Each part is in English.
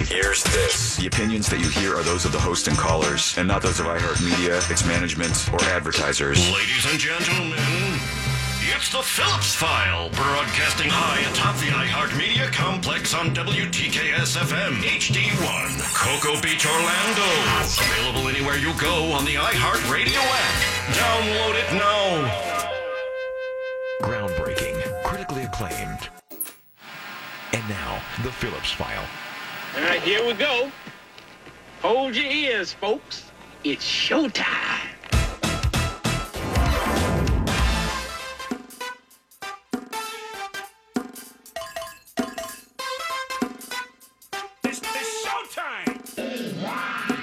Here's this. The opinions that you hear are those of the host and callers, and not those of iHeartMedia, its management, or advertisers. Ladies and gentlemen, it's the Phillips File, broadcasting high atop the iHeartMedia complex on WTKS FM HD1, Cocoa Beach, Orlando. Available anywhere you go on the iHeartRadio app. Download it now. Groundbreaking, critically acclaimed. And now, the Phillips File. All right, here we go. Hold your ears, folks. It's showtime. It's, it's showtime!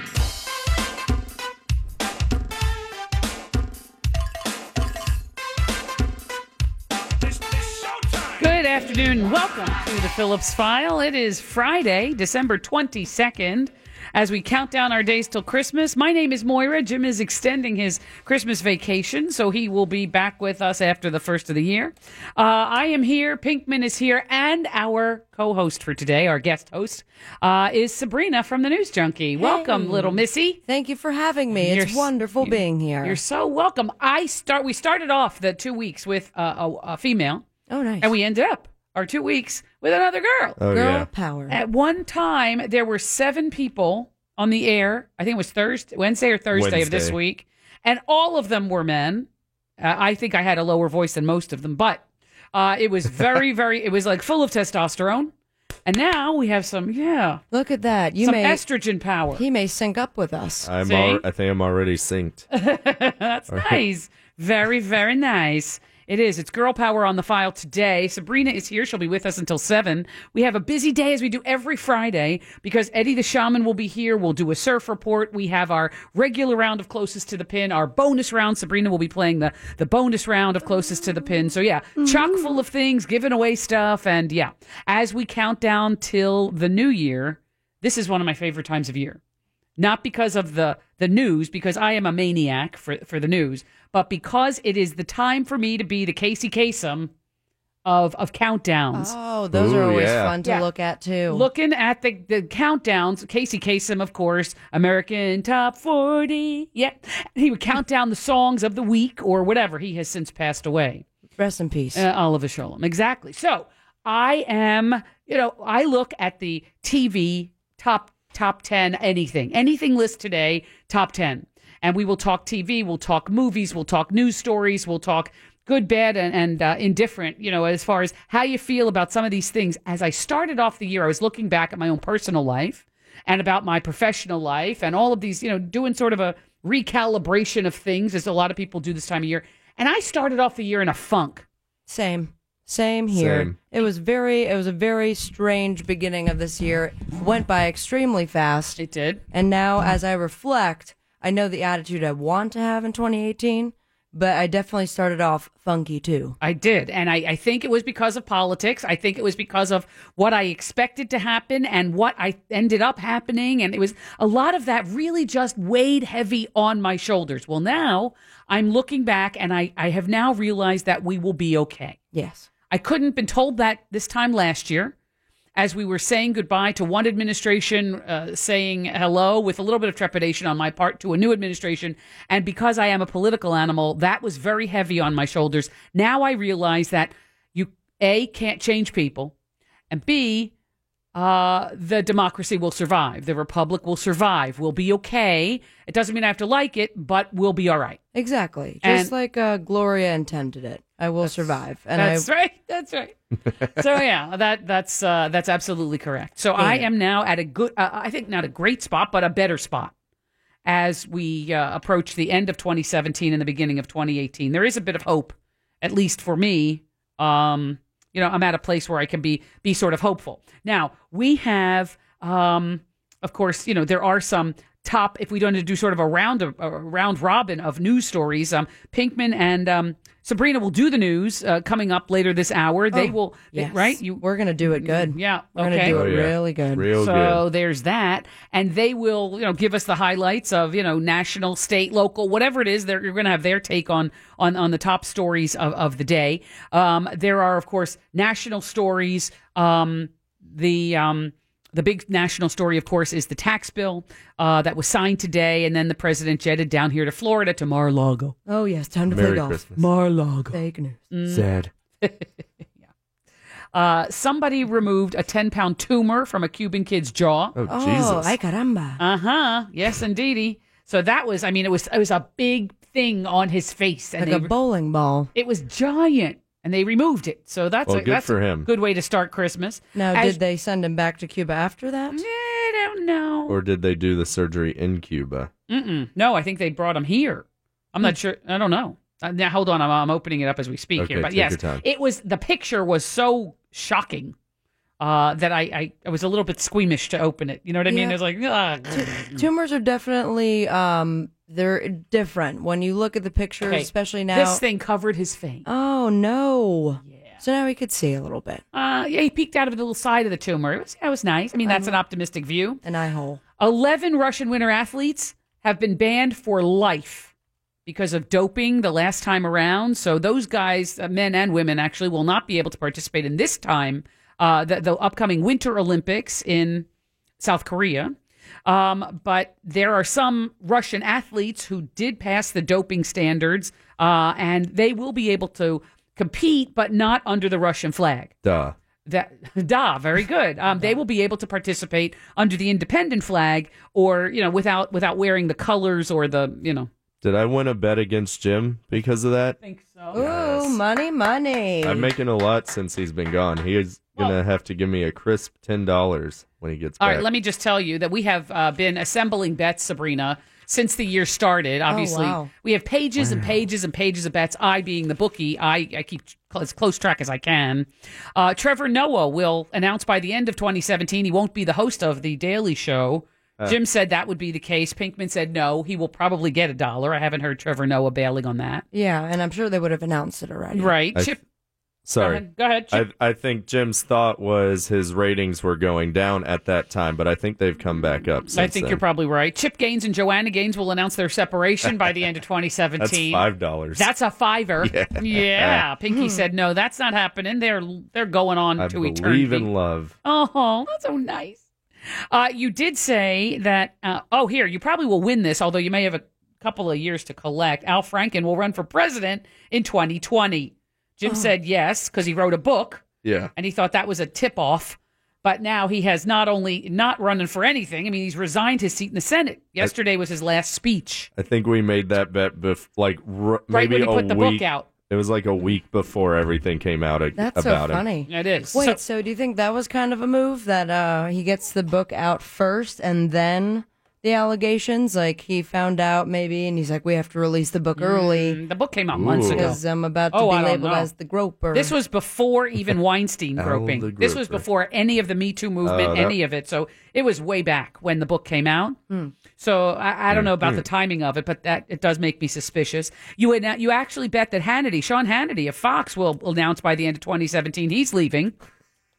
It's, it's showtime! Good afternoon. Welcome to the Phillips File. It is Friday, December 22nd. As we count down our days till Christmas, my name is Moira. Jim is extending his Christmas vacation, so he will be back with us after the first of the year. Uh, I am here, Pinkman is here, and our co host for today, our guest host, uh, is Sabrina from the News Junkie. Welcome, Hey. little Missy. Thank you for having me. You're it's s- wonderful being here. You're so welcome. I start. We started off the two weeks with uh, a, a female, oh, nice. and we ended up our two weeks with another girl. Oh Girl yeah. power. At one time, there were seven people on the air. I think it was Thursday, Wednesday or Thursday of this Wednesday. week, and all of them were men. Uh, I think I had a lower voice than most of them, but uh, it was very, very. It was like full of testosterone. And now we have some, yeah, Look at that. You some may estrogen power. he may sync up with us. I'm See? al- I think I'm already synced. That's nice. Very, very nice. It is. It's Girl Power on the file today. Sabrina is here. She'll be with us until 7. We have a busy day as we do every Friday because Eddie the Shaman will be here. We'll do a surf report. We have our regular round of closest to the pin, our bonus round. Sabrina will be playing the, the bonus round of closest to the pin. So, yeah, chock full of things, giving away stuff. And yeah, as we count down till the new year, this is one of my favorite times of year not because of the the news because I am a maniac for for the news, but because it is the time for me to be the Casey Kasem of of countdowns. Oh, those Ooh, are always yeah. fun to Yeah. look at too. Looking at the, the countdowns, Casey Kasem, of course, American Top 40. Yeah. He would count down the songs of the week or whatever. He has since passed away. Rest in peace. Uh, Oliver Sholem. Exactly. So I am, you know, I look at the TV top top ten anything anything list today top ten, and we will talk TV, we'll talk movies, we'll talk news stories, we'll talk good, bad, and, and uh, indifferent. You know, as far as how you feel about some of these things. As I started off the year, I was looking back at my own personal life and about my professional life and all of these, you know, doing sort of a recalibration of things as a lot of people do this time of year. And I started off the year in a funk. Same. Same here. Same. It was very it was a very strange beginning of this year. Went by extremely fast. It did. And now, as I reflect, I know the attitude I want to have in 2018, but I definitely started off funky too. I did. And I, I think it was because of politics. I think it was because of what I expected to happen and what I ended up happening. And it was a lot of that really just weighed heavy on my shoulders. Well, now I'm looking back and I, I have now realized that we will be okay. Yes. I couldn't have been told that this time last year as we were saying goodbye to one administration, uh, saying hello with a little bit of trepidation on my part to a new administration. And because I am a political animal, that was very heavy on my shoulders. Now I realize that you, A, can't change people, and B, uh, the democracy will survive. The republic will survive. We'll be okay. It doesn't mean I have to like it, but we'll be all right. Exactly. Just And- like uh, Gloria intended it. I will survive. And that's I right. That's right. so yeah, that that's uh, that's absolutely correct. So I am now at a good, uh, I think not a great spot, but a better spot as we uh, approach the end of 2017 and the beginning of 2018. There is a bit of hope, at least for me. Um, you know, I'm at a place where I can be be sort of hopeful. Now we have, um, of course, you know there are some top. If we don't do sort of a round a round robin of news stories, um, Pinkman and um, Sabrina will do the news uh, coming up later this hour. They Oh, will, yes. right? You we're gonna do it good. yeah, We're okay. gonna do Oh, it yeah. really good. Real so there's that, and they will, you know, give us the highlights of you know national, state, local, whatever it is. They're, you're going to have their take on on on the top stories of of the day. Um, there are, of course, national stories. Um, the um, The big national story, of course, is the tax bill uh, that was signed today, and then the president jetted down here to Florida to Mar-a-Lago. Oh yes, time to play Merry golf. Mm. Christmas. Mar-a-Lago. Fake news. Sad. Uh, somebody removed a 10 pound tumor from a Cuban kid's jaw. Oh, Oh, Jesus. ay caramba. Uh huh. Yes, indeedy. So that was, I mean, it was it was a big thing on his face, and Like a they- bowling ball. it was giant, and they removed it. So that's Well, a, good that's for a him. good way to start Christmas. Now, As- Mm, did they send him back to Cuba after that? I don't know. Or did they do the surgery in Cuba? Mm-mm. No, I think they brought him here. I'm Hmm. not sure. I don't know. Uh, now, hold on. I'm, I'm opening it up as we speak Okay, here. But take yes, your time. it was the picture was so shocking uh, that I, I, I was a little bit squeamish to open it. You know what I mean? Yeah. It was like, ugh. Tumors are definitely um they're different when you look at the picture, Okay, especially now. this thing covered his face. Oh no. Yeah. So now we could see a little bit. Uh, yeah, he peeked out of the little side of the tumor. It was, that was nice. I mean, that's an optimistic view. Uh-huh. An eye hole. 11 Russian winter athletes have been banned for life because of doping the last time around. So those guys, uh, men and women, actually will not be able to participate in this time, uh, the, the upcoming Winter Olympics in South Korea. Um, but there are some Russian athletes who did pass the doping standards, uh, and they will be able to compete, but not under the Russian flag. Duh. That da, very good. Um, they will be able to participate under the independent flag, or you know, without without wearing the colors or the you know. Did I win a bet against Jim because of that? think so. Ooh, money, money. I'm making a lot since he's been gone. He is gonna have to give me a crisp ten dollars when he gets All back. right, let me just tell you that we have uh, been assembling bets, Sabrina, since the year started. Obviously, wow. we have pages and pages and pages of bets. I, being the bookie, I, I keep cl- as close track as I can. Uh, Trevor Noah will announce by the end of 2017 he won't be the host of The Daily Show. Jim said that would be the case. Pinkman said no, he will probably get a dollar. I haven't heard Trevor Noah bailing on that. yeah, and I'm sure they would have announced it already. Right. I- Chip, Sorry. Go ahead. Go ahead Chip. I, I think Jim's thought was his ratings were going down at that time, but I think they've come back up. Since I think then. you're probably right. Chip Gaines and Joanna Gaines will announce their separation by the end of that's 2017. five dollars. That's a fiver. Yeah. Pinky said, "No, that's not happening. They're they're going on I to believe eternity." in love. oh, that's so nice. Uh, you did say that. Uh, oh, here you probably will win this, although you may have a couple of years to collect. Al Franken will run for president in 2020. Jim Oh. said yes because he wrote a book Yeah. and he thought that was a tip off. But now he has not only not running for anything. I mean, he's resigned his seat in the Senate. Yesterday was his last speech. I think we made that bet bef- like r- Right maybe when he a put the week. book out. It was like a week before everything came out a- That's about so him. funny. It is. Wait, So- so, do you think that was kind of a move that uh, he gets the book out first and then the allegations? Like he found out maybe, and he's like, we have to release the book early Mm, The book came out months Ooh. ago. because I'm about to Oh, be I don't labeled know. as the groper. This was before even Weinstein Al the groping. This was Groper. before any of the Me Too movement, Oh, that- any of it. So it was way back when the book came out. Hmm. So I, Hmm. I don't know about the timing of it, but that it does make me suspicious. You would not- you actually bet that Hannity, Sean Hannity of Fox, will announce by the end of 2017 he's leaving.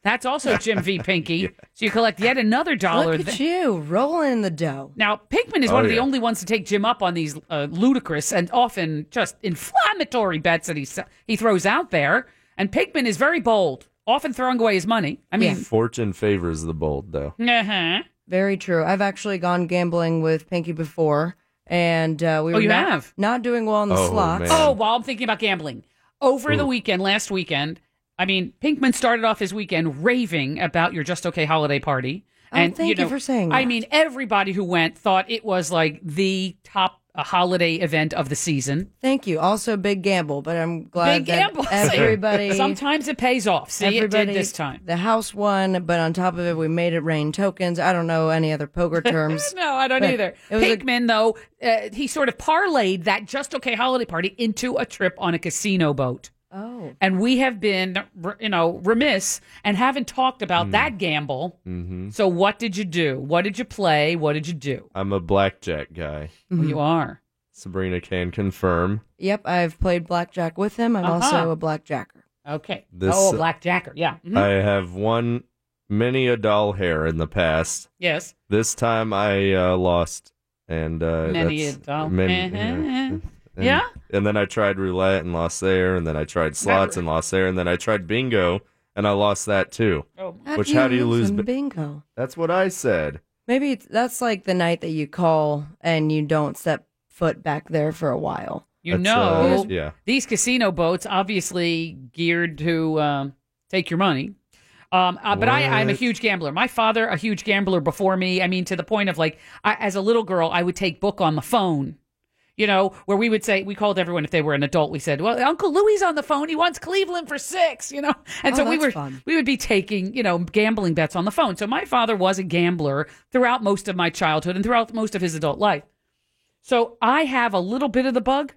That's also Jim V. Pinky. So you collect yet another dollar. Look th- at you rolling in the dough. now, Pinkman is Oh, one of the yeah. only ones to take Jim up on these uh, ludicrous and often just inflammatory bets that he s- he throws out there. And Pinkman is very bold, often throwing away his money. I mean, Fortune favors the bold, though. uh-huh. Very true. I've actually gone gambling with Pinky before, and uh, we Oh, were you not, have? not doing well in the Oh, man. slots. oh, while I'm thinking about gambling, over the Ooh. weekend, last weekend, I mean, Pinkman started off his weekend raving about your Just Okay holiday party. Oh, And thank you, you know, for saying I that. mean, everybody who went thought it was like the top uh, holiday event of the season. Thank you. Also, big gamble, but I'm glad Big that gamble. See? everybody. Sometimes it pays off. See, it Everybody, did this time. The house won, but on top of it, we made it rain tokens. I don't know any other poker terms. Eh, No, I don't But either. it was a- Pinkman, though, uh, he sort of parlayed that just okay holiday party into a trip on a casino boat. Oh, And we have been, r- you know, remiss and haven't talked Hmm. about that gamble. Mm-hmm. So, what did you do? What did you play? What did you do? I'm a blackjack guy. Mm-hmm. Well, Oh, you are. Sabrina can confirm. yep. I've played blackjack with him. I'm also a blackjacker. Uh-huh. Okay. This- oh, a blackjacker. Yeah. Mhm. I have won many a doll hair in the past. yes. This time I uh, lost, and uh, Many a that's, doll- many- Mhm. And, Yeah? And then I tried roulette and lost there, and then I tried slots and lost there, and then I tried bingo and I lost that too. Oh. Which how do you lose? Some bi- bingo? That's what I said. Maybe it's, that's like the night that you call and you don't step foot back there for a while. You That's, know, uh, yeah. these casino boats obviously geared to um, take your money. Um, uh, but I, I'm a What? huge gambler. My father, a huge gambler before me. I mean, to the point of like, I, as a little girl, I would take book on the phone. You know, where we would say we called everyone if they were an adult. We said, "Well, Uncle Louie's on the phone. He wants Cleveland for six, You know, and Oh, so we that's were fun. we would be taking you know gambling bets on the phone. So my father was a gambler throughout most of my childhood and throughout most of his adult life. So I have a little bit of the bug,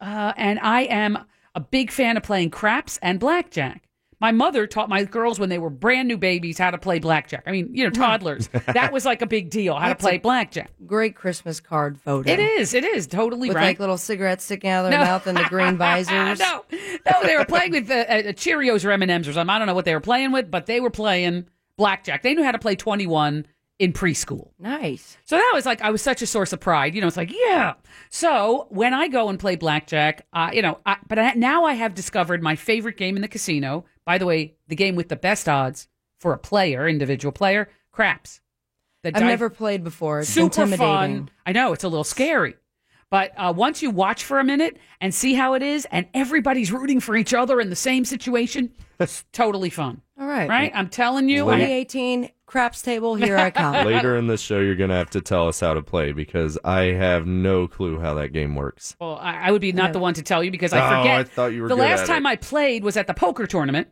uh, and I am a big fan of playing craps and blackjack. My mother taught my girls when they were brand new babies how to play blackjack. I mean, you know, toddlers. that was like a big deal how to That's play a- blackjack. Great Christmas card voting. It is. It is totally With right. like little cigarettes sticking out of their No. mouth and the green visors. no, no, they were playing with uh, uh, Cheerios or M and M's or something. I don't know what they were playing with, but they were playing blackjack. They knew how to play twenty one in preschool. Nice. So that was like I was such a source of pride. You know, it's like yeah. So when I go and play blackjack, uh, you know, I, but I, now I have discovered my favorite game in the casino. By the way, the game with the best odds for a player, individual player, craps. The I've di- never played before. It's super intimidating. fun. I know it's a little scary, but uh, once you watch for a minute and see how it is, and everybody's rooting for each other in the same situation, it's totally fun. All right. Right? I'm telling you, I- 2018 craps table. Here I come. Later in the show, you're gonna have to tell us how to play because I have no clue how that game works. well, I, I would be not the one to tell you because I Oh, forget. I thought you were the good last at time it. I played was at the poker tournament,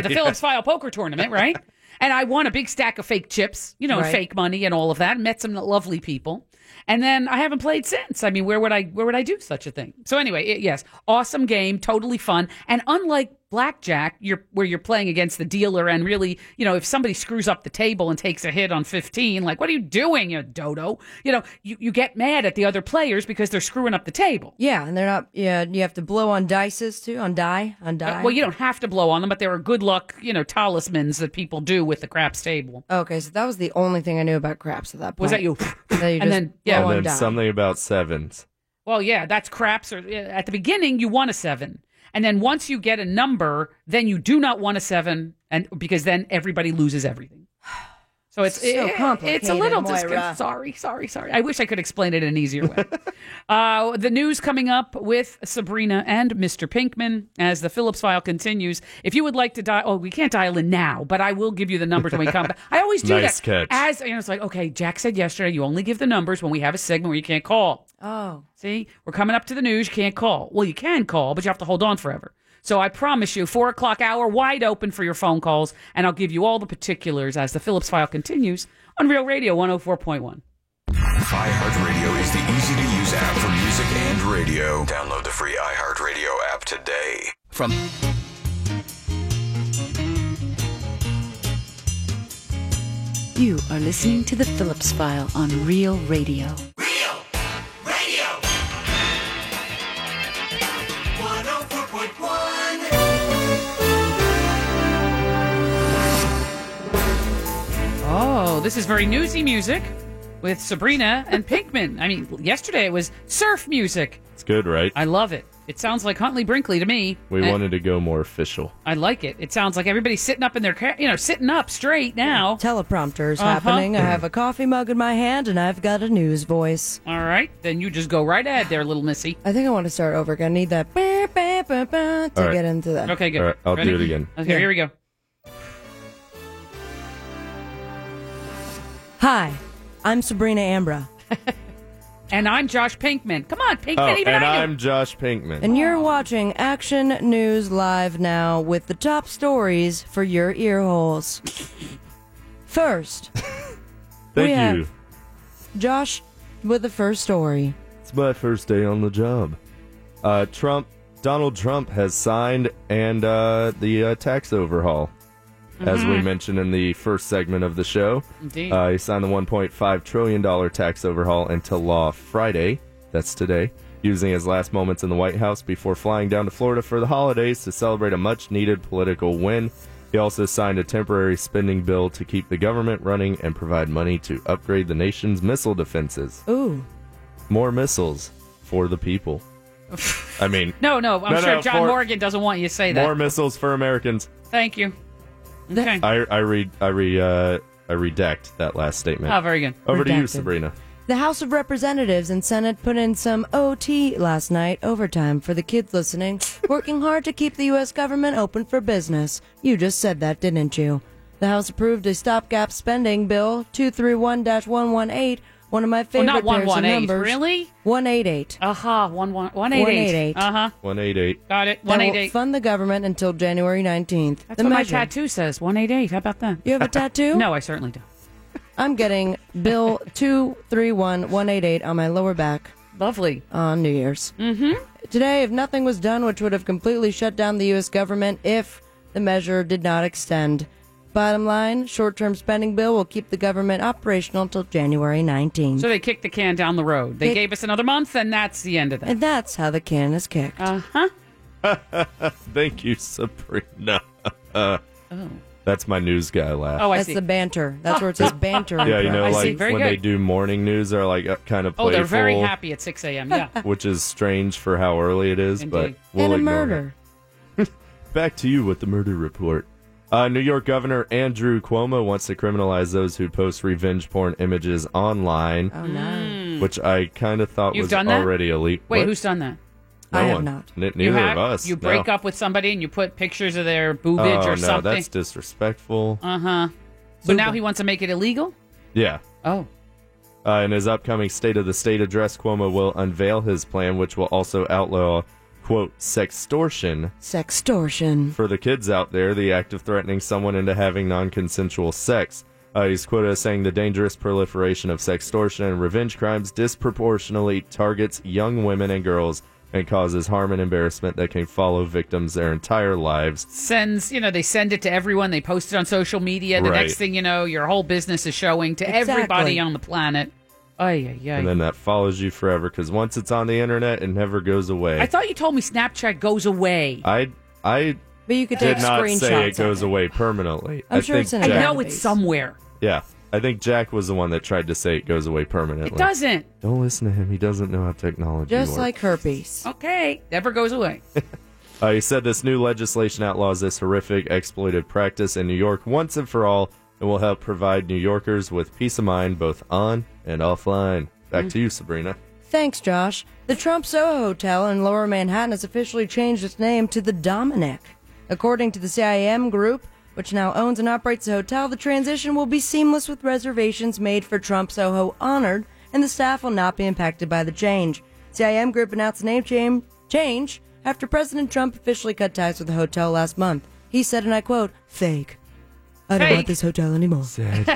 the Phillips File poker tournament, right? And I won a big stack of fake chips, you know, Right. fake money and all of that. Met some lovely people, and then I haven't played since. I mean, where would I where would I do such a thing? So anyway, it, yes, awesome game, totally fun, and unlike blackjack, you're where you're playing against the dealer, and really, you know, if somebody screws up the table and takes a hit on fifteen, like what are you doing, you dodo? You know, you, you get mad at the other players because they're screwing up the table. yeah, and they're not. Yeah, you have to blow on dices too. On die. On die. Uh, Well, you don't have to blow on them, but there are good luck, you know, talismans that people do with the craps table. Okay, so that was the only thing I knew about craps at that point. Was that you? That you and just then, yeah. blow and on then die. something about sevens. Well, yeah, that's craps. Or yeah, at the beginning, you want a seven, and then once you get a number, then you do not want a seven, and because then everybody loses everything. So it's So it- It's a complicated, little discon- Moira. sorry, sorry, sorry. I wish I could explain it in an easier way. uh, the news coming up with Sabrina and Mr. Pinkman as the Phillips file continues. If you would like to dial, oh, we can't dial in now, but I will give you the numbers when we come back. I always do Nice catch. that. As you know, it's like okay, Jack said yesterday, you only give the numbers when we have a segment where you can't call. Oh, See, we're coming up to the news. You can't call. Well, you can call, but you have to hold on forever. So I promise you, four o'clock hour wide open for your phone calls, and I'll give you all the particulars as the Phillips file continues on Real Radio 104.1. iHeartRadio is the easy to use app for music and radio. Download the free iHeartRadio app today. From You are listening to The Phillips File on Real Radio. Real Radio 104.1. Oh, this is very newsy music with Sabrina and Pinkman. I mean, yesterday it was surf music. It's good, right? I love it. It sounds like Huntley Brinkley to me. we And wanted to go more official. I like it. It sounds like everybody's sitting up in their, ca- you know, sitting up straight now. Uh-huh. teleprompters happening. I have a coffee mug in my hand, and I've got a news voice. All right, then you just go right ahead there, little missy. I think I want to start over. again. I need that bah, bah, bah, bah, to All right. get into that. Okay, good. All right, I'll do it again. Okay, here we go. Hi, I'm Sabrina Ambra, And I'm Josh Pinkman. Come on, Pinkman, Oh, even and I knew. I'm Josh Pinkman. and you're watching Action News Live now with the top stories for your ear holes. First, Thank we have- you. Josh with the first story. It's my first day on the job. Uh, Trump, Donald Trump has signed and uh, the uh, tax overhaul, as we mentioned in the first segment of the show. Indeed. Uh, he signed the 1.5 trillion dollar tax overhaul into law Friday. That's today. Using his last moments in the White House before flying down to Florida for the holidays to celebrate a much needed political win. He also signed a temporary spending bill to keep the government running and provide money to upgrade the nation's missile defenses Ooh, more missiles for the people. I mean, No, no, I'm No, sure no, John for- Morgan doesn't want you to say that. more missiles for Americans. Thank you. Okay. I I read I re uh, I redact that last statement. Oh, very good. Over to you, Redacted. Sabrina. The House of Representatives and Senate put in some OT last night, overtime for the kids listening, working hard to keep the U.S. government open for business. You just said that, didn't you? The House approved a stopgap spending bill 231 118, one of my Well, favorite not pairs of 118, numbers. really? 188. Aha, uh-huh, 188. 188. Uh-huh. One eight eight. Got it. That will 188. fund the government until January 19th. That's the what my measure- tattoo says. 188. How about that? You have a tattoo? No, I certainly don't. I'm getting Bill 231188 on my lower back. Lovely. on New Year's. Mm-hmm. Today, if nothing was done, which would have completely shut down the U.S. government if the measure did not extend. Bottom line, short-term spending bill will keep the government operational until January 19th. So they kicked the can down the road. They They- gave us another month, and that's the end of that. and that's how the can is kicked. Uh huh. Thank you, Sabrina. That's my news guy laugh. Oh, I that's see. Uh, the banter. That's where it says banter. on yeah, you front. know, I see. like Very when they good. do morning news, they're like uh, kind of oh, playful, they're very happy at 6 a.m. Yeah. which is strange for how early it is, but Indeed. we'll and a ignore it. murder. Back to you with the murder report. Uh, New York Governor Andrew Cuomo wants to criminalize those who post revenge porn images online, Oh no, which I kind of thought Hmm. You've was done that? already a leap. Wait, What? who's done that? No I have one. not. N- neither You have- of us. You break no. up with somebody and you put pictures of their boobage Oh no, or something. that's disrespectful. uh huh. So now he wants to make it illegal? yeah. Oh. Uh, in his upcoming State of the State address, Cuomo will unveil his plan, which will also outlaw quote sextortion sextortion. for the kids out there, the act of threatening someone into having non consensual sex. Uh, he's quoted as saying the dangerous proliferation of sextortion and revenge crimes disproportionately targets young women and girls and causes harm and embarrassment that can follow victims their entire lives. Sends, you know, they send it to everyone. They post it on social media. The Right. next thing you know, your whole business is showing to everybody Exactly. on the planet. Ay, ay, And ay. then that follows you forever because once it's on the internet, it never goes away. I thought you told me Snapchat goes away. I, I But you could did take not screenshots. say it of goes away permanently. I'm I sure think it's in a I Jack, know it's database. somewhere. Yeah. I think Jack was the one that tried to say it goes away permanently. It doesn't. Don't listen to him. He doesn't know how technology Just works. like herpes. Okay. Never goes away. Uh, he said this new legislation outlaws this horrific, exploited practice in New York once and for all and will help provide New Yorkers with peace of mind both on and offline. Back Mm. to you, Sabrina. Thanks, Josh. The Trump Soho Hotel in Lower Manhattan has officially changed its name to the Dominic. According to the CIM Group, which now owns and operates the hotel, the transition will be seamless with reservations made for Trump Soho honored, and the staff will not be impacted by the change. CIM Group announced the name cham- change after President Trump officially cut ties with the hotel last month. He said, and I quote, fake. I don't Fake. want this hotel anymore.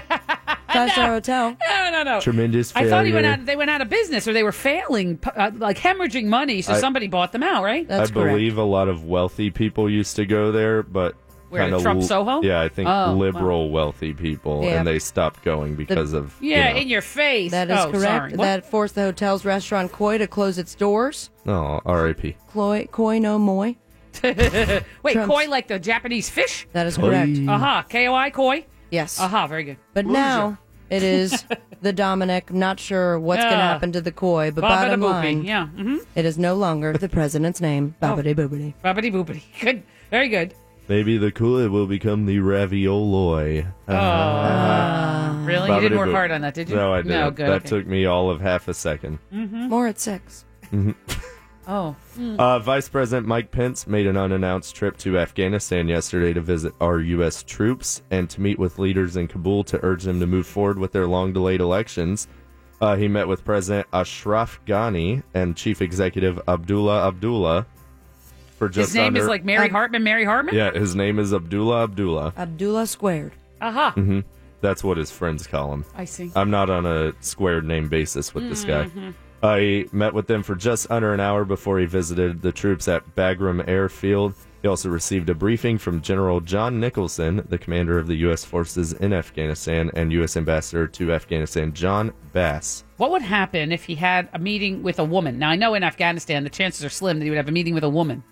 Five star hotel. No, no, no. Tremendous I thought he went failure. out, they went out of business or they were failing, pu- uh, like hemorrhaging money. So I- somebody bought them out, right? That's I correct. believe a lot of wealthy people used to go there, but Where, kinda Trump l- Soho? Yeah, I think Oh, liberal wealthy people, Yeah. and they stopped going because of yeah, You know, in your face. That is oh, correct. Sorry. What? That forced the hotel's restaurant Koi to close its doors. oh, R.I.P. Koi, Koi no moi. Wait, Trump's- koi like the Japanese fish? That is correct. Aha, uh-huh. koi, koi. Yes. Aha, uh-huh, very good. But now it is the Dominic. Not sure what's going to Yeah. happen to the Koi, but Ah. Bobbity bottom boopity. line, Yeah. Oh. Mm-hmm. it is no longer the president's name. Bobbity boobity. Bobbity boopity. Good. Very good. Maybe the Kool-Aid will become the ravioli. Oh. Really? You didn't work Bobbidi-boo. hard on that, did you? No, I didn't. No, good. that okay. took me all of half a second. More at six. Mm-hmm. Mm-hmm. Oh. Uh, Vice President Mike Pence made an unannounced trip to Afghanistan yesterday to visit our U.S. troops and to meet with leaders in Kabul to urge them to move forward with their long delayed elections. Uh, he met with President Ashraf Ghani and Chief Executive Abdullah Abdullah for just His name under, is like Ah. Mary Hartman, Mary Hartman? yeah, his name is Abdullah Abdullah. Mm-hmm. Abdullah squared. Aha. That's what his friends call him. I see. I'm not on a squared name basis with this guy. Mm-hmm. I met with them for just under an hour before he visited the troops at Bagram Airfield. He also received a briefing from General John Nicholson, the commander of the U.S. forces in Afghanistan, and U.S. ambassador to Afghanistan, John Bass. What would happen if he had a meeting with a woman? Now, I know in Afghanistan, the chances are slim that he would have a meeting with a woman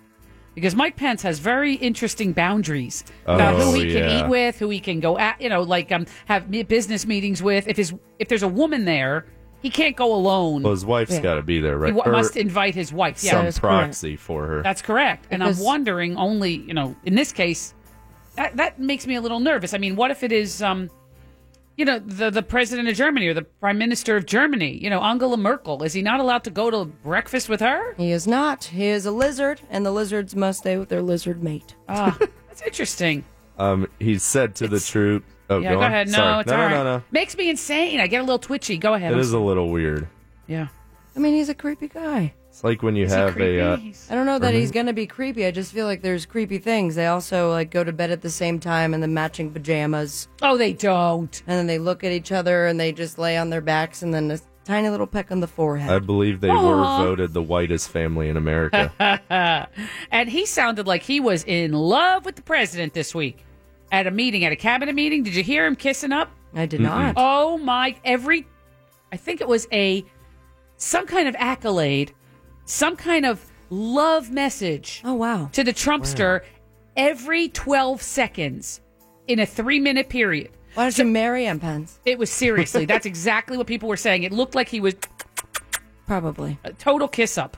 because Mike Pence has very interesting boundaries about Oh, who he yeah. can eat with, who he can go at, you know, like um, have me- business meetings with. If his if there's a woman there, He can't go alone. Well, his wife's got to be there, right? He wa- Or must invite his wife. Yeah, some proxy for her. That's correct. And Because- I'm wondering only, you know, in this case, that, that makes me a little nervous. I mean, what if it is, um, you know, the, the president of Germany or the prime minister of Germany, you know, Angela Merkel? Is he not allowed to go to breakfast with her? He is not. He is a lizard, and the lizards must stay with their lizard mate. Ah, that's interesting. um, he said to the troop. Oh, yeah, go, go, on. ahead. No, Sorry. it's no, all right. no, no, Makes me insane. I get a little twitchy. Go ahead. no. It is a little weird. Yeah. I mean, he's a creepy guy. It's like when you Is he have a. Uh, creepy? I don't know that he's gonna be creepy. I just feel like there's creepy things. They also like go to bed at the same time in the matching pajamas, oh, they don't. and then they look at each other and they just lay on their backs, and then a tiny little peck on the I forehead. believe they Aw. were voted the whitest family in America. And he sounded like he was in love with the president this week at a meeting, at a cabinet meeting. Did you hear him kissing up? I, did not. Oh my! Every, I think it was a some kind of accolade, some kind of love message Oh wow. to the Trumpster every twelve seconds in a three-minute period. Why don't you marry him, Pence? It was seriously. that's exactly what people were saying. It looked like he was Probably. a total kiss up.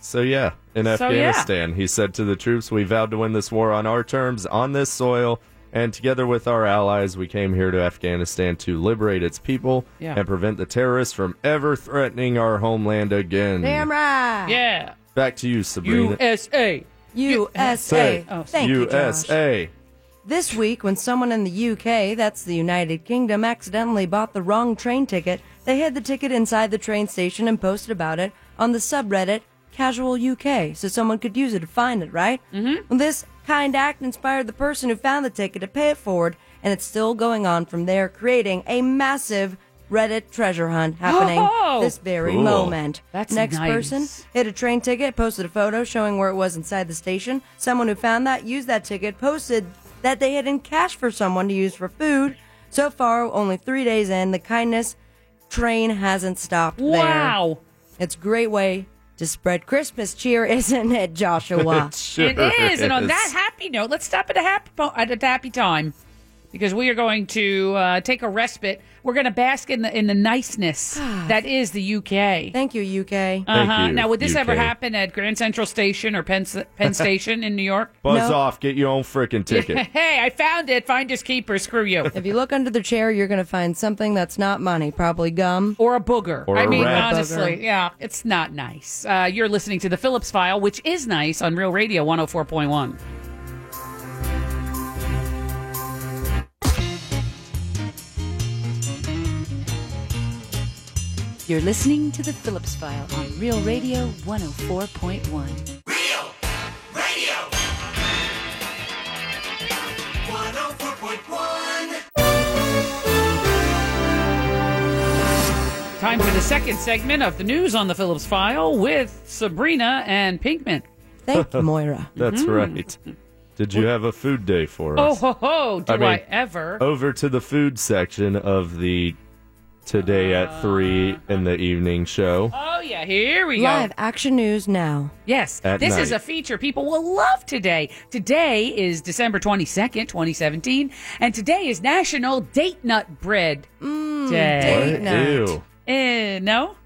So yeah, in So, yeah. Afghanistan, he said to the troops, "We vowed to win this war on our terms, on this soil, and together with our allies, we came here to Afghanistan to liberate its people Yeah. and prevent the terrorists from ever threatening our homeland again." Damn right. Yeah. Back to you, Sabrina. USA. USA. Say, Oh, Thank you, Josh. USA. This week, when someone in the UK, that's the United Kingdom, accidentally bought the wrong train ticket, they hid the ticket inside the train station and posted about it on the subreddit Casual UK so someone could use it to find it, right? Mm-hmm. This kind act inspired the person who found the ticket to pay it forward, and it's still going on from there, creating a massive Reddit treasure hunt happening Oh! this very Cool. moment. That's Next nice. person hit a train ticket, posted a photo showing where it was inside the station. Someone who found that used that ticket, posted that they had in cash for someone to use for food. So far, only three days in, the kindness train hasn't stopped Wow. there. It's a great way to spread Christmas cheer, isn't it, Joshua? Sure It is. And on is. that happy note, let's stop at a happy po- at a happy time because we are going to uh, take a respite. We're going to bask in the in the niceness that is the UK. Thank you, UK. Thank you, now, would this ever UK. happen at Grand Central Station or Penn, S- Penn Station in New York? Buzz No. off. Get your own freaking ticket. Hey, I found it. Finders keeper. Screw you. if you look under the chair, you're going to find something that's not money, probably gum. Or a booger. Or I a mean, rat. honestly, Booger. yeah, it's not nice. Uh, you're listening to the Phillips File, which is nice on Real Radio 104.1. You're listening to the Phillips File on Real Radio 104.1. Real Radio 104.1 Time for the second segment of the news on the Phillips File with Sabrina and Pinkman. Thank you, Moira. That's right. Did you have a food day for Mm-hmm. Oh us? ho ho! Do I, I mean- oh, ever? Over to the food section of the Today Uh, at 3 in the evening show. Oh yeah, here we Live go. action news now. Yes, At this is night. a feature people will love today. Today is December twenty second, twenty seventeen, and today is National Date Nut Bread Day. Mm, Date nut. Ew. Eh, no,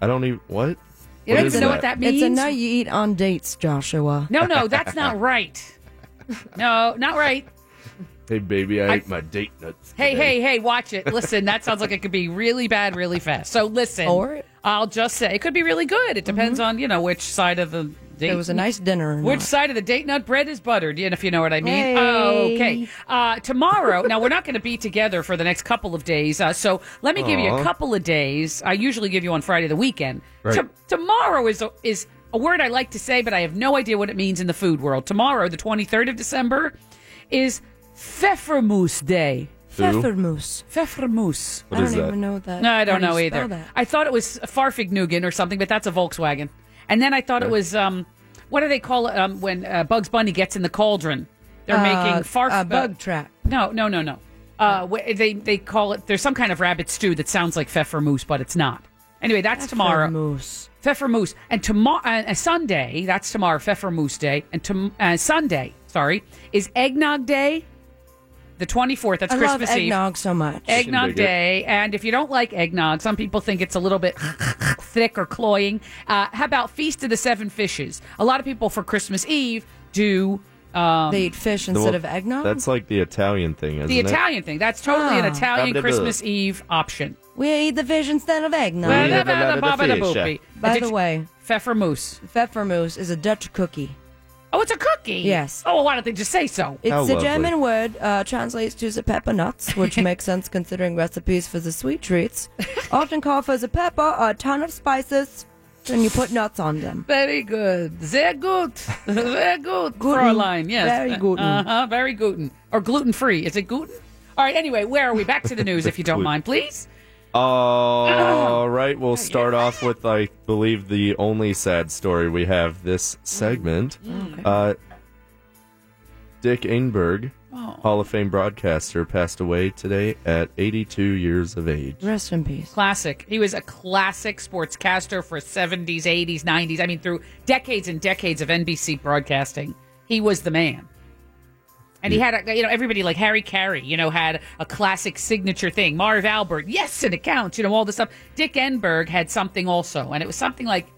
I don't even. What? you What don't is even know that? what that means. It's a nut you eat on dates, Joshua. no, no, that's not right. No, not right. Hey, baby, I, ate my date nuts. Hey, today. hey, hey, watch it. Listen, that sounds like it could be really bad really fast. So listen. Or- Mm-hmm. I'll just say it could be really good. It depends on, you know, which side of the date. It was a nice dinner. or which not. side of the date nut bread is buttered, you know, if you know what I mean. Hey. Okay. Uh, tomorrow, now we're not going to be together for the next couple of days. Uh, so let me give you a Aw. couple of days. I usually give you on Friday the weekend. Right. To- tomorrow is a, is a word I like to say, but I have no idea what it means in the food world. Tomorrow, the 23rd of December, is Pfeffermus Day. Who? Pfeffermus. Pfeffermus. What I is don't that? even know what that. No, I how don't do you know spell either. that? I thought it was Farfignugan or something, but that's a Volkswagen. And then I thought it was um, what do they call it um, when uh, Bugs Bunny gets in the cauldron? They're making farf a Uh, bug trap. No, no, no, no. Uh, wh- they they call it. There's some kind of rabbit stew that sounds like pfeffermus, but it's not. Anyway, that's tomorrow. Moose. Pfeffermoose. And tomorrow, uh, uh, Sunday, that's tomorrow, Pfeffermoose Day. And tom- uh, Sunday, sorry, is Eggnog Day the 24th. That's I love Christmas Eve. eggnog so much. Eggnog Day. And if you don't like eggnog, some people think it's a little bit thick or cloying. Uh, how about Feast of the Seven Fishes? A lot of people for Christmas Eve do. Um, They eat fish Well, That's like the Italian thing, isn't the it? Italian thing. That's totally an Ah. Italian Babadaboo. Christmas Eve option. We eat the fish instead of eggnog. We have a lot of Babadaboo. fish. By Did the you- way, pfeffermoose. Pfeffermoose is a Dutch cookie. Oh, it's a cookie. Yes. Oh, why don't they just say so? Oh, It's a German word, uh, translates to the pepper nuts, which makes sense considering recipes for the sweet treats often call for the pepper or a ton of spices, and you put nuts on them. Very good. Sehr gut. Sehr gut. Caroline, yes. Very gluten. Uh-huh, very gluten. Or gluten free. Is it gluten? All right, anyway, where are we? Back to the news, if you don't Gluten. mind, please. All right, we'll start off with, I believe, the only sad story we have this Mm. segment. Uh, Dick Engberg, Oh. Hall of Fame broadcaster, passed away today at 82 years of age. Rest in peace. Classic. He was a classic sportscaster for 70s, 80s, 90s. I mean, through decades and decades of NBC broadcasting, he was the man. And he had, a, you know, everybody like Harry Carey, you know, had a classic signature thing. Marv Albert, yes, and it counts, you know, all this stuff. Dick Enberg had something also, and it was something like,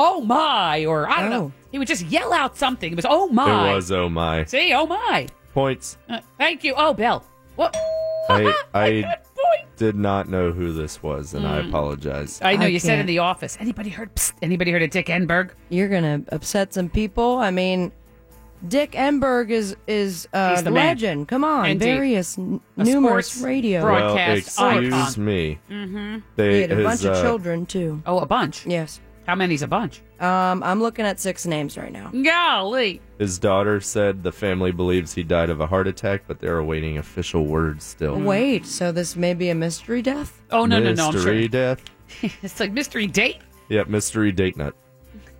oh my, or I don't Oh. know. He would just yell out something. It was, oh my. It was, oh my. See, oh my. Points. Uh, thank you. Oh, Bill. What? I, I did not know who this was, and I apologize. Mm. I know you said in the office. Anybody heard? Psst, anybody heard of Dick Enberg? You're gonna upset some people. I mean, Dick Enberg is is He's a the man. legend. Come on, Indeed. various n- A numerous sports radio Well, excuse me. Mm-hmm. They- he had a his, bunch of uh, children too. Oh, a bunch. Yes. How many's a bunch? Um, I'm looking at six names right now. Golly. His daughter said the family believes he died of a heart attack, but they're awaiting official word still. Wait, so this may be a mystery death? Oh no, no, no! I'm Mystery sure. death. it's like mystery date. Yep, mystery date nut.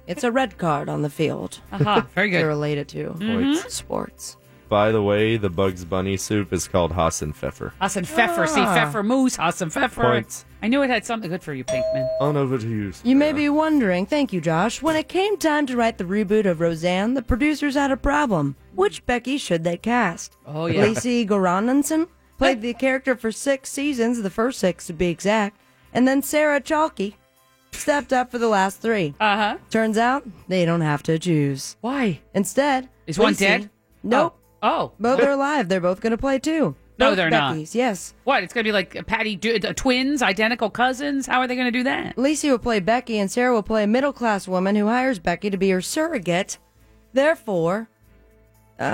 It's a red card on the field. Aha, Uh-huh, very good. Mm-hmm. They're related to Mhm. sports. By the way, the Bugs Bunny soup is called Hassan Pfeffer. Us and Pfeffer. See, Ah. Pfeffer Moose. Us and Pfeffer. Points. I knew it had something good for you, Pinkman. On over to you. You may be wondering, thank you, Josh, when it came time to write the reboot of Roseanne, the producers had a problem. Which Becky should they cast? Oh, yeah. Lacey Goranenson played the character for six seasons, the first six to be exact, and then Sarah Chalky stepped up for the last three. Uh huh. Turns out they don't have to choose. Why? Instead, Is one Lacey- dead? Nope. Oh, Both are alive. They're both going to play too. No, Both they're not. Beckys, Yes. What? It's gonna be like Patty du- uh, twins, identical cousins. How are they gonna do that? Lacey will play Becky, and Sarah will play a middle class woman who hires Becky to be her surrogate. Therefore, uh,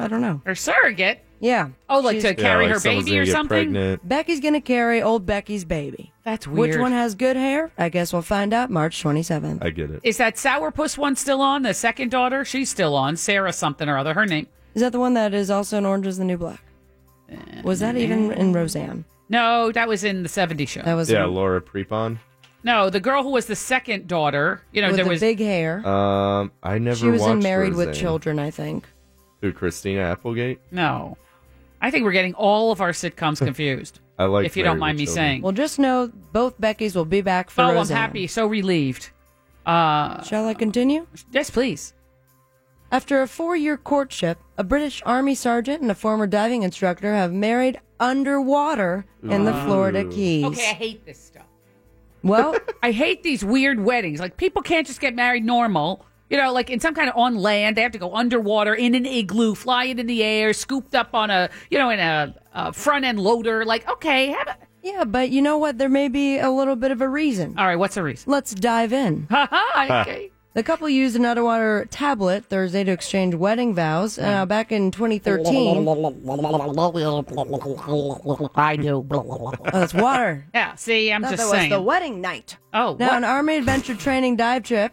I don't know. Her surrogate. Yeah. Oh, like to She's- carry like her someone's baby or gonna get something. pregnant. Becky's going to carry old Becky's baby. That's Which weird. one has good hair? I guess we'll find out March 27th. I get it. Is that sourpuss one still on? The second daughter, she's still on. Sarah something or other. Her name. Is that the one that is also in Orange is the New Black? Eh, Was that even in Roseanne? No, that was in the '70s show. That was yeah, Laura Prepon. No, the girl who was the second daughter. You know, with there the was big hair. Um, I never she was in watched Married with Roseanne. Children, I think. Who, Christina Applegate? no. I think we're getting all of our sitcoms confused. I like if you don't Married mind with me Children. saying. Well, just know both Beckys will be back for oh, Roseanne. I'm happy, so relieved. Uh, Shall I continue? yes, please. After a four year courtship, a British Army sergeant and a former diving instructor have married underwater in the Ooh. Florida Keys. Okay, I hate this stuff. Well, I hate these weird weddings. Like people can't just get married normal. You know, like in some kind of on land, they have to go underwater in an igloo, fly it in the air, scooped up on a, you know, in a, a front end loader. Like, okay, have a, yeah, but you know what? There may be a little bit of a reason. all right. What's the reason? Uh-huh. Let's dive in. Ha ha. ah, Okay. The couple used an underwater tablet Thursday to exchange wedding vows. Mm. Uh, back in 2013. I do. oh, that's water. Yeah. See, I'm Thought just that was saying. the wedding night. Oh, now what? an army adventure training dive trip,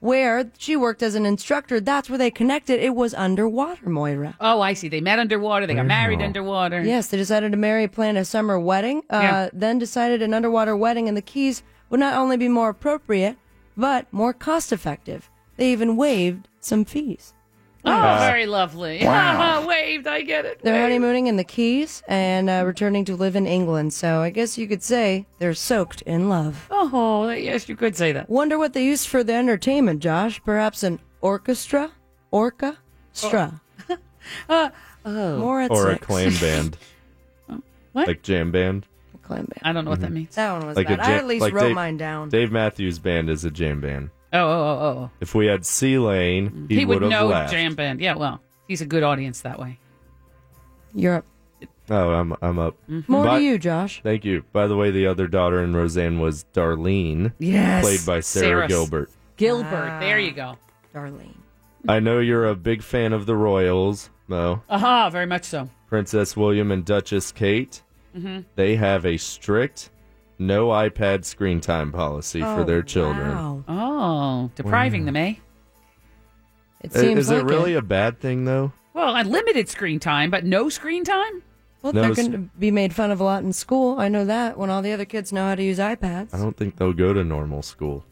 where she worked as an instructor. That's where they connected. It was underwater, Moira. Oh, I see. They met underwater. They got married underwater. Yes, they decided to marry, plan a summer wedding. Uh, Yeah. Then decided an underwater wedding in the Keys would not only be more appropriate, but more cost effective. They even waived some fees. Oh, Nice. Uh, very lovely. Waved. I get it. They're Waved. honeymooning in the Keys and uh, returning to live in England. So I guess you could say they're soaked in love. Oh, yes, you could say that. Wonder what they used for the entertainment, Josh? Perhaps an orchestra? Orca? Stra. Uh, oh. More at or a six. Oh, clam band. What? Like jam band. Mm-hmm. Clam band. I don't know what that means. That one was Like bad. a I jam- at least like wrote Dave- mine down. Dave Matthews Band is a jam band. Oh, oh, oh, If we had C Lane, oh. he, would have know laughed. jam band. Yeah, well, he's a good audience that way. You're up. Oh, I'm I'm up. More But- to you, Josh. Thank you. By the way, the other daughter in Roseanne was Darlene, Yes. played by Sarah, Sarah. Gilbert. Gilbert. There you go. Ah, Darlene. I know you're a big fan of the Royals, Mo. Aha, very much so. Mm-hmm. Princess William and Duchess Kate. They have a strict no iPad screen time policy for their children. Wow. Oh, depriving them, eh? It I- seems Is like it really a bad thing though? Well, a limited screen time, but no screen time? Well, No, they're it's- going to be made fun of a lot in school. I know that when all the other kids know how to use iPads. I don't think they'll go to normal school.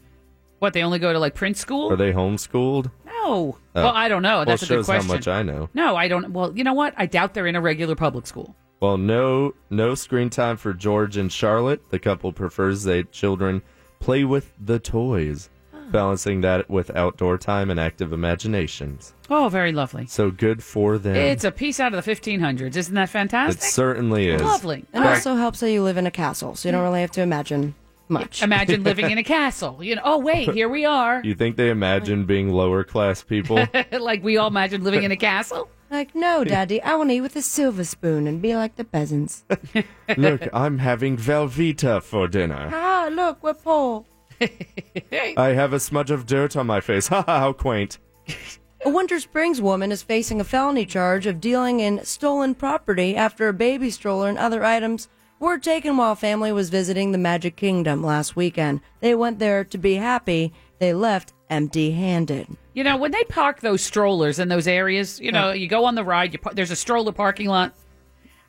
What, they only go to like print school? Are they homeschooled? no. Oh. Well, I don't know. well, That's it a good shows how question. much I know. no, I don't. Well, you know what? I doubt they're in a regular public school. Well, no, no screen time for George and Charlotte. The couple prefers their children play with the toys, balancing that with outdoor time and active imaginations. Oh, very lovely. So good for them. It's a piece out of the 1500s. Isn't that it fantastic? certainly is. Lovely. It also helps that you live in a castle, so you don't really have to imagine much. Imagine living in a castle. You know, oh wait, here we are. You think they imagine being lower class people? like we all imagine living in a castle. Like, no, Daddy, I want to eat with a silver spoon and be like the peasants. Look, I'm having Velveeta for dinner. ah, look, we're poor. I have a smudge of dirt on my face. Ha ha, how quaint. A Winter Springs woman is facing a felony charge of dealing in stolen property after a baby stroller and other items were taken while family was visiting the Magic Kingdom last weekend. They went there to be happy. They left empty-handed. You know, when they park those strollers in those areas, you know, you go on the ride, you par- there's a stroller parking lot.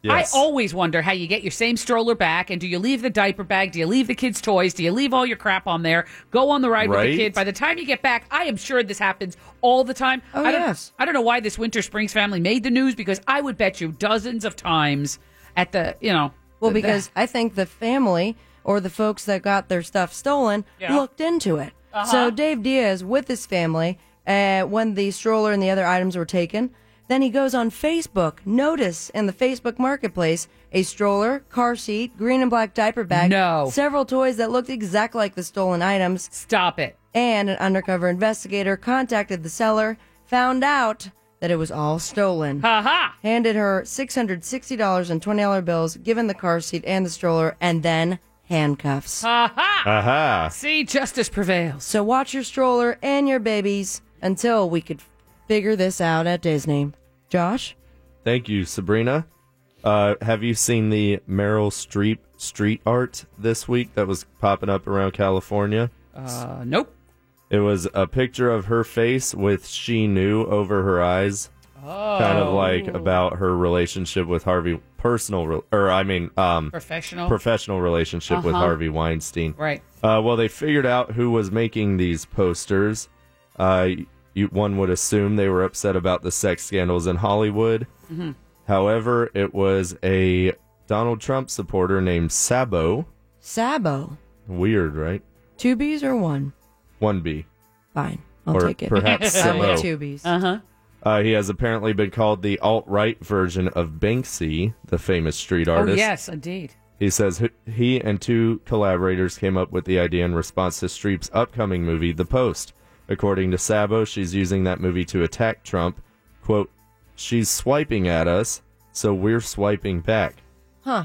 Yes. I always wonder how you get your same stroller back and do you leave the diaper bag? Do you leave the kids' toys? Do you leave all your crap on there? Go on the ride with Right? the kid. By the time you get back, I am sure this happens all the time. Oh, I don't, yes. I don't know why this Winter Springs family made the news because I would bet you dozens of times at the, you know. Well, the- the- because I think the family or the folks that got their stuff stolen Yeah. looked into it. So Dave Diaz with his family uh, when the stroller and the other items were taken. Then he goes on Facebook, notice in the Facebook marketplace a stroller, car seat, green and black diaper bag, No. several toys that looked exactly like the stolen items, Stop it. and an undercover investigator contacted the seller, found out that it was all stolen Ha ha. handed her $660 and $20 bills, given the car seat and the stroller, and then handcuffs. Ha ha. Aha. See, justice prevails. So watch your stroller and your babies until we could figure this out at Disney. Josh? Thank you, Sabrina. Uh, have you seen the Meryl Streep street art this week that was popping up around California? Uh, nope. It was a picture of her face with she knew over her eyes. Kind of like Oh. about her relationship with Harvey, personal, re- or I mean, um, Professional. Uh-huh. professional relationship with Harvey Weinstein. right. Uh, well, they figured out who was making these posters. Uh, you, one would assume they were upset about the sex scandals in Hollywood. Mm-hmm. However, it was a Donald Trump supporter named Sabo. Sabo. Weird, right? Two B's or one? 1B. Fine. I'll or take it. perhaps I'm Samo. with two B's. Uh huh. Uh, he has apparently been called the alt right version of Banksy, the famous street Oh, artist. yes, indeed. He says h- he and two collaborators came up with the idea in response to Streep's upcoming movie, The Post. According to Sabo, she's using that movie to attack Trump. Quote, she's swiping at us, so we're swiping back. Huh.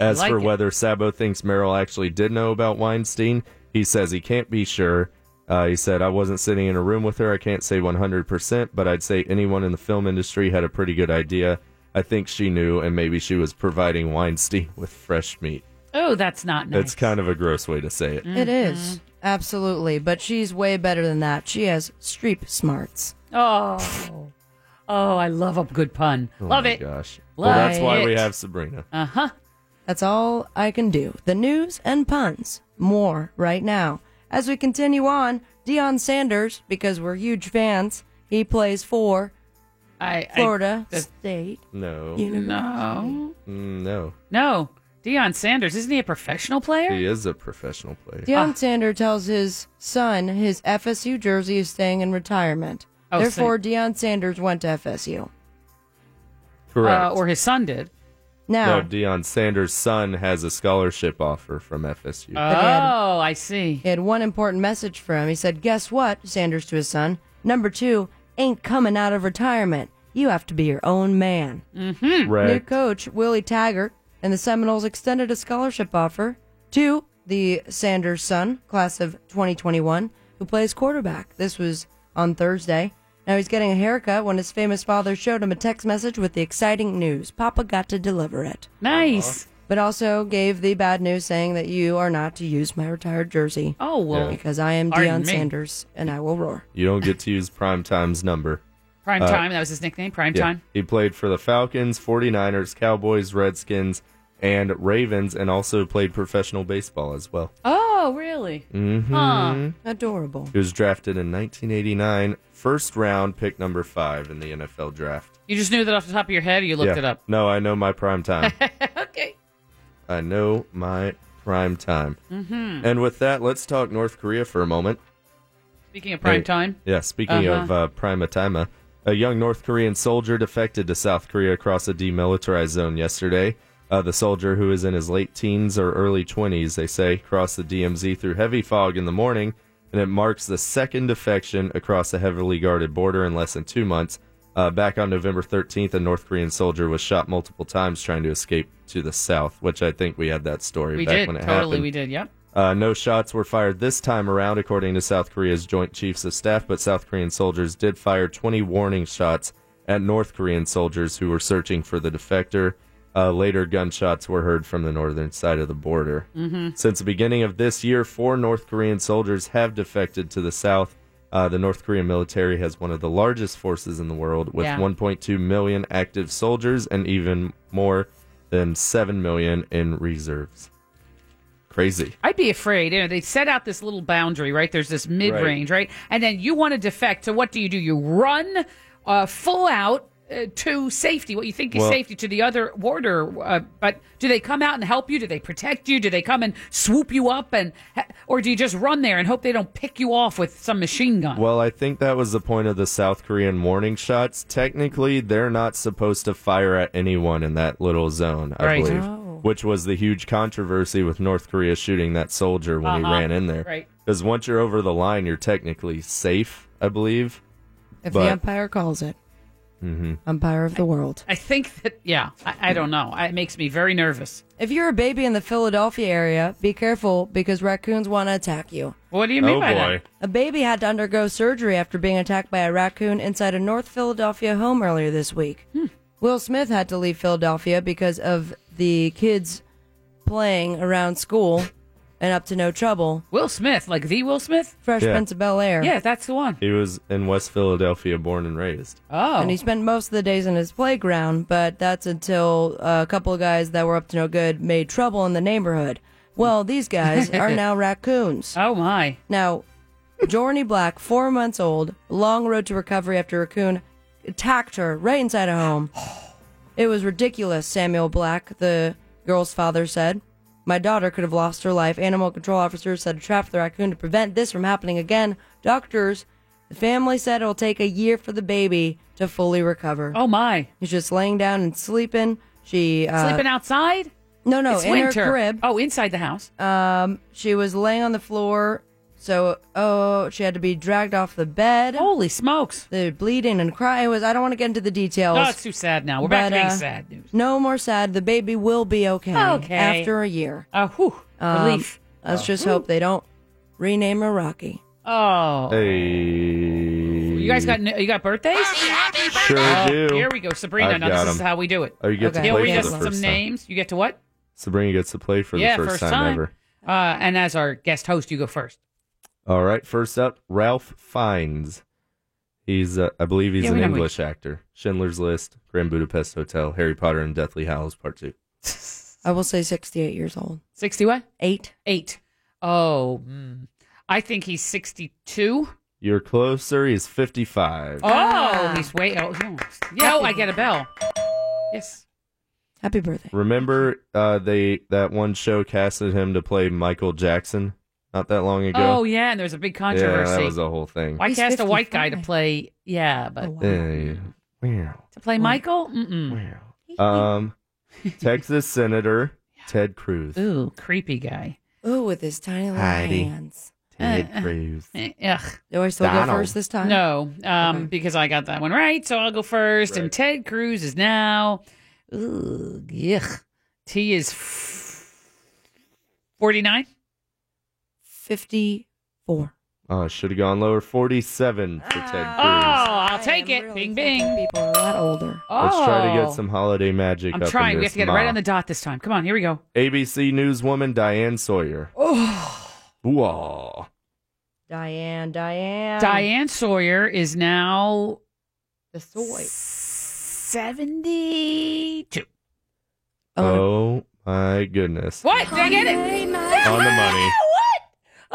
As like for it. whether Sabo thinks Merrill actually did know about Weinstein, he says he can't be sure. Uh, he said, I wasn't sitting in a room with her. I can't say 100%, but I'd say anyone in the film industry had a pretty good idea. I think she knew, and maybe she was providing Weinstein with fresh meat. Oh, that's not nice. Mm. Mm-hmm. It's kind of a gross way to say it. It is. Absolutely. But she's way better than that. She has streep smarts. Oh. Oh, I love a good pun. love oh it. My gosh. Well, that's Like why we it. have Sabrina. Uh huh. That's all I can do. The news and puns. More right now. As we continue on, Deion Sanders, because we're huge fans, he plays for I Florida I, State. No. no. Mm, No. No. Deion Sanders, isn't he a professional Ah, player? He is a professional player. Deion Sanders tells his son his FSU jersey is staying in retirement. Oh, so- Therefore, Deion Sanders went to FSU. uh, Correct. or his son did. No, Deion Sanders' son has a scholarship offer from FSU. Oh, I see. He had one important message for him. He said, Guess what, Sanders to his son? Number two, ain't coming out of retirement. You have to be your own man. Mm-hmm. New coach Willie Taggart and the Seminoles extended a scholarship offer to the Sanders son, class of 2021, who plays quarterback. This was on Thursday. Now he's getting a haircut when his famous father showed him a text message with the exciting news. Papa got to deliver it. Uh-huh. Nice. But also gave the bad news saying that you are not to use my retired jersey. Oh, well, Because I am pardon Deion me. Sanders and I will roar. You don't get to use Prime Time's number. Prime Uh, time. That was his nickname. Prime yeah. time. He played for the Falcons, 49ers, Cowboys, Redskins, and Ravens, and also played professional baseball as well. Oh, really? Mhm. Adorable. He was drafted in 1989, first round pick number five in the NFL draft. You just knew that off the top of your head, or you looked Yeah. Uh-huh. it up. No, I know my prime time. okay. I know my prime time. Mm-hmm. And with that, let's talk North Korea for a moment. Speaking of prime Hey, time. Yeah, speaking of Uh-huh. uh, prima time, a young North Korean soldier defected to South Korea across a demilitarized zone yesterday. Uh, the soldier, who is in his late teens or early 20s, they say, crossed the DMZ through heavy fog in the morning, and it marks the second defection across a heavily guarded border in less than two months. Uh, back on November 13th, a North Korean soldier was shot multiple times trying to escape to the south, which I think we had that story we back did when it totally. happened. We did. Yep. Uh, no shots were fired this time around, according to South Korea's Joint Chiefs of Staff, but South Korean soldiers did fire 20 warning shots at North Korean soldiers who were searching for the defector. Uh, later, gunshots were heard from the northern side of the border. Mm. Mm-hmm. Mhm. Since the beginning of this year, four North Korean soldiers have defected to the south. Uh, the North Korean military has one of the largest forces in the world, with Yeah. 1.2 million active soldiers and even more than 7 million in reserves. Crazy. I'd be afraid. You know, they set out this little boundary, right? There's this mid range, right. And then you want to defect. So what do you do? You run uh, full out uh, to safety, what you think is Well- safety, to the other border. Uh, but do they come out and help you? Do they protect you? Do they come and swoop you up? and Or do you just run there and hope they don't pick you off with some machine gun? Well, I think that was the point of the South Korean warning shots. Technically, they're not supposed to fire at anyone in that little zone, I Right. Oh. believe. Which was the huge controversy with North Korea shooting that soldier when he Uh-huh. ran in there. Right. Because once you're over the line, you're technically safe, I believe. If the But- umpire calls it, Mhm. umpire of the world. I think that, yeah, I, I don't know. I, it makes me very nervous. If you're a baby in the Philadelphia area, be careful because raccoons want to attack you. What do you Oh, mean by that? A baby had to undergo surgery after being attacked by a raccoon inside a North Philadelphia home earlier this week. Hmm. Will Smith had to leave Philadelphia because of the kids playing around school and up to no trouble. Will Smith, like the Will Smith? Fresh Yeah. Prince of Bel Air. Yeah, that's the one. He was in West Philadelphia, born and raised. Oh. And he spent most of the days in his playground, but that's until uh, a couple of guys that were up to no good made trouble in the neighborhood. Well, these guys are now raccoons. Oh, my. Now, Jorney Black, four months old, long road to recovery after a raccoon attacked her right inside a home. It was ridiculous, Samuel Black, the girl's father said. My daughter could have lost her life. Animal control officers set a trap for the raccoon to prevent this from happening again. Doctors, the family said it'll take a year for the baby to fully recover. Oh my! He's just laying down and sleeping. She uh, Sleeping outside? No, no, it's in her winter. crib. Oh, inside the house. Um, she was laying on the floor, so oh, she had to be dragged off the bed. Holy smokes! The bleeding and crying was. I don't want to get into the details. Oh, it's too sad now. We're back to But, being uh, sad. No more sad. The baby will be okay. Okay. After a year. Oh, whew. Um, Relief. Let's Oh. just hope they don't rename her Rocky. Oh, Hey. you guys got n- you got birthdays? Sure Oh, do. Here we go, Sabrina. I've now got this is 'em. how we do it. Oh, you get to He'll play read for us the some first time. names. You get to what? Sabrina gets to play for yeah, the first, time ever. Uh, and as our guest host, you go first. All right, first up, Ralph Fiennes. He's, uh, I believe, he's Yeah, we an know who he- English actor. Schindler's List, Grand Budapest Hotel, Harry Potter and Deathly Hallows Part Two. I will say 68 years old. Sixty what? Eight. Eight. Oh, mm. I think he's sixty-two. You're closer. He's 55. Oh, Ah. he's way. Oh, hmm. yeah. Oh, I get a bell. Yes. Happy birthday. Remember, uh, they that one show casted him to play Michael Jackson not that long ago. Oh, yeah. And there was a big controversy. Yeah, that was a whole thing. Why He's Oh, cast a white guy to play? Yeah, but Yeah, yeah. Meow. To play Michael? Mm-mm. Um, Texas Senator Ted Cruz. Ooh, creepy guy. Ooh, with his tiny little Heidi. hands. Ted Uh, uh, Cruz. eh, Ugh. Do I still go Donald. first this time? No, um, because I got that one right, so I'll go first. And Ted Cruz is now, ugh, yuck. T is forty nine. 54. Oh, should have gone lower. 47 for Ted Cruz. Oh, I'll take it. bing, bing. People are a lot older. Oh, Let's try to get some holiday magic I'm up in trying. We this have to get it right ma. on the dot this time. Come on, here we go. ABC newswoman Diane Sawyer. Oh. Whoa. Diane, Diane. Diane Sawyer is now The soy. seventy two. Oh, Oh my goodness. What? Did I get it? On the money.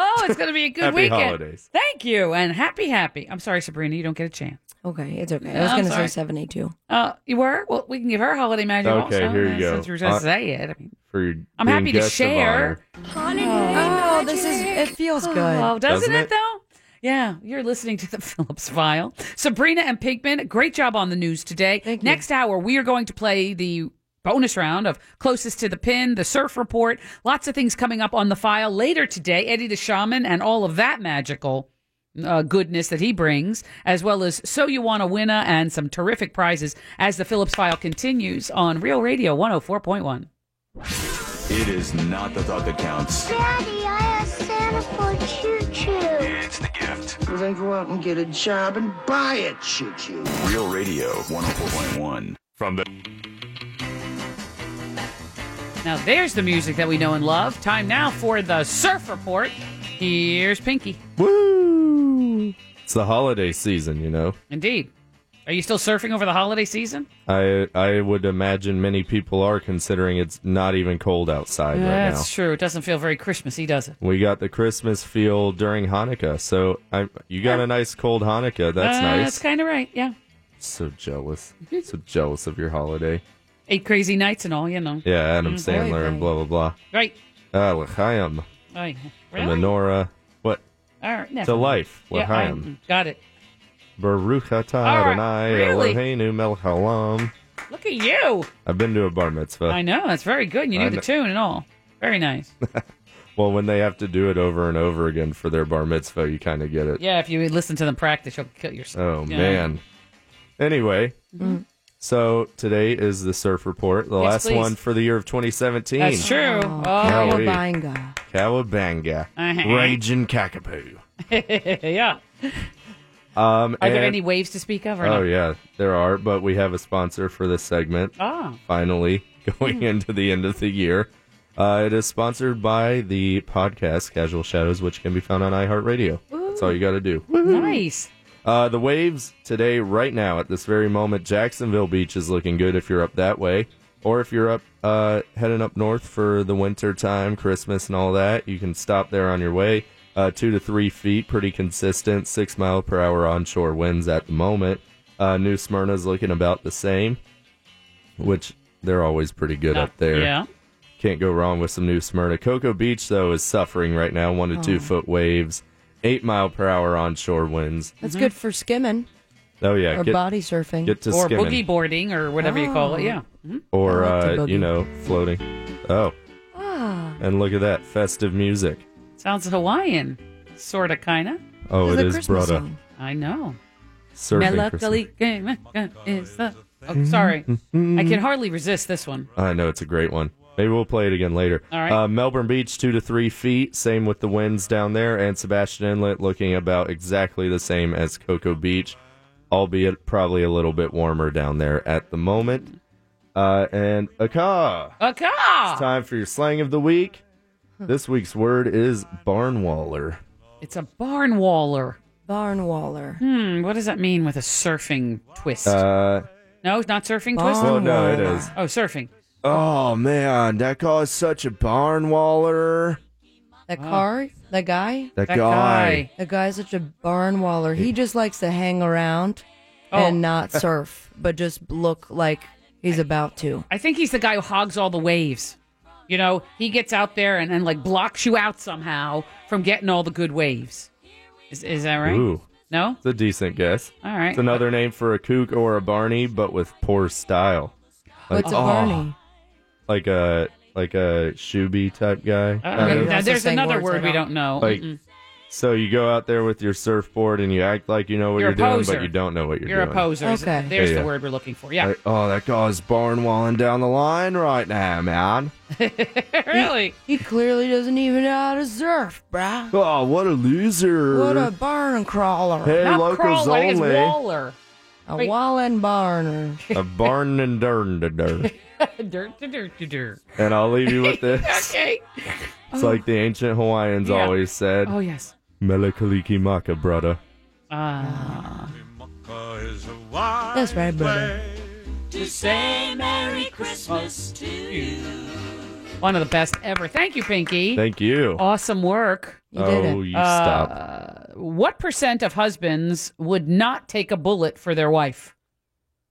Oh, it's gonna be a good Happy weekend. holidays. Thank you, and happy, happy. I'm sorry, Sabrina, you don't get a chance. okay. It's No, okay. I was I'm going to sorry. say 72. Uh, you were? Well, we can give her holiday magic Okay, also. here you uh, go. Since you were supposed to Uh, say it. I mean, For your I'm being happy to guest of share. honor. Oh, this is, it feels good. Oh, doesn't, Doesn't it, it? though? Yeah, you're listening to the Phillips File. Sabrina and Pigman, great job on the news today. Thank you. Next hour, we are going to play the bonus round of closest to the pin, the surf report, lots of things coming up on the file later today. Eddie the Shaman and all of that magical uh, goodness that he brings, as well as So You Want a Winner and some terrific prizes as the Phillips File continues on Real Radio 104.1. It is not the thought that counts. Daddy, I asked Santa for choo choo. It's the gift. Well, then go out and get a job and buy it, choo choo. Real Radio 104.1. From the Now there's the music that we know and love. Time now for the surf report. Here's Pinky. Woo! It's the holiday season, you know. Indeed. Are you still surfing over the holiday season? I I would imagine many people are considering it's not even cold outside right now. That's true. It doesn't feel very Christmassy, does it? We got the Christmas feel during Hanukkah, so I you got a nice cold Hanukkah. That's Uh, nice. That's kind of right. Yeah. So jealous, so jealous of your holiday. Eight crazy nights and all, you know. Mm, Yeah, Adam Sandler and blah blah blah. Mm-hmm. Right. Ah, l'chaim, Oh, yeah. the Really? menorah. What all right. Never. to life? Yeah, I- mm, L'chaim. got it. Baruch atah All right, Adonai really? Eloheinu melech haolam. Look at you. I've been to a bar mitzvah. I know. That's very good. And you knew I the kn- tune and all. Very nice. Well, when they have to do it over and over again for their bar mitzvah, you kind of get it. yeah. If you listen to them practice, you'll kill yourself. Oh Yeah. Mm-hmm. man. Anyway, so today is the surf report, the Yes, last please. one for the year of 2017. That's true. Oh, Oh, Golly. Cowabunga. Cowabunga, Uh-huh. raging cockapoo. yeah. Um, Are there and- any waves to speak of or Oh no? yeah, there are, but we have a sponsor for this segment. Ah. Finally, Hmm. going into the end of the year. Uh, it is sponsored by the podcast Casual Shadows, which can be found on iHeartRadio. That's all you got to do. Nice. Uh, the waves today, right now, at this very moment, Jacksonville Beach is looking good if you're up that way. Or if you're up uh, heading up north for the winter time, Christmas and all that, you can stop there on your way. Uh, two to three feet, pretty consistent, six mile per hour onshore winds at the moment. Uh, New Smyrna's looking about the same, which they're always pretty good up there. Yeah. Can't go wrong with some new Smyrna. Cocoa Beach, though, is suffering right now. One to Oh. two foot waves, eight mile per hour onshore winds. That's good for skimming Oh yeah, or get, body surfing. Oh. get to or skimming boogie boarding or whatever you call it. Yeah. or I like to uh, you boogie. know floating. Oh, ah. and look at that festive music. Sounds Hawaiian. Sort of, kind of. Oh, it This is a is Christmas brought up. song. I know. Surfing Christmas. Melancholy game is the- Oh, sorry. I Mm-hmm. can hardly resist this one. I know it's a great one. Maybe we'll play it again later. All right. Uh, Melbourne Beach, two to three feet. Same with the winds down there, and Sebastian Inlet looking about exactly the same as Cocoa Beach, albeit probably a little bit warmer down there at the moment. Uh, and Aka, Oh, A it's car. time for your slang of the week. This week's word is barnwaller. It's a barn waller. Barnwaller. Hmm. What does that mean with a surfing twist? Uh, no, not surfing Barn- twist. well, no, it Barnwaller. is. Oh, surfing. Oh man, that guy's such a barnwaller. That car, that guy, That, Ah. guy. That guy. that guy's such a barnwaller. He just likes to hang around Oh. and not surf, but just look like he's about to. I think he's the guy who hogs all the waves. You know, he gets out there and, and like blocks you out somehow from getting all the good waves. Is, is that right? Ooh, No? It's a decent guess. All right. It's another name for a kook or a Barney, but with poor style. Oh, oh, What's a Barney? Like a like a shooby type guy. Uh, kind of. now, there's saying another words I word we don't- don't know. Like, Mm-mm. so you go out there with your surfboard and you act like you know what You're you're, a doing, poser. but you don't know what you're, You're a doing. poser. is- Okay. There's Yeah, the yeah. word we're looking for. Yeah. Like, oh, that guy's barnwalling down the line right now, man. really? He clearly doesn't even know how to surf, bruh. Oh, what a loser. What a barn crawler. hey, Not locals crawler, I think it's only. waller. A Wait. wall and barner. a barn and darn to darn. Dirt, dirt, dirt, dirt, dirt. Oh. And I'll leave you with this. Okay. It's like the ancient Hawaiians Yeah. always said, Oh, yes. Melakaliki maka, brother. Uh, That's right, brother. one of the best ever. Thank you, Pinky. Thank you. awesome work. You did Oh, it. you stop. Uh, What percent of husbands would not take a bullet for their wife?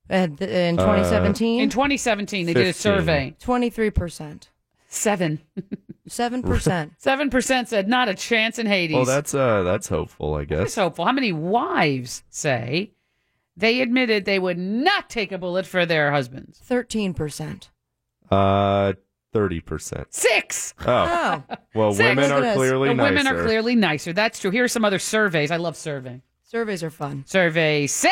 And th- in Uh, 2017, In 2017, they did a 15. survey. 23%. Seven. 7%. Seven percent said not a chance in Hades. Well, that's uh, that's hopeful, I That's guess. hopeful. How many wives say they admitted they would not take a bullet for their husbands? 13%. Uh, thirty percent. Six. Oh, Oh. well, Six. women Look at are us. clearly The nicer. women are clearly nicer. That's true. Here are some other surveys. I love survey. Surveys are fun. Survey said.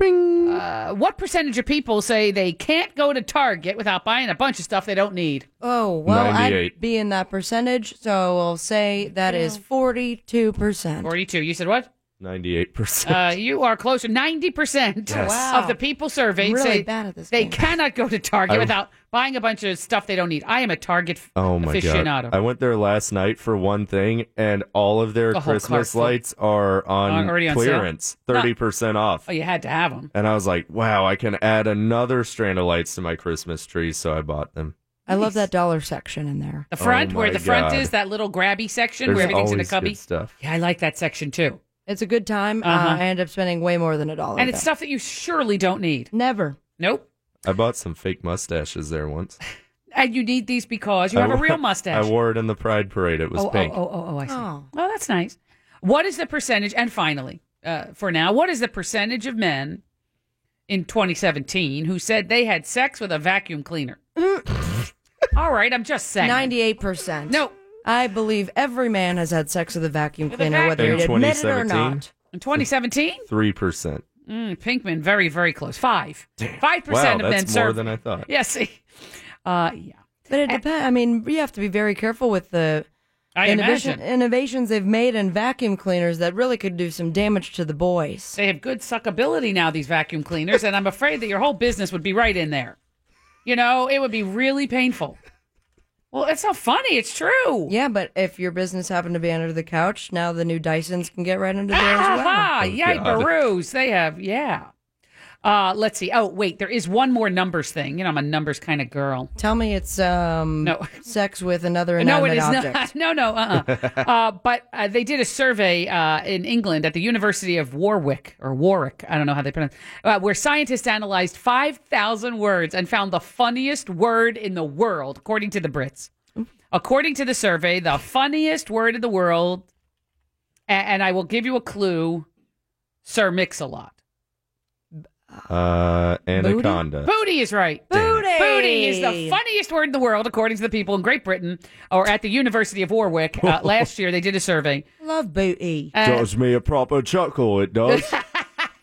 Uh, what percentage of people say they can't go to Target without buying a bunch of stuff they don't need? Oh, well, 98. I'd be in that percentage, so we'll say that is 42%. Forty-two. You said what? Ninety-eight percent. Uh, you are closer. Ninety percent Yes. Wow. of the people surveyed Really say bad at this they game. cannot go to Target I- without buying a bunch of stuff they don't need. I am a Target f- Oh my aficionado. god! I went there last night for one thing, and all of their The whole cart's Christmas full. lights are on Uh, already on sale? clearance, thirty percent off. oh, you had to have them. And I was like, "Wow, I can add another strand of lights to my Christmas tree." So I bought them. I love that dollar section in there. The front, Oh, where my the front God. is, that little grabby section There's where everything's in a always good cubby. stuff. Yeah, I like that section too. It's a good time. uh Uh-huh. I end up spending way more than a dollar. And it's though. stuff that you surely don't need. never. Nope. I bought some fake mustaches there once. And you need these because you I have a wore- real mustache. I wore it in the Pride Parade. It was oh, pink. oh, oh, oh, oh, I see. Oh. Oh. that's nice. What is the percentage? And finally, uh, for now, what is the percentage of men in 2017 who said they had sex with a vacuum cleaner? All right, I'm just saying. 98%. No, I believe every man has had sex with a vacuum With a cleaner, whether vacuum. he In admit it or 2017? not. in 2017, Three percent. mm, Pinkman very, very close. Five, five Wow, percent of men that's more served. than I thought. yeah, see, uh, yeah, But it depends. I mean, you have to be very careful with the I innovation- imagine innovations they've made in vacuum cleaners that really could do some damage to the boys. they have good suckability now. These vacuum cleaners, and I'm afraid that your whole business would be right in there. You know, it would be really painful. Well, it's not funny. It's true. Yeah, but if your business happened to be under the couch, now the new Dysons can get right under there as well. Ah, yay, God. Baruse. They have, yeah. Uh, let's see. Oh, wait, there is one more numbers thing. You know, I'm a numbers kind of girl. Tell me it's um No. sex with another No, it inanimate is not. object. No, no, uh-uh. uh, but uh, they did a survey uh, in England at the University of Warwick or Warwick. I don't know how they pronounce uh, where scientists analyzed 5,000 words and found the funniest word in the world, according to the Brits. According to the survey, the funniest word in the world, a- and I will give you a clue, Sir Mix-a-Lot. Uh, anaconda. Ah. Booty is right. Booty. Booty is the funniest word in the world, according to the people in Great Britain or at the University of Warwick. Uh, last year, they did a survey. Love booty. Uh me a proper chuckle. It does.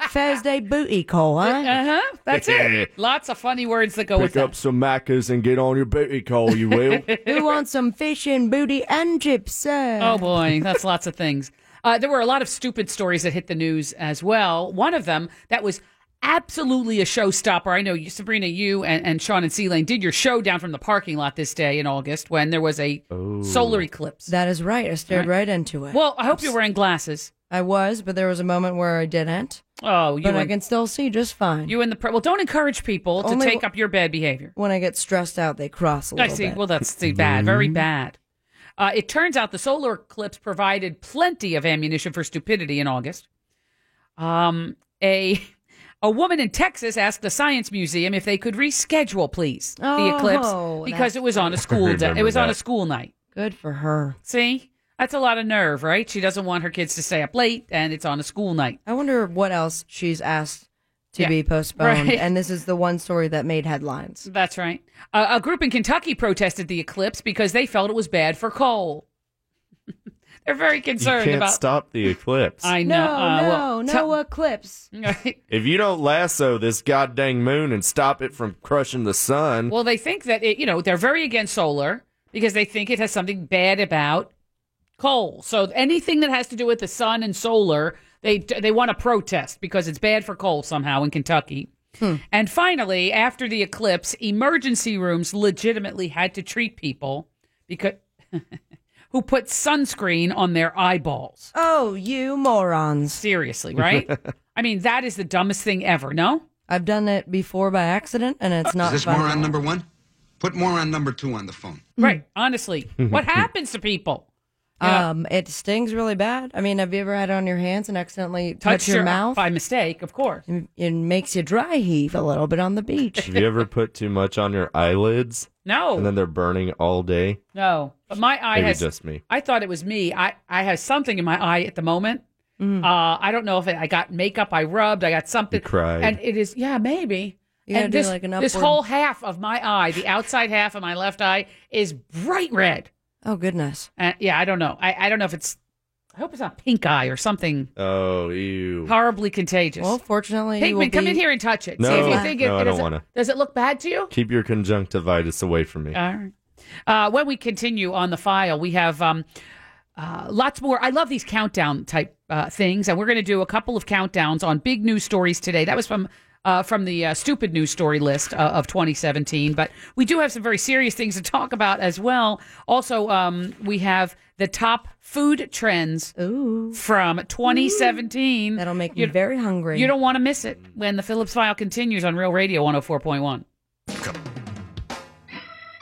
Thursday booty call, huh? huh. Uh-huh. That's it. Lots of funny words that go with that. some macas and get on your booty call. You will. Who wants some fish and booty and chips, sir? Oh boy, that's lots of things. Uh, there were a lot of stupid stories that hit the news as well. One of them that was absolutely a showstopper. I know you, Sabrina, you and, and Sean and C Lane did your show down from the parking lot this day in August when there was a Oh. solar eclipse. That is right. I stared right into it. well, I hope you're wearing glasses. I was, but there was a moment where I didn't. Oh, you But I and- can still see just fine. You and the pro- well, don't encourage people to Only take w- up your bad behavior. when I get stressed out, they cross a I little see. bit. Well, that's see, bad, very Mm-hmm. bad. Uh, it turns out the solar eclipse provided plenty of ammunition for stupidity in August. Um, a a woman in Texas asked the science museum if they could reschedule, please, the Oh, eclipse because that's it was on a school day. It remember was on a that. school night. Good for her. See, That's a lot of nerve, right? She doesn't want her kids to stay up late and it's on a school night. I wonder what else she's asked to Yeah. be postponed. Right. And this is the one story that made headlines. That's right. Uh, a group in Kentucky protested the eclipse because they felt it was bad for coal. They're very You concerned can't about. stop the eclipse. I know. No, uh, no, well, no tell- Mm-hmm. eclipse. If you don't lasso this goddamn moon and stop it from crushing the sun, Well, they think that it, you know they're very against solar because they think it has something bad about coal. So anything that has to do with the sun and solar, they they want to protest because it's bad for coal somehow in Kentucky. Hmm. And finally, after the eclipse, emergency rooms legitimately had to treat people because who put sunscreen on their eyeballs. Oh, you morons. Seriously, right? I mean, that is the dumbest thing ever. No. I've done it before by accident, and it's not Is this fun. moron number one? Put moron number two on the phone. Right. Honestly, what happens to people? Um, it stings really bad. I mean, have you ever had it on your hands and accidentally touch, your, mouth? by mistake, of course. It, it makes you dry heave a little bit on the beach. have you ever put too much on your eyelids? No. And then they're burning all day? No, but my eye Maybe has just me. I thought it was me. I I have something in my eye at the moment. Mm. Uh, I don't know if it, I got makeup I rubbed, I got something. cried. and it is yeah maybe. You gotta and do this like an this upward- whole half of my eye, the outside half of my left eye, is bright red. Oh goodness. Uh, yeah, I don't know. I, I don't know if it's. I hope it's not pink eye or something Oh, ew. horribly contagious. Well, fortunately, you will Pinkman, come be- in here and touch it. See No, if you think it, no, I it don't doesn't- wanna. Does it look bad to you? Keep your conjunctivitis away from me. All right. Uh, when we continue on the file, we have um, uh, lots more. I love these countdown type uh, things, and we're going to do a couple of countdowns on big news stories today. That was from. Uh, from the uh, stupid news story list uh, of 2017, but we do have some very serious things to talk about as well. Also, um, we have the top food trends from 2017. That'll make me very hungry. You don't want to miss it when the Phillips File continues on Real Radio 104.1.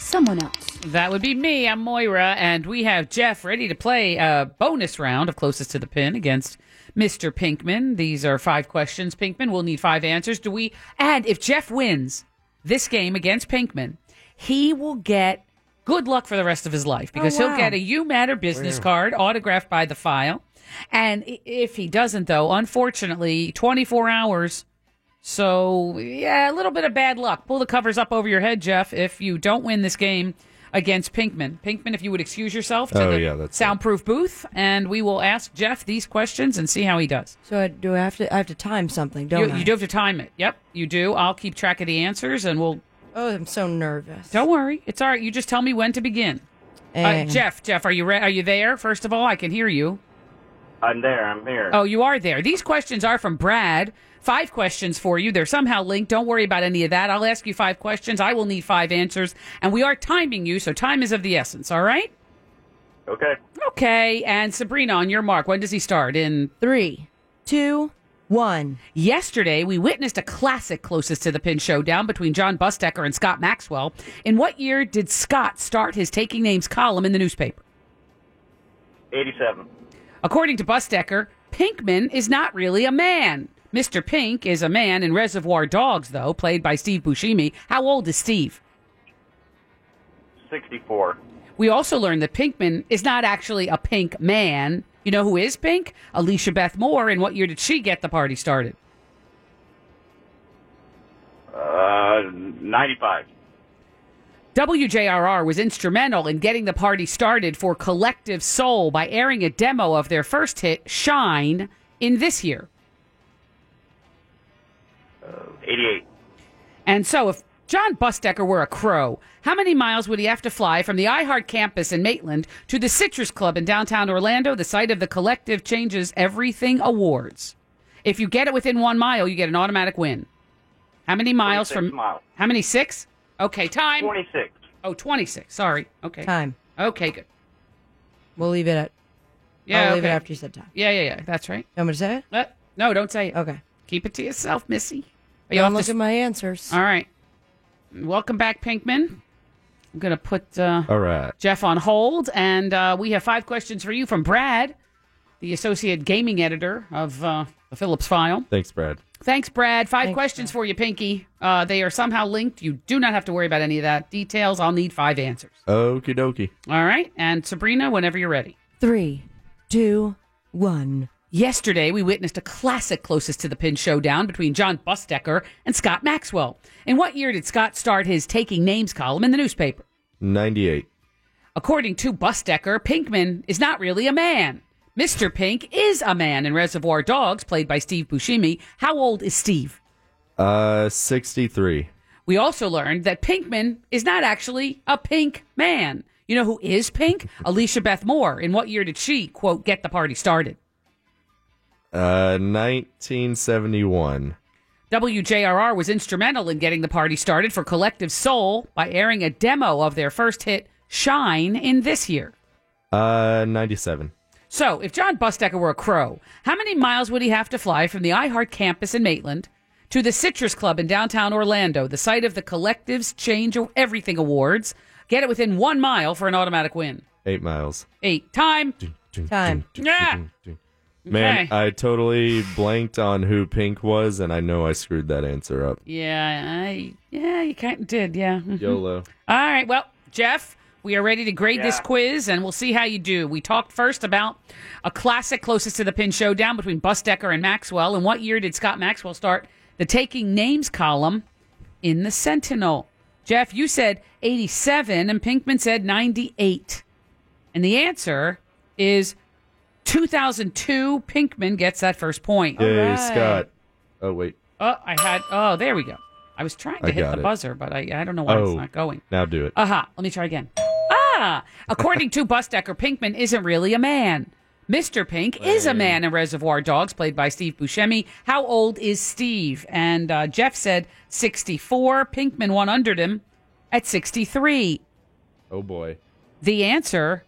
someone else. That would be me. I'm Moira, and we have Jeff ready to play a bonus round of closest to the pin against Mr. Pinkman. These are five questions, Pinkman. We'll need five answers. Do we? And if Jeff wins this game against Pinkman, he will get good luck for the rest of his life because wow. he'll get a You Matter business Wow. card autographed by the file. And i- if he doesn't, though, unfortunately, 24 hours. So, yeah, a little bit of bad luck. Pull the covers up over your head, Jeff, if you don't win this game against Pinkman. Pinkman, if you would excuse yourself to Oh, the yeah, that's soundproof booth, and we will ask Jeff these questions and see how he does. So I, do I have to? I have to time something, don't you, I? you do have to time it. Yep, you do. I'll keep track of the answers, and we'll. Oh, I'm so nervous. Don't worry, it's all right. You just tell me when to begin. Uh, And- Jeff, Jeff, are you re- are you there? First of all, I can hear you. I'm there. I'm here. Oh, you are there. These questions are from Brad. Five questions for you. They're somehow linked. Don't worry about any of that. I'll ask you five questions. I will need five answers. And we are timing you, so time is of the essence, all right? Okay. Okay. And Sabrina, on your mark, when does he start? In three, two, one. Yesterday, we witnessed a classic closest to the pin showdown between John Bustecker and Scott Maxwell. In what year did Scott start his taking names column in the newspaper? 87. According to Bustecker, Pinkman is not really a man. Mr. Pink is a man in Reservoir Dogs, though, played by Steve Buscemi. How old is Steve? 64. We also learned that Pinkman is not actually a pink man. You know who is pink? Alicia Beth Moore. And what year did she get the party started? Uh, 95. WJRR was instrumental in getting the party started for Collective Soul by airing a demo of their first hit, Shine, in this year. 88. And so, if John Bustecker were a crow, how many miles would he have to fly from the iHeart campus in Maitland to the Citrus Club in downtown Orlando, the site of the Collective Changes Everything Awards? If you get it within one mile, you get an automatic win. How many miles from? miles. How many? Six? Okay, time. 26. Oh, 26. Sorry. Okay. Time. Okay, good. We'll leave it at Yeah, I'll leave it okay. after you said time. Yeah, yeah, yeah. That's right. You want me to say it? Uh, no, don't say it. Okay. Keep it to yourself, Missy. Or Don't you'll have to look s- at my answers. All right. Welcome back, Pinkman. I'm going to put uh, All right. Jeff on hold, and uh, we have five questions for you from Brad, the associate gaming editor of uh, the Phillips File. Thanks, Brad. Thanks, Brad. Five questions for you, Pinky. Uh, they are somehow linked. You do not have to worry about any of that. Details, I'll need five answers. Okie dokie. All right. And Sabrina, whenever you're ready. Three, two, one. Yesterday, we witnessed a classic closest to the pin showdown between John Busdecker and Scott Maxwell. In what year did Scott start his taking names column in the newspaper? 98. According to Busdecker, Pinkman is not really a man. Mr. Pink is a man in Reservoir Dogs, played by Steve Buscemi. How old is Steve? Uh, 63. We also learned that Pinkman is not actually a pink man. You know who is pink? Alicia Beth Moore. In what year did she, quote, get the party started? Uh, 1971. WJRR was instrumental in getting the party started for Collective Soul by airing a demo of their first hit, Shine, in this year. Uh, 97. So, if John Busdecker were a crow, how many miles would he have to fly from the iHeart campus in Maitland to the Citrus Club in downtown Orlando, the site of the Collective's Change Everything Awards? Get it within one mile for an automatic win. 8 miles. Eight. Time. Time. Yeah. Man, Okay. I totally blanked on who Pink was, and I know I screwed that answer up. Yeah. I, yeah, you kind of did. Yeah. Mhm. YOLO. All right. Well, Jeff, we are ready to grade this Yeah. quiz, and we'll see how you do. We talked first about a classic closest to the pin showdown between Busdecker and Maxwell. And what year did Scott Maxwell start the taking names column in the Sentinel? Jeff, you said 87, and Pinkman said 98. And the answer is 2002. Pinkman gets that first point. Yay, Scott. Oh, wait. Oh, I had. Oh, there we go. I was trying to I hit got the it. buzzer, but I, I don't know why Oh, it's not going. Uh. now do it. Aha. Let me try again. Ah! According to Busdecker, Pinkman isn't really a man. Mr. Pink is a man in Reservoir Dogs, played by Steve Buscemi. How old is Steve? And uh, Jeff said 64. Pinkman one undered him at 63. Oh, boy. The answer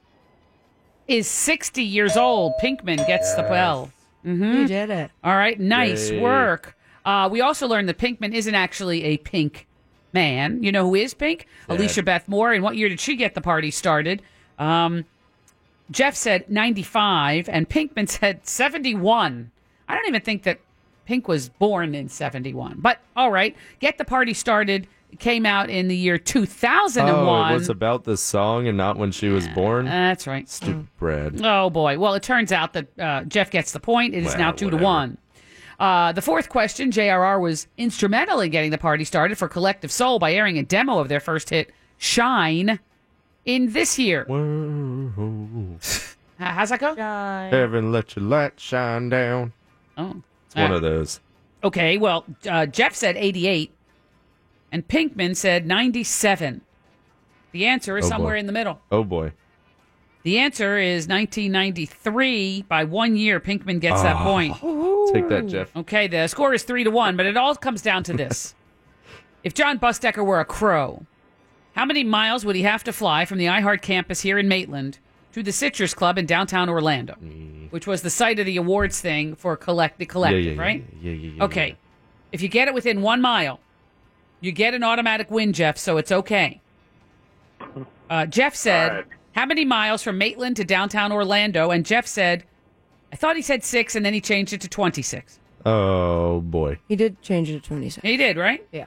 is 60 years old. Pinkman gets the bell. Mm-hmm. You did it. All right, nice Yay. work. Uh, we also learned that Pinkman isn't actually a pink man. You know who is pink? Yeah. Alicia Beth Moore. And what year did she get the party started? Um, Jeff said 95, and Pinkman said 71. I don't even think that Pink was born in 71. But all right, Get the Party Started came out in the year 2001. Oh, it was about the song and not when she was born? That's right. Mm. Stupid Brad. Oh boy! Well, it turns out that uh, Jeff gets the point. It is Well, now two whatever. to one. Uh, the fourth question: JRR was instrumental in getting the party started for Collective Soul by airing a demo of their first hit, "Shine," in this year. Mm. Uh, How's that go? Heaven let your light shine down. Oh, It's one Ah. of those. Okay, well, uh, Jeff said 88, and Pinkman said 97. The answer is Oh, boy. somewhere in the middle. Oh, boy. The answer is 1993. By one year, Pinkman gets that Ah, point. take that, Jeff. Okay, the score is three to one, but it all comes down to this. if John Busdecker were a crow, how many miles would he have to fly from the iHeart campus here in Maitland to the Citrus Club in downtown Orlando, which was the site of the awards thing for collect the collective, Mm. yeah, yeah, right? Yeah, yeah, yeah. okay. If you get it within one mile, you get an automatic win, Jeff, so it's okay. Uh, Jeff said, How many miles from Maitland to downtown Orlando? And Jeff said, I thought he said six, and then he changed it to 26. Oh, boy. He did change it to 27. He did, right? Yeah.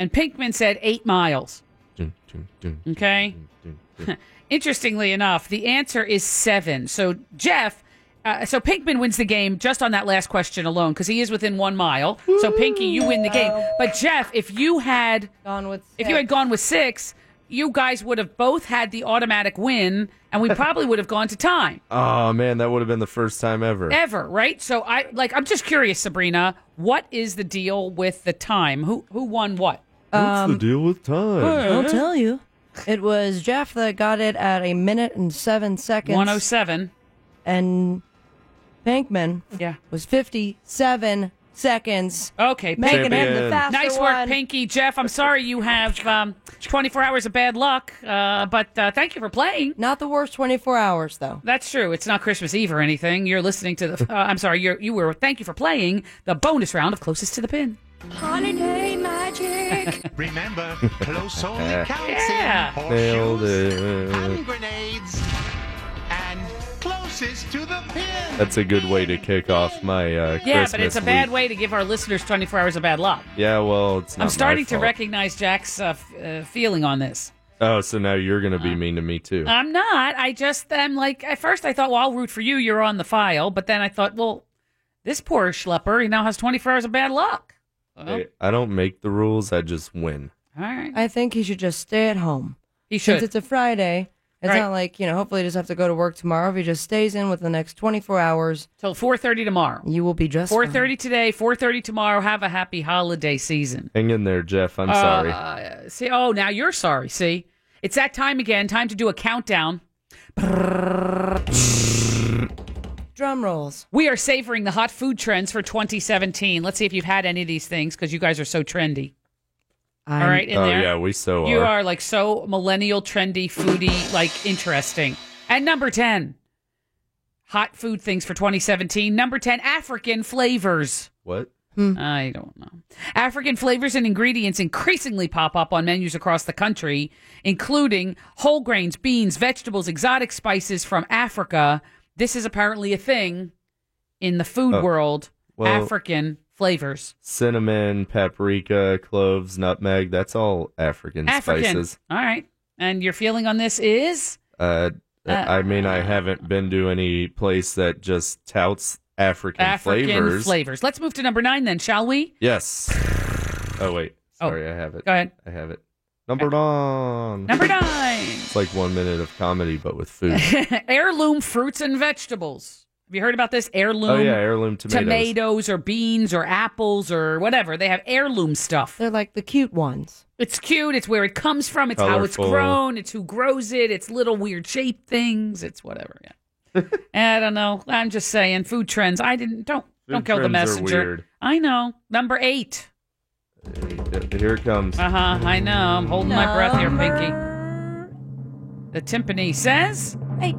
And Pinkman said eight miles. Okay. Interestingly enough, the answer is seven. So Jeff, uh, so Pinkman wins the game just on that last question alone because he is within one mile. So Pinky, you win the game. But Jeff, if you had gone with if you had gone with six, you guys would have both had the automatic win, and we probably would have gone to time Oh, man, that would have been the first time ever. ever, right? So I like I'm just curious, Sabrina, what is the deal with the time? Who who won what? What's Um, the deal with time? I'll tell you. It was Jeff that got it at a minute and seven seconds. 107. And Pinkman yeah. was 57 seconds. Okay, making him the faster Nice work, one. Pinky. Jeff, I'm sorry you have um, 24 hours of bad luck, uh, but uh, thank you for playing. Not the worst 24 hours, though. That's true. It's not Christmas Eve or anything. You're listening to the. Uh, I'm sorry. You're, you were. Thank you for playing the bonus round of closest to the pin. Holiday magic. Remember, close only counts Yeah. in Nailed horseshoes, it. grenades, and closest to the pin. That's a good way to kick off my uh, Yeah, Christmas but it's a week. bad way to give our listeners 24 hours of bad luck. Yeah, well, it's not I'm starting my to fault. recognize Jack's uh, f- uh, feeling on this. Oh, so now you're gonna Uh, be mean to me too. I'm not. I just am like at first I thought, well, I'll root for you. You're on the file, but then I thought, well, this poor schlepper he now has 24 hours of bad luck. Well, I, I don't make the rules; I just win. All right. I think he should just stay at home. He Since should. it's a Friday, it's Right. not like, you know, hopefully he doesn't have to go to work tomorrow. If he just stays in with the next 24 hours, Till 4:30 tomorrow. you will be just fine. 4:30 today, 4:30 tomorrow. Have a happy holiday season. Hang in there, Jeff. I'm Uh, sorry. uh, see, oh, now you're sorry. See, it's that time again. Time to do a countdown. Drum rolls. We are savoring the hot food trends for 2017. Let's see if you've had any of these things because you guys are so trendy. All right, in oh there. yeah, we so you are. are like so millennial, trendy, foodie, like interesting. And number 10, hot food things for 2017. Number 10, African flavors. What? I don't know. African flavors and ingredients increasingly pop up on menus across the country, including whole grains, beans, vegetables, exotic spices from Africa. This is apparently a thing in the food Oh. world. Well- African flavors. Cinnamon, paprika, cloves, nutmeg. That's all African, African. spices. All right. And your feeling on this is? Uh, Uh, I mean, I haven't been to any place that just touts African, African flavors. flavors. Let's move to number nine then, shall we? Yes. Oh wait, sorry, I have it. Go ahead. I have it. Number nine. Number nine. It's like one minute of comedy, but with food. heirloom fruits and vegetables. Have you heard about this? Heirloom. Oh, yeah, heirloom tomatoes. tomatoes or beans or apples or whatever. They have heirloom stuff. They're like the cute ones. It's cute. It's where it comes from. It's how it's Colorful. grown. It's who grows it. It's little weird shaped things. It's whatever. Yeah. I don't know. I'm just saying food trends. I didn't. Don't don't Food kill the trends are messenger. weird. I know. Number eight. Here it comes. Uh huh. I know. I'm holding my breath here, Pinky. The timpani says. Hey.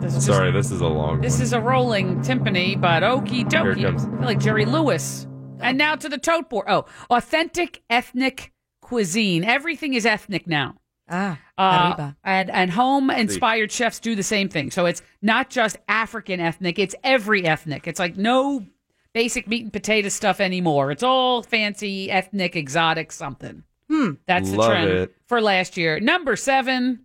This is just- Sorry, this is a long This one. is a rolling timpani, but okie Here it dokie. comes. I feel like Jerry Lewis. And now to the tote board. Oh, authentic ethnic cuisine. Everything is ethnic now. Ah, Uh, arriba. and and home inspired chefs do the same thing. So it's not just African ethnic, it's every ethnic. It's like no basic meat and potato stuff anymore. It's all fancy, ethnic, exotic something. Hmm. That's the Love trend it. for last year. Number seven.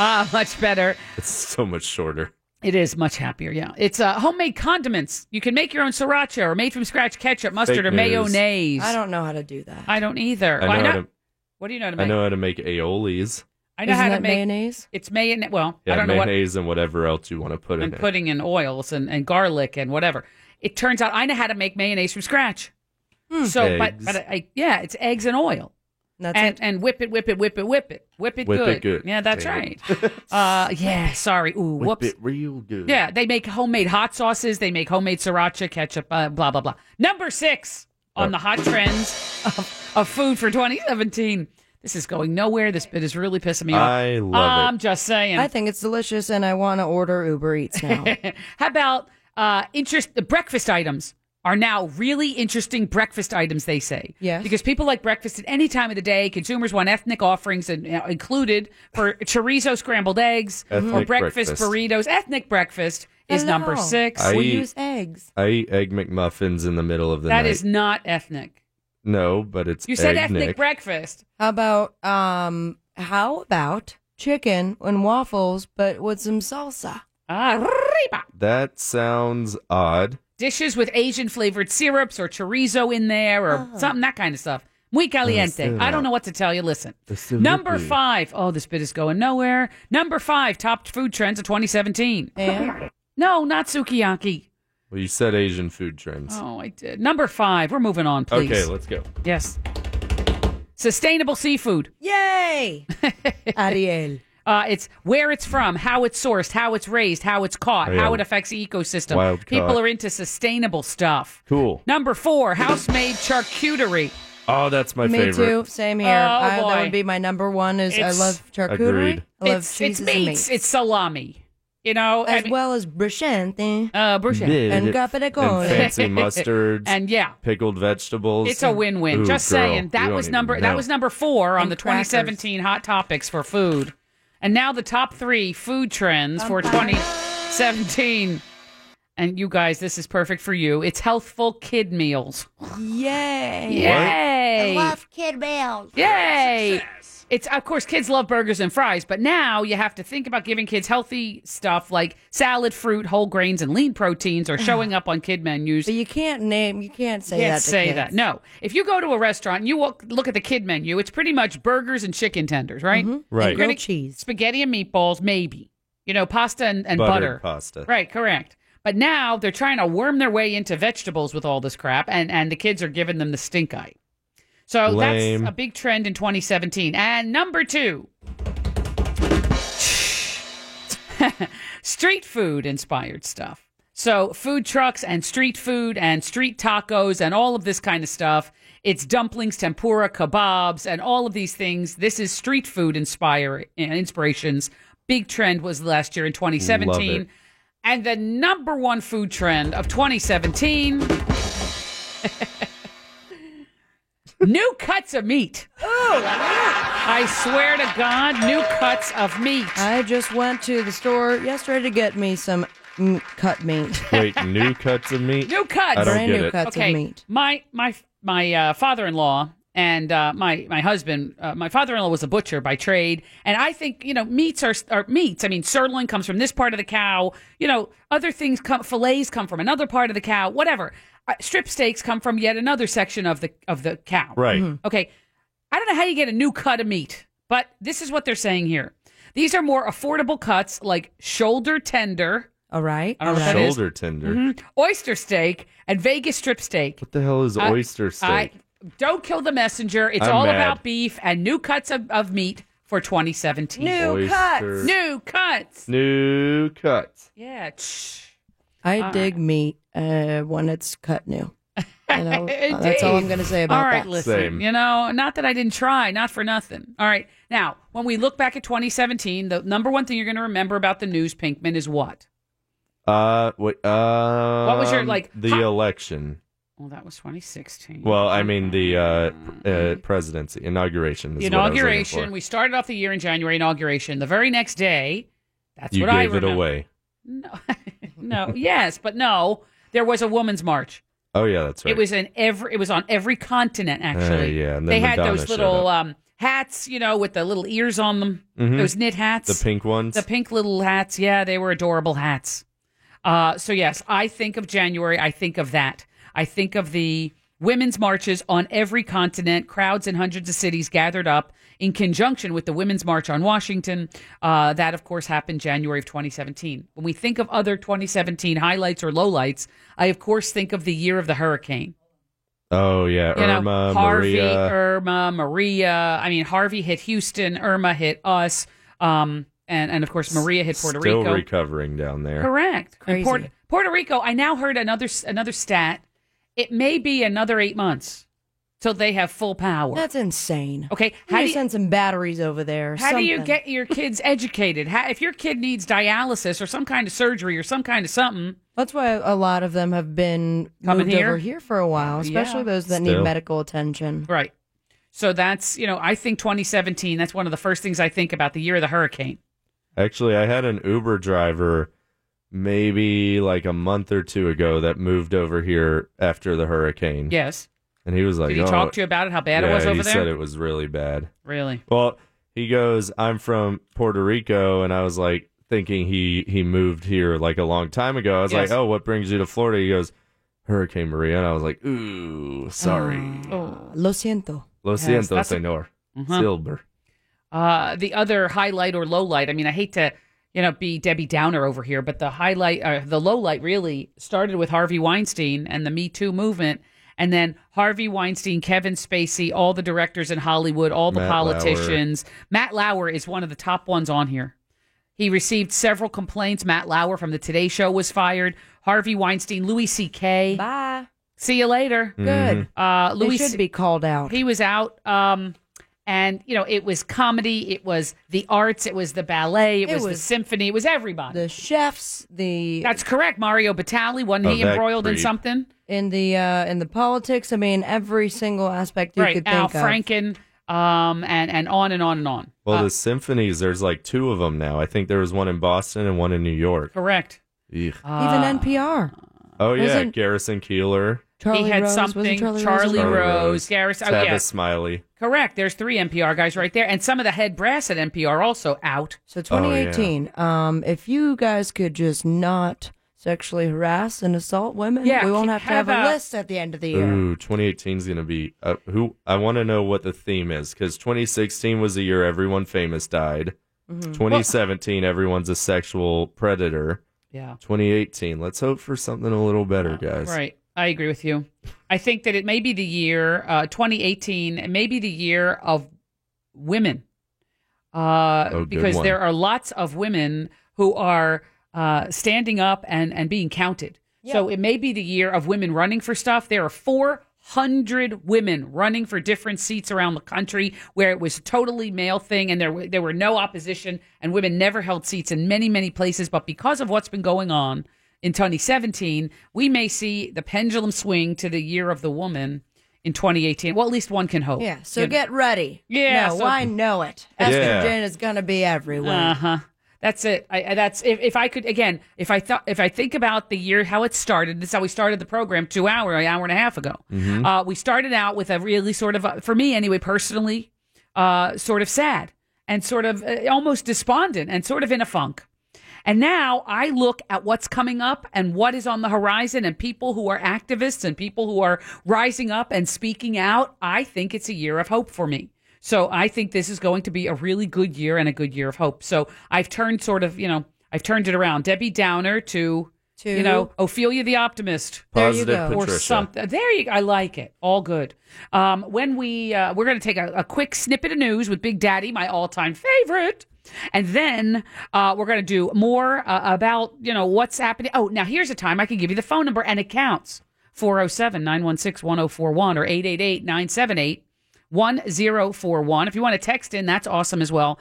Ah, much better. It's so much shorter. It is much happier, yeah. It's uh, homemade condiments. You can make your own sriracha or made from scratch ketchup, mustard, Fake or news. mayonnaise. I don't know how to do that. I don't either. I Why know, how not? to, What do you know how to I make? know how to make aiolis. I know Isn't how to that make mayonnaise. It's mayonnaise. Well, I Yeah, don't know what mayonnaise and whatever else you want to put in and it. pudding and oils and, and garlic and whatever. It turns out I know how to make mayonnaise from scratch. So, but, Eggs. but I, yeah, it's eggs and oil. Hmm. That's and, and whip it, whip it, whip it, whip it, whip it Whip good. it good. Yeah, that's Damn right. it. uh, yeah, sorry. Ooh, Whip whoops. it real good. Yeah, they make homemade hot sauces. They make homemade sriracha, ketchup, uh, blah, blah, blah. Number six on the hot trends of, of food for 2017. This is going nowhere. This bit is really pissing me off. I love it. I'm just saying. I think it's delicious, and I want to order Uber Eats now. How about uh, interest? The breakfast items are now really interesting breakfast items. They say Yes. because people like breakfast at any time of the day. Consumers want ethnic offerings and, uh, included for chorizo scrambled eggs or Ethnic breakfast, breakfast. burritos. Ethnic breakfast is Hello. number six. I We eat- use eggs. I eat egg McMuffins in the middle of the That night. is not ethnic. no, but it's You said egg ethnic Nick. breakfast. How about um? How about chicken and waffles, but with some salsa? Ah, Arriba. that sounds odd. Dishes with Asian flavored syrups or chorizo in there or Ah. something, that kind of stuff. Muy caliente. still I don't not. know what to tell you. Listen. Absolutely. Number five. Oh, this bit is going nowhere. Number five, top food trends of 2017. No, not sukiyaki. Well, you said Asian food trends. Oh, I did. Number five. We're moving on, please. Okay, let's go. Yes. Sustainable seafood. Yay! Ariel. Uh, it's where it's from, how it's sourced, how it's raised, how it's caught, Oh, yeah. how it affects the ecosystem. Wild People caught. are into sustainable stuff. Cool. Number four, house made charcuterie. Oh, that's my Me favorite. too. Same here. Oh, I, boy. that would be my number one. Is I It's- love charcuterie. Agreed. I love it's, it's cheeses meats. and It's salami. You know, as well as bruschetta. Uh, bruschetta. and capricole. and fancy mustards And yeah. pickled vegetables. It's a win-win. Ooh, Just girl, saying. you That don't was even number know. that was number 4 on And the crackers. 2017 hot topics for food. And now the top 3 food trends for 2017. And you guys, this is perfect for you. It's healthful kid meals. Yay! Yay. I love kid meals. Yay! It's of course kids love burgers and fries, but now you have to think about giving kids healthy stuff like salad, fruit, whole grains, and lean proteins are showing up on kid menus. But you can't name, you can't say can't that to say kids. that. No, if you go to a restaurant and you walk, look at the kid menu, it's pretty much burgers and chicken tenders, right? Mm-hmm. Right. You're grilled gonna- spaghetti and meatballs, maybe. You know, pasta and, and butter. Buttered pasta. Right, correct. But now they're trying to worm their way into vegetables with all this crap, and, and the kids are giving them the stink eye. So Lame. that's a big trend in 2017. And number two, street food inspired stuff. So food trucks and street food and street tacos and all of this kind of stuff. It's dumplings, tempura, kebabs, and all of these things. This is street food inspire uh, inspirations. Big trend was last year in 2017. Love it. And the number one food trend of 2017 new cuts of meat. I swear to God, new cuts of meat. I just went to the store yesterday to get me some mm, cut meat. Wait, new cuts of meat? New cuts. I don't Brand get new it. cuts. of okay. meat. My my my uh, father-in-law and uh, my my husband. Uh, my father-in-law was a butcher by trade, and I think you know meats are are meats. I mean, sirloin comes from this part of the cow. You know, other things come fillets come from another part of the cow. Whatever. Uh, strip steaks come from yet another section of the of the cow. Right. Mhm. Mm-hmm. Okay. I don't know how you get a new cut of meat, but this is what they're saying here. These are more affordable cuts like shoulder tender. All right. I don't know what that is. Shoulder tender. Mhm. Oyster steak and Vegas strip steak. What the hell is Uh, I- oyster steak? I, don't kill the messenger. It's I'm all mad. about beef and new cuts of, of meat for 2017. New Oyster. cuts. New cuts. new cuts. Yeah. tsh. I All dig meat uh, when it's cut new. And I'll- that's all I'm going to say about All right, that. listen. You know, not that I didn't try, not for nothing. All right. Now, when we look back at 2017, the number one thing you're going to remember about the news, Pinkman, is what? Uh, wait, uh, was your, like, The hot- election. Well, that was 2016. Well, I mean the uh, uh presidency inauguration. Is the what I was looking Mm-hmm. inauguration. for. We started off the year in January inauguration. The very next day, that's you what I gave it remember. away. No, yes, but no. There was a woman's march. Oh yeah, that's right. Uh, It was in every. It was on every continent. Actually, yeah, and then they had Madonna those showed little um, hats, you know, with the little ears on them. Mhm. Those knit hats, The pink ones? the pink little hats. Yeah, they were adorable hats. Uh, so yes, I think of January. I think of that. I think of the women's marches on every continent. Crowds in hundreds of cities gathered up in conjunction with the women's march on Washington. Uh, that, of course, happened January of 2017. When we think of other 2017 highlights or lowlights, I of course think of the year of the hurricane. oh yeah, You know, Irma, Harvey, Maria. Irma, Maria. I mean, Harvey hit Houston, Irma hit us, um, and and of course Maria hit Puerto still Rico. recovering down there. Correct. Crazy. Puerto, Puerto Rico. I now heard another s- another stat. It may be another eight months till they have full power. That's insane. Okay, how How do do you- send some batteries over there? or How do you something. get your kids educated? How, if your kid needs dialysis or some kind of surgery or some kind of something, That's why a lot of them have been Coming moved here? over here for a while, Yeah. especially those that need Still. medical attention. right? So that's you know I think 2017. That's one of the first things I think about the year of the hurricane. Actually, I had an Uber driver maybe like a month or two ago that moved over here after the hurricane. Yes. And he was like, Did he oh, talk to you about it? How bad yeah, it was over he there? said it was really bad. Really? Well, he goes, I'm from Puerto Rico, and I was like thinking he he moved here like a long time ago. I was Yes. like, oh, what brings you to Florida? He goes, Hurricane Maria, and I was like, ooh, sorry, Oh. Lo siento. lo Yes, siento, that's a- señor, Mhm. silver. Uh, the other highlight or low light. I mean, I hate to you know be Debbie Downer over here, but the highlight, uh, the low light, really started with Harvey Weinstein and the Me Too movement, And then Harvey Weinstein, Kevin Spacey, all the directors in Hollywood, all the Matt politicians. Matt Lauer is one of the top ones on here. He received several complaints. Matt Lauer from the Today Show was fired. Harvey Weinstein, Louis C.K. Bye. See you later. Good. Uh, Louis they should C- be called out. he was out. Um, and you know, it was comedy, it was the arts, it was the ballet, it, It was, the was symphony, it was everybody. The chefs, the that's correct. Mario Batali, wasn't he Oh, that embroiled in creep. something? in the uh, in the politics. I mean, every single aspect you right, could think Al of. Franken, um, and and on and on and on. Well, the symphonies, there's like two of them now. I think there was one in Boston and one in New York. Correct. Ah. Ugh. Uh, Even NPR. oh yeah, wasn't- Garrison Keeler. he Charlie had Rose, wasn't something. Charlie Charlie, Rose Charlie Rose, Garrison. Oh, Tavis yeah. Smiley. Correct. There's three NPR guys right there, and some of the head brass at NPR also out. So 2018. Um, if you guys could just not sexually harass and assault women, Yeah, we won't have to how have a about- list at the end of the year. Ooh, 2018 is gonna be uh, who? I want to know what the theme is because 2016 was the year everyone famous died. Mhm. 2017, everyone's a sexual predator. Yeah. 2018. Let's hope for something a little better, guys. Right. I agree with you. I think that it may be the year uh, 2018, it may be the year of women. Uh, Oh, good because one. there are lots of women who are uh, standing up and, and being counted. So it may be the year of women running for stuff. There are 400 women running for different seats around the country where it was a totally male thing and there, were- there were no opposition and women never held seats in many, many places. But because of what's been going on in 2017, we may see the pendulum swing to the year of the woman in 2018. Well, at least one can hope. Yeah. So Oh, You know? get ready. Yeah, No, so- I know it. Yeah. Estrogen is gonna be everywhere. Uh huh. That's it. I, I- that's if, if I could again. If I thought if I think about the year how it started. This is how we started the program two hour an hour and a half ago. Mm-hmm. Mhm. Mm-hmm. Uh, we started out with a really sort of uh, for me anyway personally, uh, sort of sad and sort of uh, almost despondent and sort of in a funk. And now I look at what's coming up and what is on the horizon and people who are activists and people who are rising up and speaking out. I think it's a year of hope for me. So I think this is going to be a really good year and a good year of hope. So I've turned sort of, you know, I've turned it around. Debbie Downer to, To- you know, Ophelia the Optimist. There you Positive go. Or Patricia. something. There you I like it. All good. Um, when we, uh, we're going to take a, a quick snippet of news with Big Daddy, my all time favorite. And then uh, we're going to do more uh, about, you know, what's happening. Oh, now here's a time I can give you the phone number and oh it counts 407 916 1041 or 888 978 1041. If you want to text in, that's awesome as well.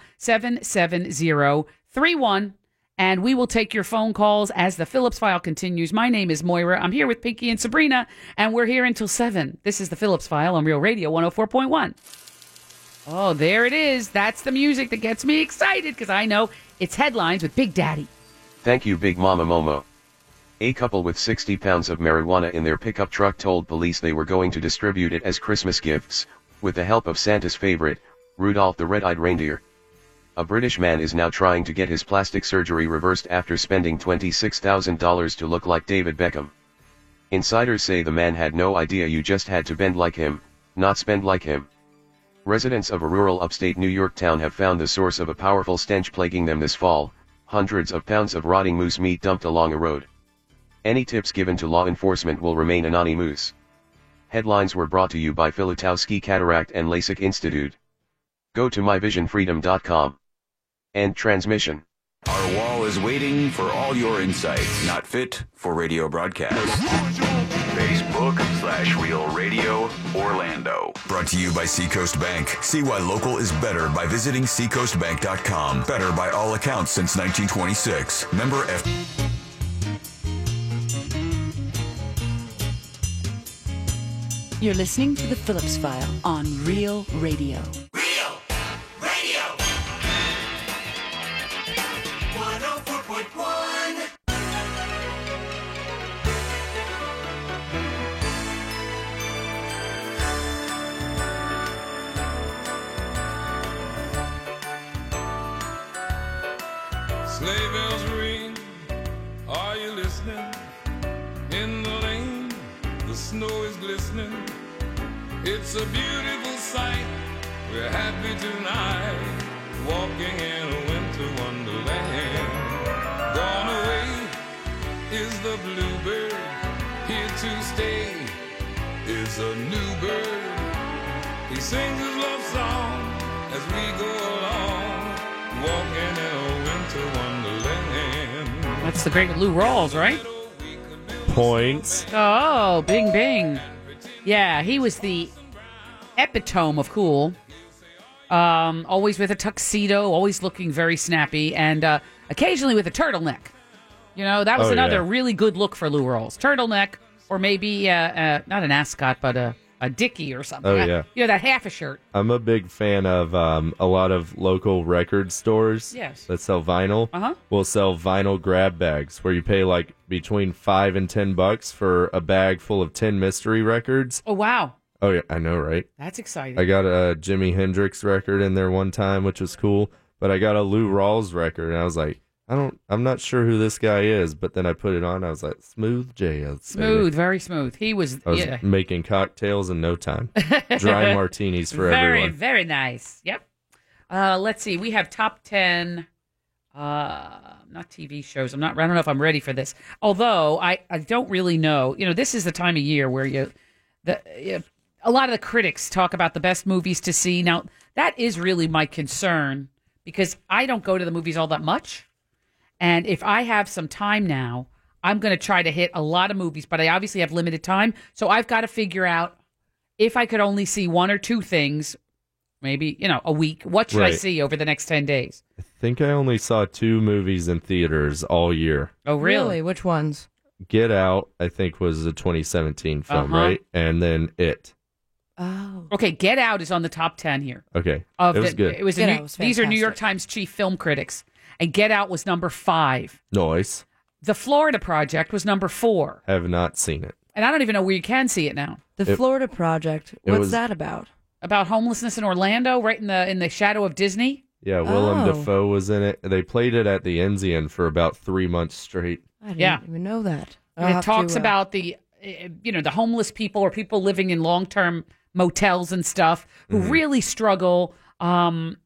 77031. And we will take your phone calls as the Phillips File continues. My name is Moira. I'm here with Pinky and Sabrina, and we're here until 7. This is the Phillips File on Real Radio 104.1. Oh, there it is. That's the music that gets me excited because I know it's headlines with Big Daddy. Thank you, Big Mama Momo. A couple with 60 pounds of marijuana in their pickup truck told police they were going to distribute it as Christmas gifts, with the help of Santa's favorite, Rudolph the Red-Eyed Reindeer. A British man is now trying to get his plastic surgery reversed after spending $26,000 to look like David Beckham. Insiders say the man had no idea you just had to bend like him, not spend like him. Residents of a rural upstate New York town have found the source of a powerful stench plaguing them this fall, hundreds of pounds of rotting moose meat dumped along a road. Any tips given to law enforcement will remain anonymous. Headlines were brought to you by Filutowski Cataract and LASIK Institute. Go to myvisionfreedom.com. End transmission. Our wall is waiting for all your insights, not fit for radio broadcast. Facebook slash Real Radio Orlando. Brought to you by Seacoast Bank. See why local is better by visiting seacoastbank.com. Better by all accounts since 1926. Member F. You're listening to the Phillips File on Real Radio. Sleigh bells ring, are you listening? In the lane, the snow is glistening. It's a beautiful sight. We're happy tonight, walking in a winter wonderland. Gone away is the bluebird, here to stay is a new bird. He sings his love song as we go along, walking in a winter wonderland. That's the great Lou Rawls, right? Points. Oh, Bing Bing. Yeah, he was the epitome of cool. Um, always with a tuxedo, always looking very snappy, and uh, occasionally with a turtleneck. You know, that was Oh, another yeah. really good look for Lou Rawls. Turtleneck, or maybe uh, uh, not an ascot, but a, a dickie or something. Oh, yeah. You know, that half a shirt. I'm a big fan of um, a lot of local record stores Yes. that sell vinyl. Uh-huh. Will sell vinyl grab bags where you pay like between five and ten bucks for a bag full of ten mystery records. Oh, wow. Oh yeah, I know, right? That's exciting. I got a Jimi Hendrix record in there one time, which was cool. But I got a Lou Rawls record, and I was like, I don't, I'm not sure who this guy is. But then I put it on, I was like, smooth jazz, Smooth, very smooth. He was, I was yeah. making cocktails in no time, dry martinis for very, everyone. very nice. Yep. Uh, let's see. We have top ten. Uh, not TV shows. I'm not. I don't know if I'm ready for this. Although I, I don't really know. You know, this is the time of year where you, the, you a lot of the critics talk about the best movies to see. Now that is really my concern because I don't go to the movies all that much. And if I have some time now, I'm going to try to hit a lot of movies, but I obviously have limited time. So I've got to figure out if I could only see one or two things, maybe, you know, a week, what should I Right. see over the next 10 days? I think I only saw two movies in theaters all year. Oh, really? Which ones? Get Out, I think, was a 2017 film, Uh-huh. right? And then It. Oh. Okay, Get Out is on the top 10 here. Okay, Of it was the, good. It was, a Get New- Out was These are New York Times chief film critics. And Get Out was number five. Noise. The Florida Project was number four. Have not seen it. And I don't even know where you can see it now. The It- Florida Project. it What's was- that about? About homelessness in Orlando, right in the in the shadow of Disney. Yeah, Willem Oh. Dafoe was in it. They played it at the Enzian for about three months straight. I didn't Yeah. even know that. I'll And it have to, talks uh, about the uh, you know the homeless people or people living in long term motels and stuff who Mm-hmm. Mhm. really struggle. Um,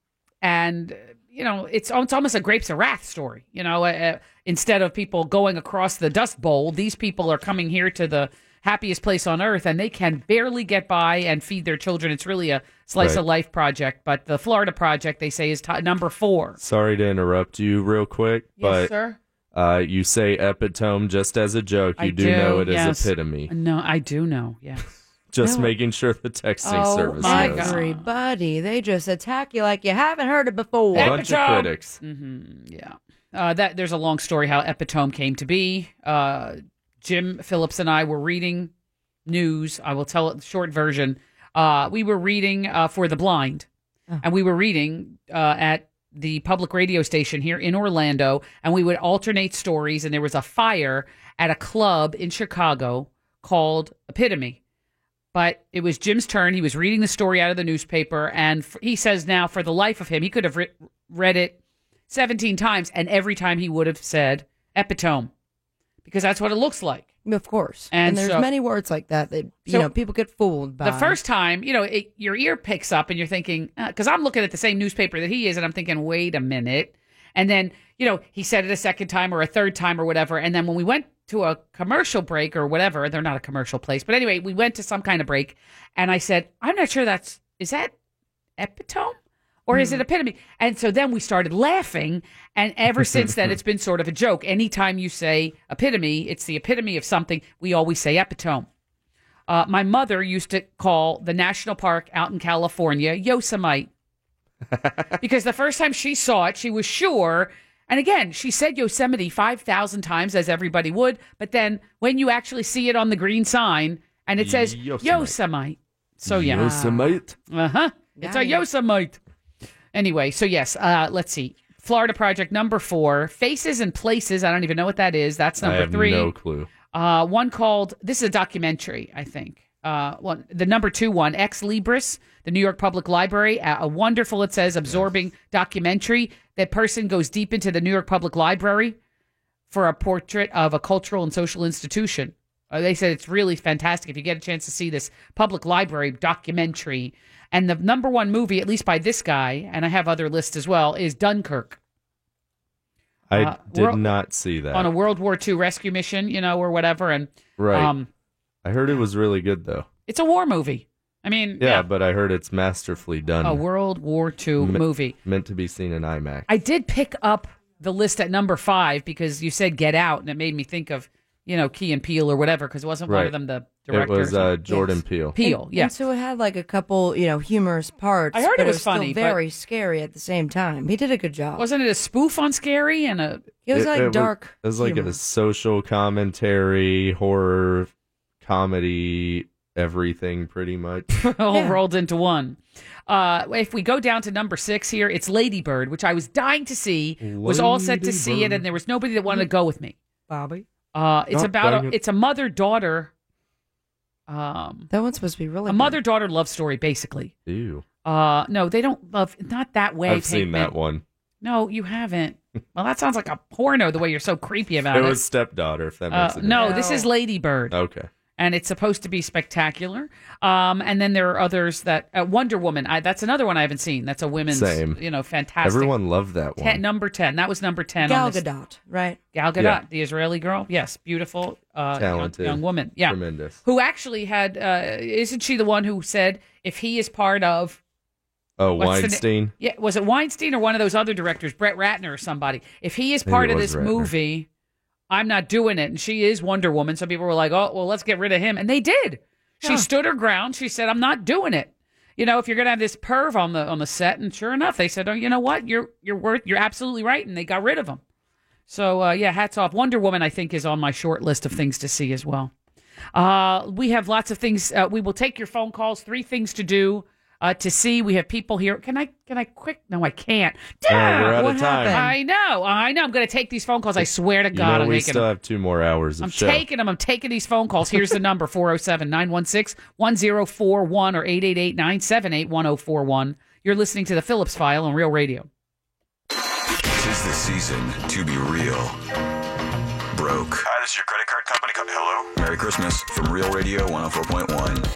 and uh, you know it's oh, it's almost a Grapes of Wrath story. You know, uh, uh, instead of people going across the dust bowl, these people are coming here to the happiest place on earth, and they can barely get by and feed their children. It's really a slice Right. of life project. But the Florida project they say is t- number four. Sorry to interrupt you real quick, but sir. Uh, you say epitome just as a joke. You I do, know it is yes. epitome. No, I do know. Yes. Just No. making sure the texting Oh, service my knows. God. Everybody, they just attack you like you haven't heard it before. Bunch of critics. hmm yeah. Uh, that there's a long story how Epitome came to be. Uh, Jim Phillips and I were reading news. I will tell it the short version. Uh, we were reading uh, for the blind, and we were reading uh, at the public radio station here in Orlando, and we would alternate stories. And there was a fire at a club in Chicago called Epitome but it was Jim's turn. He was reading the story out of the newspaper, and f- he says now, for the life of him, he could have re- read it 17 times, and every time he would have said epitome, because that's what it looks like. Of course. And And, there's so- many words like that that, you So- know, people get fooled by. The first time, you know, it, your ear picks up, and you're thinking, because I'm looking at the same newspaper that he is, and I'm thinking, wait a minute. And then, you know, he said it a second time or a third time or whatever. And then when we went to a commercial break or whatever, they're not a commercial place, but anyway, we went to some kind of break, and I said, I'm not sure that's, is that epitome or is Hmm. it epitome? And so then we started laughing. And ever since then, it's been sort of a joke. Anytime you say epitome, it's the epitome of something. We always say epitome. Uh, my mother used to call the national park out in California Yosemite because the first time she saw it, she was sure. And again, she said Yosemite 5,000 times, as everybody would. But then when you actually see it on the green sign and it says Yosemite. Yosemite. So, yeah. Yosemite. Uh huh. It's a Yosemite. Anyway, so yes, uh, let's see. Florida Project number four, Faces and Places. I don't even know what that is. That's I number have three. no clue. Uh, one called this is a documentary, I think. Uh, one the number two one Ex Libris, the New York Public Library, a, a wonderful it says absorbing documentary. That person goes deep into the New York Public Library for a portrait of a cultural and social institution. Uh, they said it's really fantastic if you get a chance to see this public library documentary. And the number one movie, at least by this guy, and I have other lists as well, is Dunkirk I Uh, did we're- not see that. on a World War II rescue mission, you know, or whatever. And right. um, I heard it was really good though. It's a war movie. I mean, Yeah, but I heard it's masterfully done. Mm, A World War II Me- movie. meant to be seen in IMAX. I did pick up the list at number five because you said Get Out, and it made me think of you know Key and Peele or whatever because wasn't one Right. of them the It director? was, uh, Jordan Yes. Peele. Peele, And- yeah. And so it had like a couple, you know, humorous parts. I heard it but was still funny, but- very scary at the same time. He did a good job. Wasn't it a spoof on Scary and a? It was like wa- dark. It was like humor. a social commentary, horror, comedy, everything, pretty much. all rolled into one. Uh, if we go down to number six here, it's Ladybird, which I was dying to see. Was all set to see it, Lady and there was nobody that wanted to go with me. Mm-hmm. Bobby. Uh, it's Oh, God about dang a, it. it's a mother daughter. Um, that one's supposed to be really a mother daughter love story, basically. Ew. Uh, no, they don't love not that way. I've seen Pinkman. that one. No, you haven't. Well, that sounds like a porno the way you're so creepy about It it. was stepdaughter, if that Uh, makes it. no, this is Ladybird. Okay. and it's supposed to be spectacular. Um, and then there are others that uh, Wonder Woman. I, that's another one I haven't seen. That's a women's, Same. you know, fantastic. Everyone loved that one. Ten, number ten. That was number ten. Gal on this. Gadot, right? Gal Gadot, Yeah. the Israeli girl. Yes, beautiful, uh, young- Talented. young, woman. Yeah, Tremendous. Who actually had? Uh, isn't she the one who said if he is part of? Oh, what's the na- Weinstein. yeah, was it Weinstein or one of those other directors, Brett Ratner or somebody? If he is Maybe part it of was this Ratner. movie, I'm not doing it. And she is Wonder Woman. So people were like, oh, well, let's get rid of him. And they did. She stood her ground. She said, I'm not doing it. You know, if you're gonna have this perv on the on the set, and sure enough, they said, "Oh, you know what? You're you're worth. You're absolutely right," and they got rid of him. So uh, yeah, hats off. Wonder Woman, I think, is on my short list of things to see as well. Uh, we have lots of things. Uh, we will take your phone calls. Three things to do uh, to see. We have people here. Can I? Can I? Quick? No, I can't. Oh, we're out What of time. happened? I know. I know. I'm going to take these phone calls. I swear to You God, know, I'm we making. still have two more hours of I'm show. taking them. I'm taking these phone calls. Here's the number 407 916 1041 or 888 978 1041. You're listening to The Phillips File on Real Radio. Tis the season to be real. Broke. Hi, this is your credit card company. Co- Hello. Merry Christmas from Real Radio 104.1.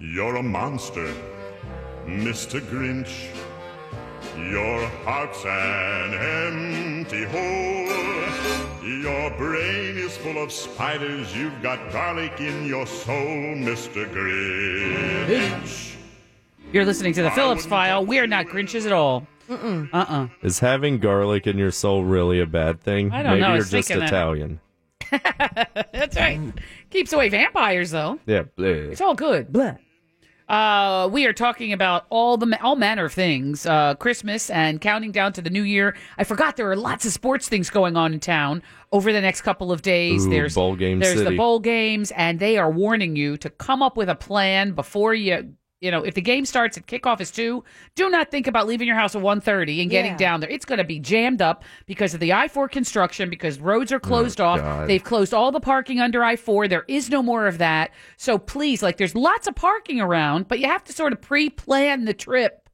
You're a monster, Mr. Grinch. Your heart's an empty hole. Your brain is full of spiders. You've got garlic in your soul, Mr. Grinch. You're listening to The Phillips File. We're not Grinches at all. Mm-mm. Uh-uh. Is having garlic in your soul really a bad thing? I don't Maybe know, I you're was just thinking that. Italian. That's right. Mm. Keeps away vampires, though. Yeah. bleh. It's all good. Uh, we are talking about all the all manner of things, uh, Christmas and counting down to the new year. I forgot there are lots of sports things going on in town over the next couple of days. Ooh, there's bowl game there's city. the bowl games, and they are warning you to come up with a plan before you. You know, if the game starts at kickoff is two, do not think about leaving your house at 1.30 and getting Yeah. down there. It's going to be jammed up because of the I four construction, because roads are closed off. God. They've closed all the parking under I 4. There is no more of that. So please, like, there's lots of parking around, but you have to sort of pre plan the trip.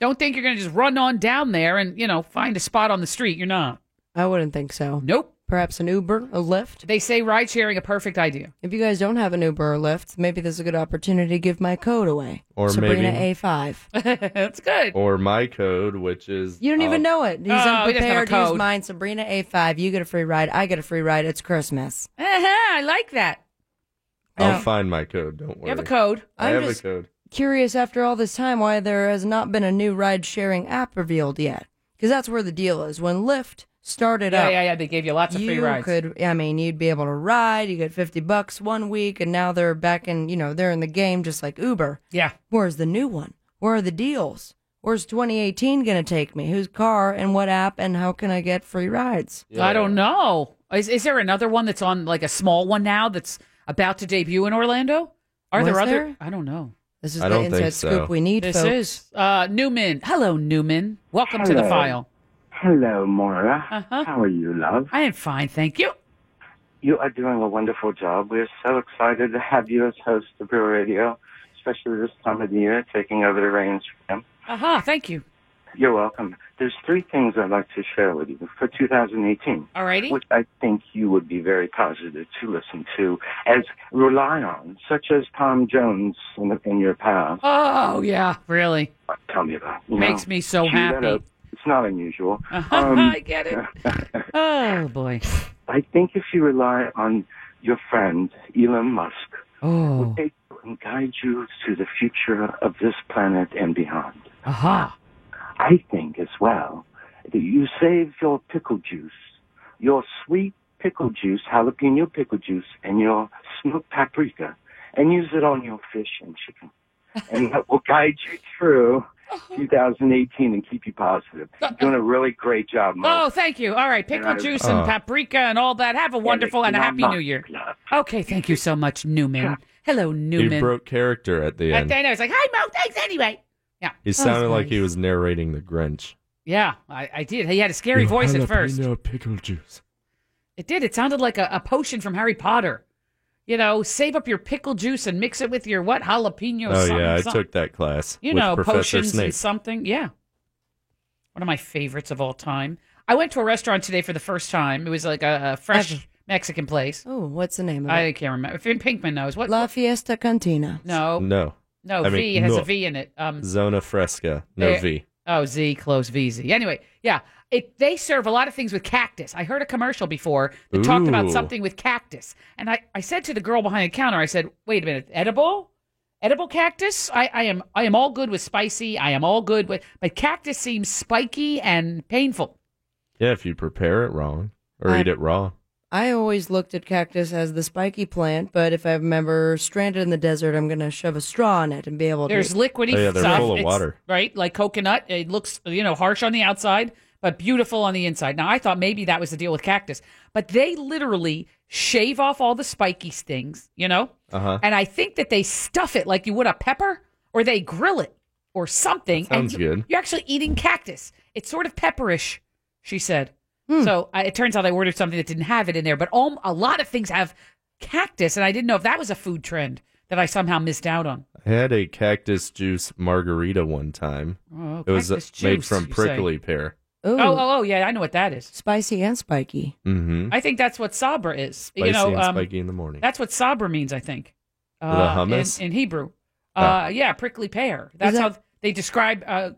Don't think you're going to just run on down there and, you know, find a spot on the street. You're not. I wouldn't think so. Nope. Perhaps an Uber, a Lyft. They say ride sharing a perfect idea. If you guys don't have an Uber or Lyft, maybe this is a good opportunity to give my code away. Or Sabrina maybe- A five. That's good. Or my code, which is You don't even I'll- know it. He's Oh, he doesn't have a unprepared. Use code. mine, Sabrina A five. You get a free ride. I get a free ride. It's Christmas. Uh-huh, I like that. I'll find my code. Don't worry. You have a code. I I'm have just- a code. Curious after all this time why there has not been a new ride sharing app revealed yet. Because that's where the deal is. When Lyft started yeah, up, yeah, yeah. They gave you lots of free you rides. could i mean you'd be able to ride you get 50 bucks one week and now they're back in you know they're in the game just like uber yeah where's the new one where are the deals where's 2018 gonna take me whose car and what app and how can i get free rides I don't know. Is, is there another one that's on, like, a small one now that's about to debut in Orlando? Are Was there other? there? I don't know. this is I the don't think inside so. scoop we need This folks. is uh, Newman. Hello, Newman. Welcome to the Hello. file. Hello, Moira. Uh-huh. How are you, love? I am fine, thank you. You are doing a wonderful job. We're so excited to have you as host of Brew Radio, especially this time of the year, taking over the reins from him. Aha, Uh-huh, thank you. You're welcome. There's three things I'd like to share with you for 2018. Alrighty. Which I think you would be very positive to listen to, as rely on, such as Tom Jones in, in your past. Oh, yeah, really. Tell me about. You Makes know, me so chew that happy. up. It's not unusual. Uh-huh, Um, um, I get it. oh boy. I think if you rely on your friend Elon Musk, Oh. they can guide you to the future of this planet and beyond. Aha. I think as well that you save your pickle juice, your sweet pickle juice, jalapeno pickle juice, and your smoked paprika, and use it on your fish and chicken. and that will guide you through Uh-huh. 2018 and keep you positive. You're doing a really great job, Mo. Oh, thank you. All right, pickle And I- juice and uh, Oh. paprika and all that. Have a wonderful and a happy new year. Okay, thank you so much, Newman. Hello, Newman. He broke character at the I, end. I know. It's like, hi, Mo. Thanks anyway. Yeah. He That was sounded like nice. he was narrating The Grinch. Yeah, I, I did. He had a scary voice at first. pickle juice. It did. It sounded like a, a potion from Harry Potter. You know, save up your pickle juice and mix it with your what jalapeno. oh something, yeah, I something. took that class. You with know, Professor potions Snape. and something. Yeah, one of my favorites of all time. I went to a restaurant today for the first time. It was like a, a fresh Mexican place. Oh, what's the name of it? I can't remember. If Pinkman knows what. La Fiesta Cantina. No, No. no. I V mean, it has no. a V in it. Um, Zona Fresca. No There- V. Oh, Z close V Z. Anyway, yeah, it, they serve a lot of things with cactus. I heard a commercial before that talked about Ooh. something with cactus, and I, I said to the girl behind the counter, I said, "Wait a minute, edible, edible cactus? I, I am I am all good with spicy. I am all good with, but cactus seems spiky and painful. Yeah, if you prepare it wrong or I- eat it raw. I always looked at cactus as the spiky plant, but if I'm ever stranded in the desert, I'm going to shove a straw in it and be able There's e- to. liquidy Oh, yeah, they're stuff, full of it's- water. right? Like coconut. It looks you know harsh on the outside, but beautiful on the inside. Now I thought maybe that was the deal with cactus, but they literally shave off all the spiky things, you know. Uh huh. and I think that they stuff it like you would a pepper, or they grill it or something. Sounds and good. You're actually eating cactus. It's sort of pepperish, she said. Hmm. So I, it turns out I ordered something that didn't have it in there, but all, a lot of things have cactus, and I didn't know if that was a food trend that I somehow missed out on. I had a cactus juice margarita one time. Oh, it was uh, cactus made juice, from you say. prickly pear. Ooh. Oh, oh, oh, yeah, I know what that is. Spicy and spiky. Mm-hmm. I think that's what sabra is. Spicy you know, and um, spiky in the morning. That's what sabra means, I think. The Uh, hummus? in, in Hebrew. Ah. Uh, yeah, prickly pear. That's how they describe uh,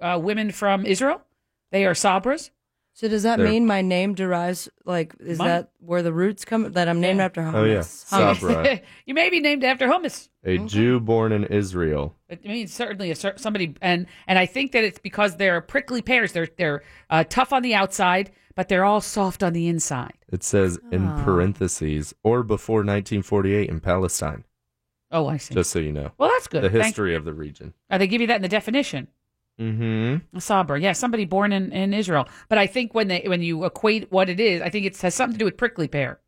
uh, women from Israel. They are sabras. So does that They're- mean my name derives, like, is Mine- that where the roots come, that I'm named after hummus? Oh. Oh, yeah. Hummus. Sabra. you may be named after hummus. a Jew born in Israel. It means certainly a cer- somebody, and and I think that it's because they're prickly pears. They're they're uh, tough on the outside, but they're all soft on the inside. It says in Ah. parentheses or before 1948 in Palestine. Oh, I see. Just so you know. Well, that's good. The Thank- history of the region. Uh, they give you that in the definition. Mm-hmm. Sabra, yeah, somebody born in, in Israel. But I think when they when you equate what it is, I think it has something to do with prickly pear.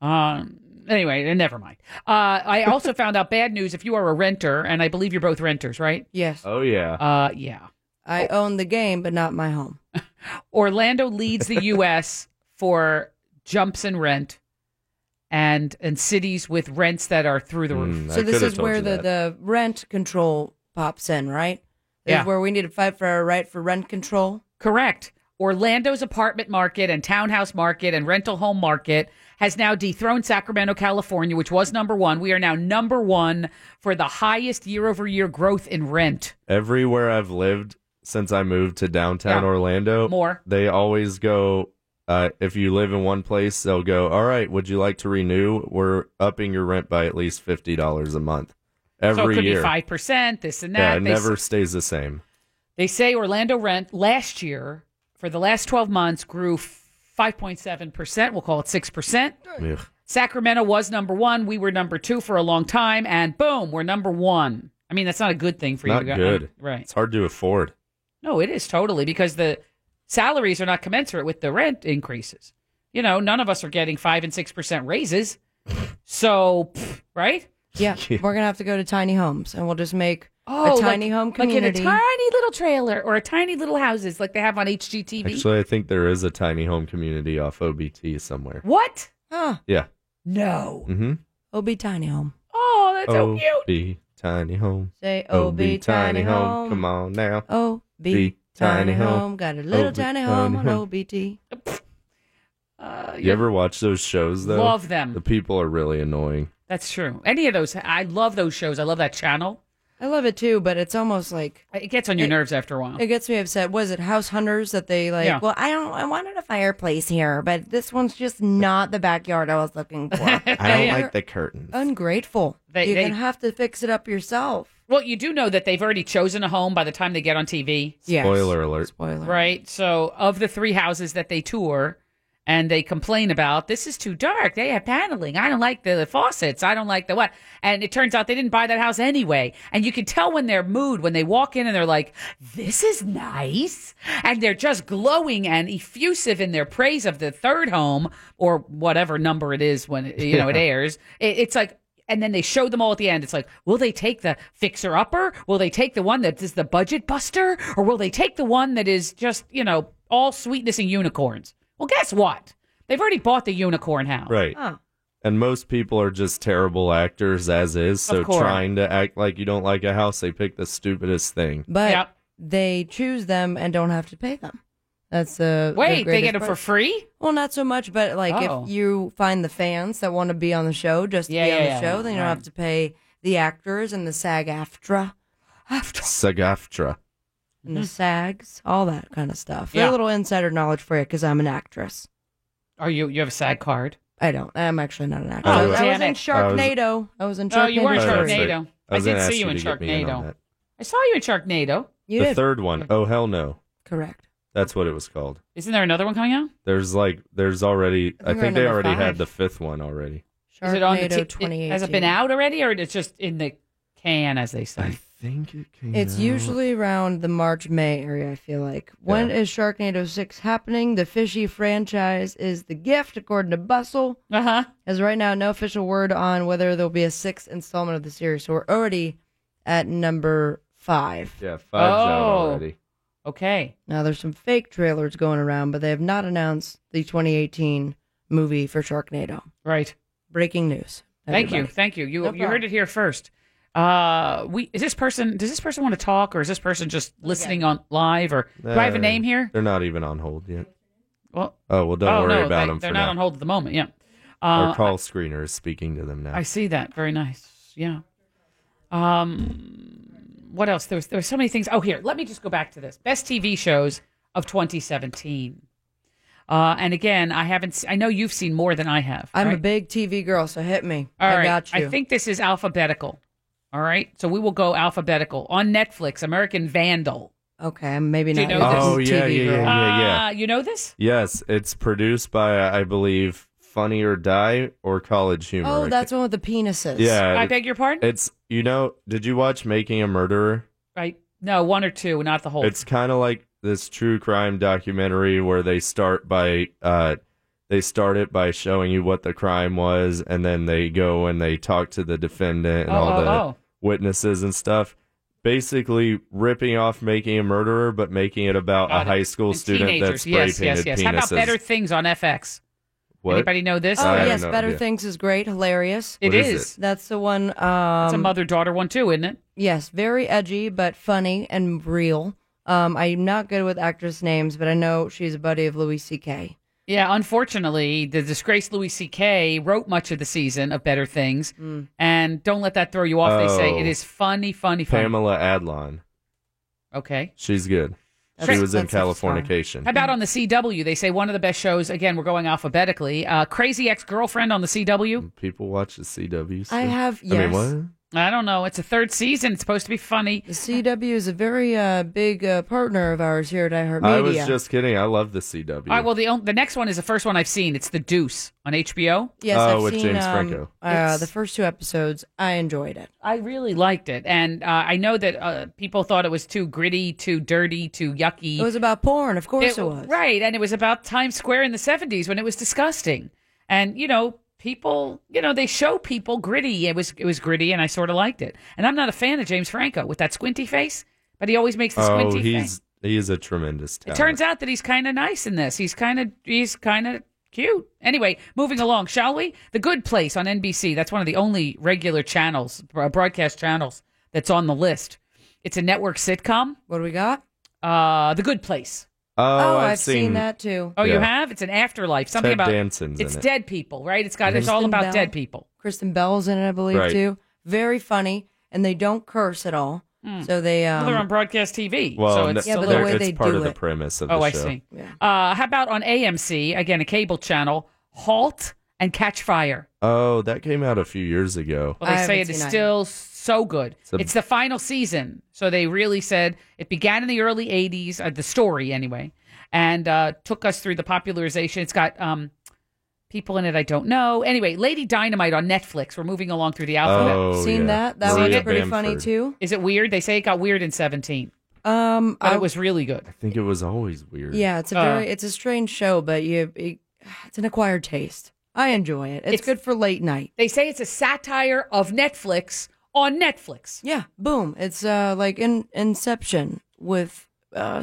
Um. Anyway, eh, never mind. Uh, I also found out bad news. If you are a renter, and I believe you're both renters, right? Yes. Oh yeah. Uh, yeah. I own the game, but not my home. Orlando leads the U.S. for jumps in rent, and and cities with rents that are through Hmm, the roof. So this is where the, the rent control pops in, right? This Yeah. is where we need to fight for our right for rent control. Correct. Orlando's apartment market and townhouse market and rental home market has now dethroned Sacramento, California, which was number one. We are now number one for the highest year over year growth in rent. Everywhere I've lived since I moved to downtown Yeah. Orlando, More. They always go. Uh, if you live in one place, they'll go. All right, would you like to renew? We're upping your rent by at least fifty dollars a month every so it could year. be 5%, this and that. yeah, it They s- never stays the same. They say Orlando rent last year for the last 12 months grew 5.7%. We'll call it 6%. Ugh. Sacramento was number one. We were number two for a long time. And boom, we're number one. I mean, that's not a good thing for Not you to go. uh, uh, good. Right. It's hard to afford. No, it is totally because the salaries are not commensurate with the rent increases. You know, none of us are getting five and six percent raises. So, pff, right? Yeah, we're gonna have to go to tiny homes, and we'll just make a tiny like- home like community. Oh, in a tiny little trailer or a tiny little houses like they have on HGTV. Actually, I think there is a tiny home community off OBT somewhere. what? Huh. Yeah. No. Mm-hmm. OB Tiny Home. Oh, B tiny home. Say Oh, OB be Tiny Home. Come on now. Oh, be Be Tiny Home. Got a little Oh, be tiny home on tiny OBT. You ever watch those shows though? Love them. The people are really annoying. That's true. Any of those, I love those shows. I love that channel. I love it too, but it's almost like it gets on your nerves after a while. It gets me upset. Was it House Hunters that they like? Yeah. Well, I don't. I wanted a fireplace here, but this one's just not the backyard I was looking for. the curtain. Ungrateful. They- You're they- gonna have to fix it up yourself. Well, you do know that they've already chosen a home by the time they get on TV. Yes. Spoiler alert. Spoiler. Right. So, of the three houses that they tour and they complain about, this is too dark. They have paneling. I don't like the faucets. I don't like the what. And it turns out they didn't buy that house anyway. And you can tell when their mood, when they walk in and they're like, this is nice. And they're just glowing and effusive in their praise of the third home or whatever number it is when, you know, it Yeah. airs. It, it's like, and then they show them all at the end. It's like, will they take the fixer upper? Will they take the one that is the budget buster? Or will they take the one that is just, you know, all sweetness and unicorns? Well, guess what? They've already bought the unicorn house. Right. Oh. And most people are just terrible actors as is, so Of course. trying to act like you don't like a house, they pick the stupidest thing. But they choose them and don't have to pay them. That's the the Wait, they greatest get it for part. free? Well, not so much, but like Oh. if you find the fans that want to be on the show just to Yeah, be on yeah, the yeah, show, then you don't right. have to pay the actors and the SAG AFTRA Sagaftra. and the SAGs, all that kind of stuff. Mm-hmm. Yeah. A little insider knowledge for you because I'm an actress. Are you you have a SAG card? I don't. I'm actually not an actor. Oh, I, was, I damn was in it. I was- Sharknado. I was in Sharknado. Oh, you were in three. Sharknado. I I, was did gonna ask see you you in to get me in on Sharknado. that. I saw you in Sharknado. You the third one, oh hell no. Correct. That's what it was called. Isn't there another one coming out? There's like there's already I think, think we're on they number already five. had the fifth one already. Is it on the Sharknado t- it- Has it been 2018. out already, or it's just in the can, as they say? I think it came. It's usually around the March May area. I feel like. When is Sharknado six happening? The fishy franchise is the gift, according to Bustle. Uh huh. As right now, no official word on whether there'll be a sixth installment of the series. So we're already at number five. Yeah, five's out Oh. already. Okay. Now there's some fake trailers going around, but they have not announced the 2018 movie for Sharknado. Right. Breaking news. Thank you, everybody. thank you. You No you heard it here first. Uh, we is this person? Does this person want to talk, or is this person just listening on live? Or do I have a Uh, name here? They're not even on hold yet. Well, Oh well, don't oh, worry no, about they, them They're for not now. on hold at the moment. Yeah. Our Uh, call screener is speaking to them now. I see that. Very nice. Yeah. Um, what else? There was there were so many things. Oh, here. Let me just go back to this best TV shows of 2017. Uh, and again, I haven't. se- I know you've seen more than I have. I'm right? a big TV girl, so hit me. All I right. got you. I think this is alphabetical. All right. So we will go alphabetical on Netflix. American Vandal. Okay, maybe Do you not. know this? Oh, yeah, yeah, yeah, yeah, yeah. Uh, you know this? Yes, it's produced by I believe Funny or Die or College Humor. Oh, I that's one with the penises. Yeah. I beg your pardon. It's you know, did you watch Making a Murderer? right. No, one or two, not the whole. It's kind of like this true crime documentary where they start by uh they start it by showing you what the crime was and then they go and they talk to the defendant and Oh, all oh, the oh. witnesses and stuff. Basically ripping off making a murderer but making it about a Got it. high school And student that's teenagers. spray yes, yes, painted yes. penises. How about Better Things on FX? What? Anybody know this? Oh I have yes, no Better idea. Things is great, hilarious. It What is is. it? That's the one. Um, it's a mother daughter one too, isn't it? Yes, very edgy but funny and real. Um, I'm not good with actress names, but I know she's a buddy of Louis C.K. Yeah, unfortunately, the disgraced Louis C.K. wrote much of the season of Better Things, Mm. and don't let that throw you off. They say Oh. it is funny, funny, funny. Pamela Adlon. Okay. She's good. That's- she was in that's a star. Californication. How about on the CW? They say one of the best shows. Again, we're going alphabetically. Uh, Crazy Ex-Girlfriend on the CW. People watch the CW. I stuff? have- I mean, yes. what? I don't know. It's a third season. It's supposed to be funny. The CW is a very uh, big uh, partner of ours here at iHeartMedia. I was just kidding. I love the CW. All right. Well, the on- the next one is the first one I've seen. It's The Deuce on HBO. yes, Oh, I've with seen, James um, Franco. Uh, the first two episodes, I enjoyed it. I really liked it, and uh, I know that uh, people thought it was too gritty, too dirty, too yucky. It was about porn, of course it, was. Right. And it was about Times Square in the 70s when it was disgusting. And, you know, people, you know, they show people gritty. It was it was gritty and I sort of liked it. And I'm not a fan of James Franco with that squinty face, but he always makes the oh, squinty he's face. he is a tremendous It talent. turns out that he's kind of nice in this. He's kind of he's kind of Cute. Anyway, moving along, shall we? The Good Place on NBC. That's one of the only regular channels, bro- broadcast channels, that's on the list. It's a network sitcom. What do we got? Uh, The Good Place. Oh, Oh, I've, I've seen that too. Oh, you Yeah. have? It's an afterlife. Something Ted about Danson's it's in it. dead people, right? It's got. It's Kristen all about Bell. dead people. Kristen Bell's in it, I believe, Right. too. Very funny, and they don't curse at all. So they um, Mm. Well, they're on broadcast TV. Well, so n- it's Yeah, still but the there. way it's they part do of the it. premise of oh, the I show. see. Uh, how about on AMC again, a cable channel? Halt and Catch Fire. Oh, that came out a few years ago. Well, they say it haven't is seen either. still so good. It's, a- the final season. So they really said it began in the early 80s, uh, the story anyway, and uh, took us through the popularization. It's got um, people in it I don't know. Anyway, Lady Dynamite on Netflix. We're moving along through the alphabet. Oh, seen yeah. that. That Maria one's pretty funny Bamford. too. Is it weird? They say it got weird in 17, Um, but I, it was really good. I think it was always weird. yeah, it's a Uh, very it's a strange show, but you it, it's an acquired taste. I enjoy it. It's, It's- good for late night. They say it's a satire of Netflix on Netflix. Yeah, boom. It's uh like in Inception with uh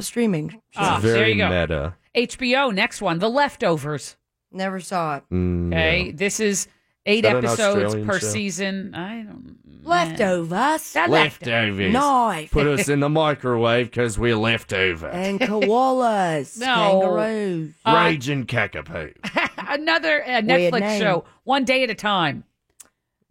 streaming. Ah, very there you go. meta. HBO, next one, The Leftovers. Never saw it. Mm, Okay, yeah. this is eight that an episodes Australian per show? season. I don't Leftovers. That Leftovers. Knife. Put us in the microwave because we're leftover. and koalas. No. Kangaroos. Raging cockapoo. another uh, Weird Netflix name. show, one day at a time.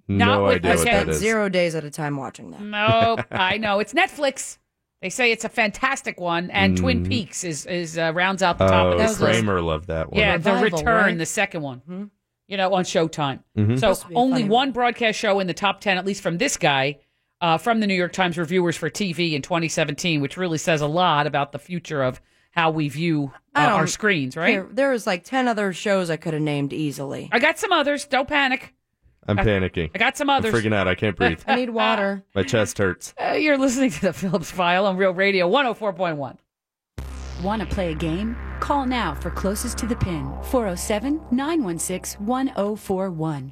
Not No with idea my what that Spent is. zero days at a time watching that. Nope, I know it's Netflix. They say it's a fantastic one, and Twin Mhm. Peaks is is uh, rounds out the top of Oh, this list. Kramer loved that one. Yeah, the Revival, return, right? Hmm? the second one. You know, on Showtime. Mhm. So Supposed to be a only funny one broadcast show in the top ten, at least from this guy, uh, from the New York Times reviewers for TV in 2017, which really says a lot about the future of how we view uh, I don't our screens. Right? There, there was like ten other shows I could have named easily. I got some others. Don't panic. I'm panicking. I got some I'm others. freaking out. I can't breathe. I need water. My chest hurts. Uh, you're listening to the Phillips File on Real Radio 104.1. Want to play a game? Call now for closest to the pin 407 916 1041.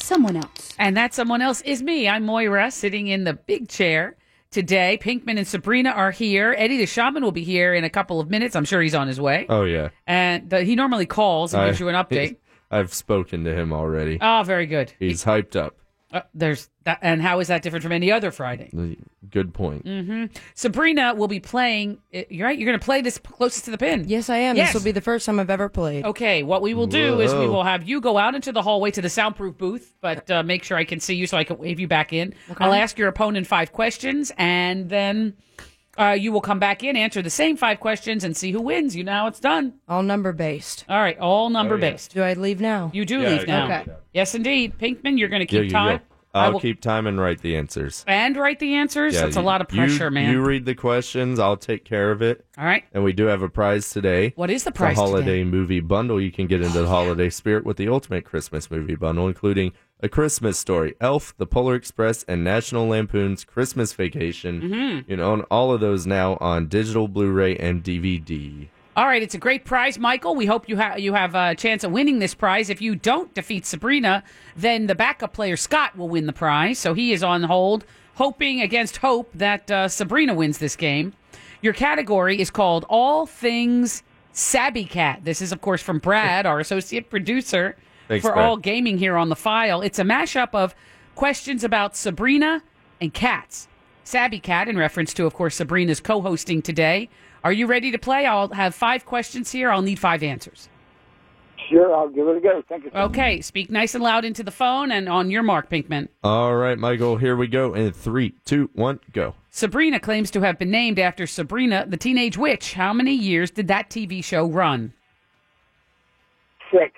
someone else. And that someone else is me. I'm Moira, sitting in the big chair today. Pinkman and Sabrina are here. Eddie the Shaman will be here in a couple of minutes. I'm sure he's on his way. Oh, yeah. And the, he normally calls and I- gives you an update. I've spoken to him already. Ah, very good. He's hyped up. Uh, there's that, and how is that different from any other Friday? Good point. hmm Sabrina will be playing. uh, You're right. You're going to play this closest to the pin. Yes, I am. Yes. This will be the first time I've ever played. Okay, what we will do is we Whoa. will have you go out into the hallway to the soundproof booth, but uh, make sure I can see you so I can wave you back in. I'll ask your opponent five questions, and then uh, you will come back in, answer the same five questions, and see who wins. You know how it's done. All number based. All right, all number Oh, yeah. based. Do I leave now? You do Yeah, leave you now. can do that. Yes, indeed. Pinkman, you're going to Yeah, keep you time. go. I'll will- keep time and write the answers. and write the answers. Yeah, That's a you- lot of you- pressure, man. You read the questions. I'll take care of it. all right. And we do have a prize today. What is the It's a prize today? Oh, holiday movie bundle. You can get into the holiday spirit with the ultimate Christmas movie bundle, including A Christmas Story, Elf, The Polar Express, and National Lampoon's Christmas Vacation. You Mm-hmm. can own all of those now on digital, Blu-ray, and DVD. All right, it's a great prize, Michael. We hope you have you have a chance of winning this prize. If you don't defeat Sabrina, then the backup player Scott will win the prize. So he is on hold, hoping against hope that uh, Sabrina wins this game. Your category is called All Things Sabby Cat. This is, of course, from Brad, our associate producer Thanks, for Brad. all gaming here on the file. It's a mashup of questions about Sabrina and cats. Sabby Cat, in reference to, of course, Sabrina's co hosting today. Are you ready to play? I'll have five questions here. I'll need five answers. Uh, Sure, I'll give it a go. Thank you. Okay, speak nice and loud into the phone and on your mark, Pinkman. All right, Michael, here we go. In three, two, one, go. Sabrina claims to have been named after Sabrina the Teenage Witch. How many years did that TV show run? Six.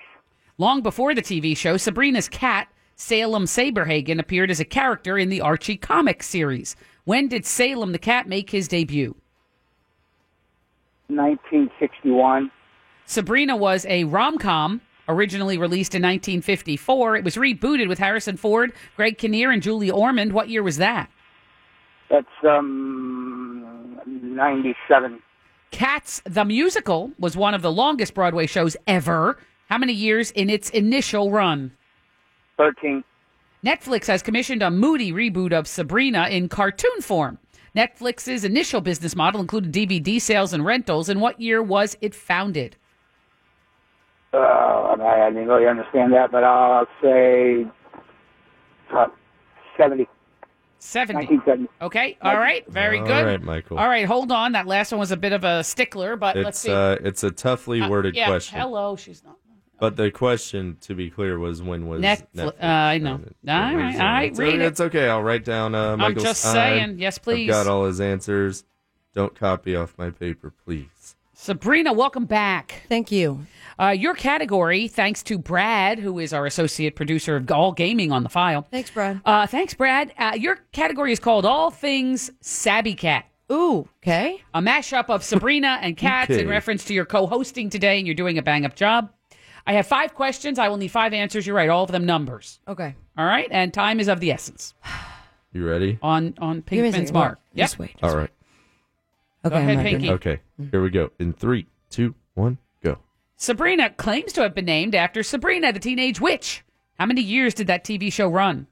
Long before the TV show, Sabrina's cat, Salem Saberhagen, appeared as a character in the Archie comic series. When did Salem the cat make his debut? 1961. Sabrina was a rom com originally released in 1954. It was rebooted with Harrison Ford, Greg Kinnear, and Julie Ormond. What year was that? That's um, 97. Cats the Musical was one of the longest Broadway shows ever. How many years in its initial run? 13. Netflix has commissioned a moody reboot of Sabrina in cartoon form. Netflix's initial business model included DVD sales and rentals. In what year was it founded? Uh, I, I didn't really understand that, but I'll say uh, 70. 70. 1970. Okay. All right. Very All good. right, Michael. All right. Hold on. That last one was a bit of a stickler, but let's It's see. uh, it's a toughly Uh, worded yeah, question. Hello. She's not. But the question, to be clear, was when was Netflix. Netflix? Uh, I know. All right. All right. It's, Read it. it's okay. I'll write down. Uh, Michael's just time. saying. Yes, please. I've got all his answers. Don't copy off my paper, please. Sabrina, welcome back. Thank you. Uh, your category, thanks to Brad, who is our associate producer of All Gaming on the File. Thanks, Brad. Uh, thanks, Brad. Uh, your category is called All Things Sabby Cat. Ooh, okay. A mashup of Sabrina and Cats Okay. in reference to your co hosting today, and you're doing a bang up job. I have five questions. I will need five answers. You're right, all of them numbers. Okay. All right, and time is of the essence. You ready? On on Give me a Pinkman's second. mark. Wait, just wait, all right. Okay, ahead, I'm ready. Pinky. Okay. Mm. Here we go. In three, two, one, go. Sabrina claims to have been named after Sabrina, the teenage witch. How many years did that TV show run?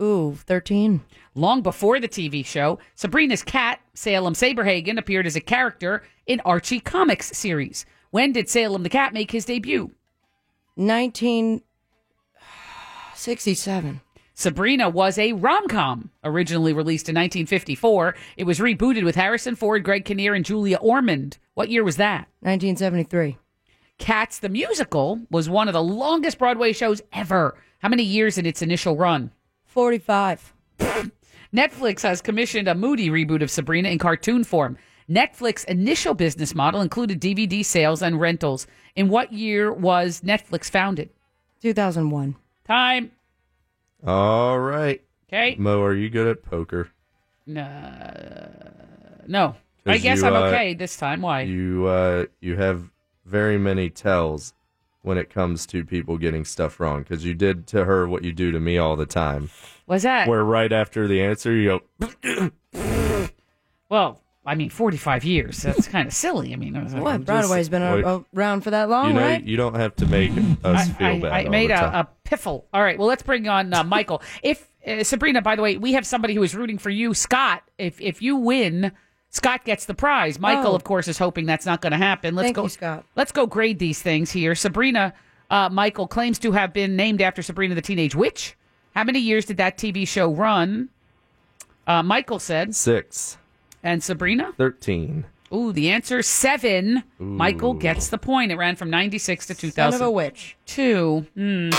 Ooh, 13. Long before the TV show, Sabrina's cat, Salem Saberhagen, appeared as a character in Archie Comics series. When did Salem the cat make his debut? 1967. Sabrina was a rom com, originally released in 1954. It was rebooted with Harrison Ford, Greg Kinnear, and Julia Ormond. What year was that? 1973. Cats the Musical was one of the longest Broadway shows ever. How many years in its initial run? 45. Netflix has commissioned a moody reboot of Sabrina in cartoon form. Netflix's initial business model included DVD sales and rentals. In what year was Netflix founded? 2001. Time. All right. Okay. Mo, are you good at poker? No. No. 'Cause I guess you, I'm uh, okay this time. Why? You uh, you have very many tells when it comes to people getting stuff wrong because you did to her what you do to me all the time. Was that? Where right after the answer you go, Well, I mean, 45 years. That's kind of silly. I mean, it was- What? I'm just- Broadway's been a- Wait. around for that long, you know right? you don't have to make us feel Oh, I, bad. I all made the a, time. a piffle. All right. Well, let's bring on uh, Michael. If uh, Sabrina, by the way, we have somebody who is rooting for you, Scott. If if you win, Scott gets the prize. Michael, Oh. of course, is hoping that's not going to happen. Let's Thank go, you, Scott. Let's go grade these things here. Sabrina, uh, Michael claims to have been named after Sabrina the Teenage Witch. How many years did that TV show run? Uh, Michael said six, and Sabrina. thirteen. Ooh, the answer seven. Michael Ooh. gets the point. It ran from ninety six to two Son thousand. of a witch. Two. Hmm.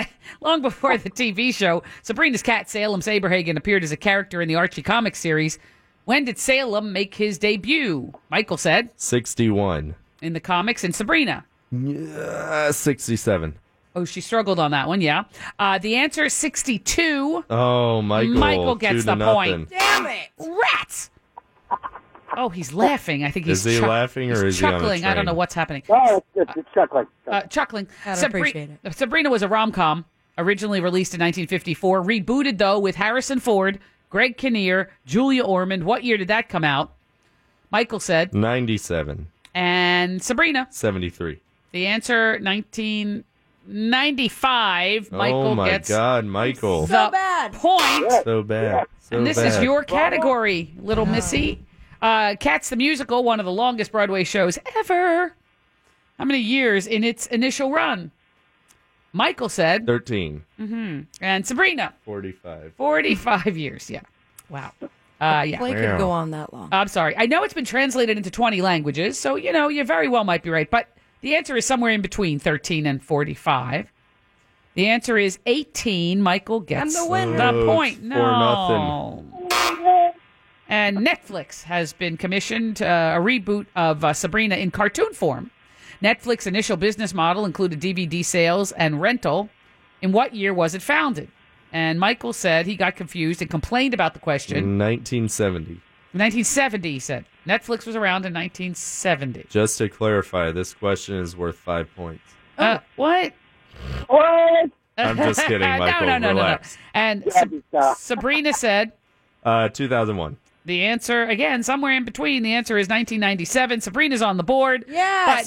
Long before the TV show, Sabrina's cat Salem Saberhagen appeared as a character in the Archie comic series. When did Salem make his debut? Michael said 61. in the comics and Sabrina. Yeah, 67. Oh, she struggled on that one. Yeah. Uh, the answer is 62. Oh, Michael. two gets to the nothing. point. Damn it. Rats. Oh, he's laughing. I think he's Is he chuck- laughing or he's is he on a chuckling. I train? don't know what's happening. Oh, it's, it's, it's chuckling. uh, chuckling. I'd Sabri- appreciate Sabrina was a rom com, originally released in 1954, rebooted though with Harrison Ford, Greg Kinnear, Julia Ormond. What year did that come out? Michael said, 97. and Sabrina. 73. The answer 1995. Michael oh, my gets God, Michael. the point. So bad. So and this is bad. your category, Little Missy. Uh, Cats the Musical, one of the longest Broadway shows ever. How many years in its initial run? Michael said, 13. hmm and Sabrina, 45. 45 years. Yeah. Wow. Uh, yeah. Play could go on that long. I'm sorry. I know it's been translated into 20 languages, so, you know, you very well might be right, but the answer is somewhere in between 13 and 45. The answer is 18. Michael gets I'm the winner. the Oh, it's point. four No. nothing. And Netflix has been commissioned uh, a reboot of uh, Sabrina in cartoon form. Netflix's initial business model included DVD sales and rental. In what year was it Mm. founded? And Michael said he got confused and complained about the question. 1970. 1970, he said. Netflix was around in 1970. Just to clarify, this question is worth five points. Uh, what? What? I'm just kidding, Michael. no, no, no, no, no. Relax. And Sa- Sabrina said Uh, 2001. the answer, again, somewhere in between, the answer is 1997. Sabrina's on the board. Yes.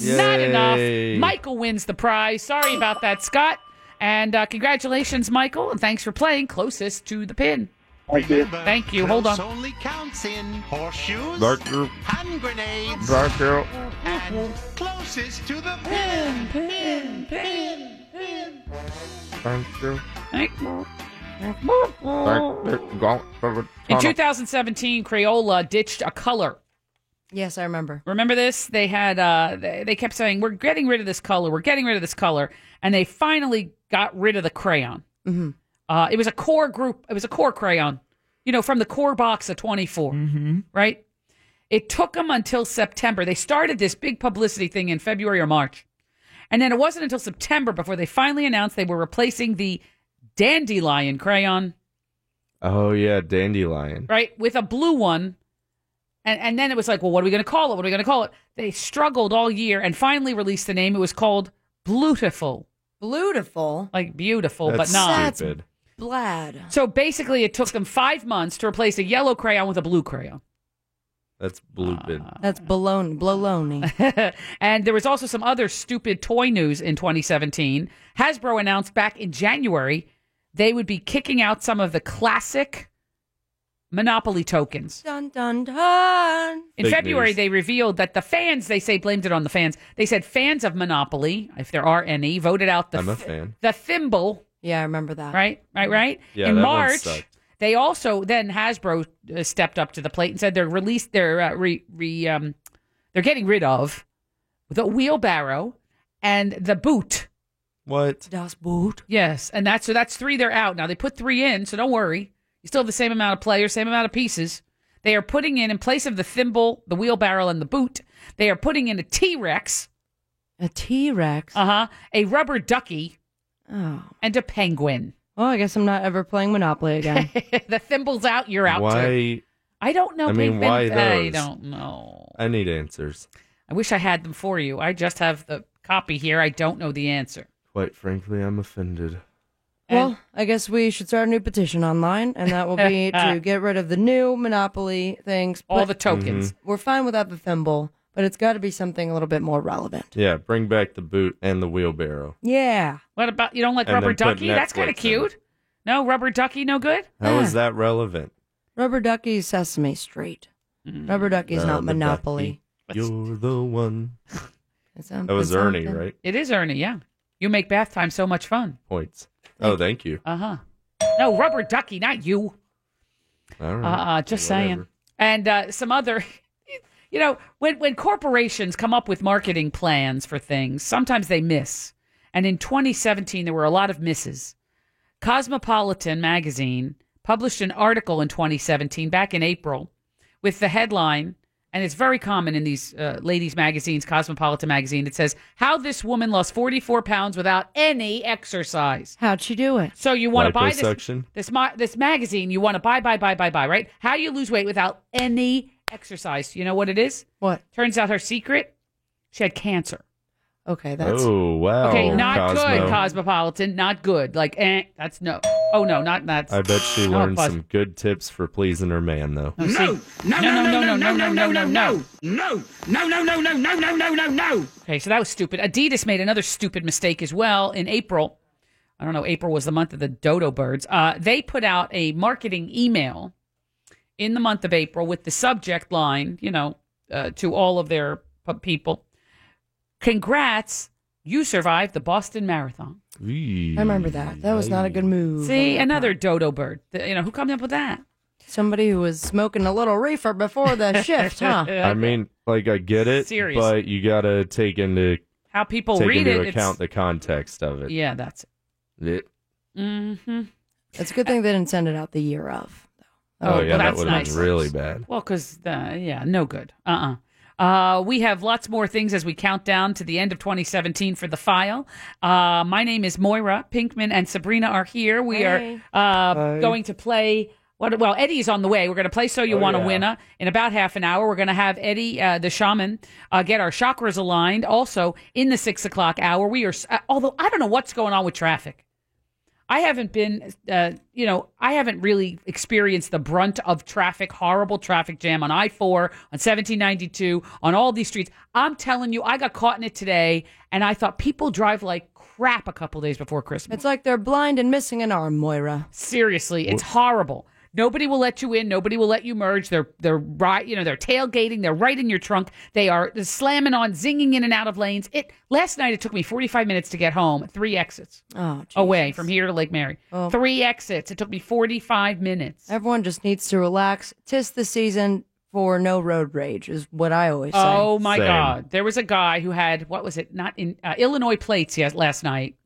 But not Yay. enough. Michael wins the prize. Sorry about that, Scott. And uh, congratulations, Michael. And thanks for playing closest to the pin. Thank you. Thank you. Hold Close on. only counts in horseshoes, Dark group. hand grenades, Dark group. and closest to the pin. Pin, pin, pin. In 2017, Crayola ditched a color. Yes, I remember. Remember this? They had uh, they, they kept saying, "We're getting rid of this color. We're getting rid of this color," and they finally got rid of the crayon. Mm-hmm. Uh, it was a core group. It was a core crayon, you know, from the core box of 24, right? It took them until September. They started this big publicity thing in February or March. And then it wasn't until September before they finally announced they were replacing the dandelion crayon, Oh, yeah, Dandelion. right, with a blue one. And, and then it was like, well, what are we going to call it? What are we going to call it? They struggled all year and finally released the name. It was called Blutiful. Beautiful. Like beautiful, That's but not. stupid. Blad. So basically, it took them five months to replace a yellow crayon with a blue crayon. That's Ah. blooping. That's baloney. Baloney. and there was also some other stupid toy news in 2017. Hasbro announced back in January they would be kicking out some of the classic Monopoly tokens. dun dun dun. In February, they revealed that the fans, they say, blamed it on the fans. They said fans of Monopoly, if there are any, voted out the I'm a thi- fan. the thimble. Yeah, I remember that. Mm-hmm. Right, right, right. Yeah, In that one March, sucked. they also then Hasbro uh, stepped up to the plate and said they're released. They're uh, re, re um, they're getting rid of the wheelbarrow and the boot. What? Das Boot. Yes, and that's so that's three. They're out now. They put three in, so don't worry. You still have the same amount of players, same amount of pieces. They are putting in in place of the thimble, the wheelbarrow, and the boot. They are putting in a T Rex, A T Rex. uh huh, a rubber ducky, Oh. and a penguin. Well, I guess I'm not ever playing Monopoly again. the thimble's out. You're out. Too. Why? I don't know. I mean, Big Ben. why I those? don't know. I need answers. I wish I had them for you. I just have the copy here. I don't know the answer. Quite frankly, I'm offended. well, I guess we should start a new petition online, and that will be to get rid of the new Monopoly things. All but the tokens. Mhm. We're fine without the thimble, but it's got to be something a little bit more relevant. Yeah, bring back the boot and the wheelbarrow. Yeah. What about you? Don't like And rubber then put ducky? That's kind of Netflix in. cute. No rubber ducky, no good. How is Ah. that relevant? Rubber Ducky, Sesame Street. Mm. Rubber Ducky's not Rubber Monopoly. ducky, Uh, You're the one. That That was Ernie, right? It is Ernie. Yeah, you make bath time so much fun. Points. Oh, thank you. Uh huh. No rubber ducky, not you. All Uh, right. uh just Hmm. Whatever. saying. And uh, some other, you know, when when corporations come up with marketing plans for things, sometimes they miss. And in 2017, there were a lot of misses. Cosmopolitan magazine published an article in 2017, back in April, with the headline, and it's very common in these uh, ladies' magazines, Cosmopolitan magazine. It says, "How this woman lost 44 pounds without any exercise." How'd she do it? So you want to buy this Liposuction? this ma- this magazine? You want to buy buy buy buy buy right? How you lose weight without any exercise? You know what it is? What? Turns out her secret: she had cancer. Okay, that's. Oh, wow. okay, not Cosmo. good, Cosmopolitan. Not good. Like, eh, that's no. Oh no, not that's. I bet she Oh, learned pause. some good tips for pleasing her man, though. No, no, no, no, no, no, no, no, no, no, no, no, no, no, no, no, no, no, no, no. Okay, so that was stupid. Adidas made another stupid mistake as well in April. I don't know, April was the month of the dodo birds. Uh, they put out a marketing email in the month of April with the subject line, you know, uh, to all of their p- people Congrats, you survived the Boston Marathon. I remember that. That was not a good move. See, another dodo bird. Th- You know, who comes up with that? Somebody who was smoking a little reefer before the shift, huh? I mean, like, I get it, Serious. but you got to take into, How people take read into it. account the context of it's, it. yeah, that's Lit. it. Mm-hmm. It's a good thing they didn't send it out the year of. Oh, yeah, well, that that's would have nice. been really bad. Well, because, uh, yeah, no good. Uh uh We have lots more things as we count down to the end of 2017 for the file. Uh, my name is Moira Pinkman, and Sabrina are here. We Hey. are uh, Hi. going to play What, well, Eddie's on the way. We're going to play So You Oh, Want to yeah. Win Winna in about half an hour. We're going to have Eddie, uh, the shaman, uh, get our chakras aligned. Also, in the six o'clock hour, we are, s- uh, although I don't know what's going on with traffic. I haven't been, uh, you know, I haven't really experienced the brunt of traffic, horrible traffic jam on I 4, on 1792, on all these streets. I'm telling you, I got caught in it today, and I thought people drive like crap a couple days before Christmas. It's like they're blind and missing an arm, Moira. Seriously, it's horrible. Nobody will let you in. Nobody will let you merge. They're they're right. You know they're tailgating. They're right in your trunk. They are slamming on, zinging in and out of lanes. It last night it took me forty five minutes to get home. Three exits Oh, away from here to Lake Mary. Three exits. It took me forty five minutes. Everyone just needs to relax. Tis the season for no road rage, is what I always say. Oh my God! There was a guy who had what was it? Not in uh, Illinois plates yes, last night.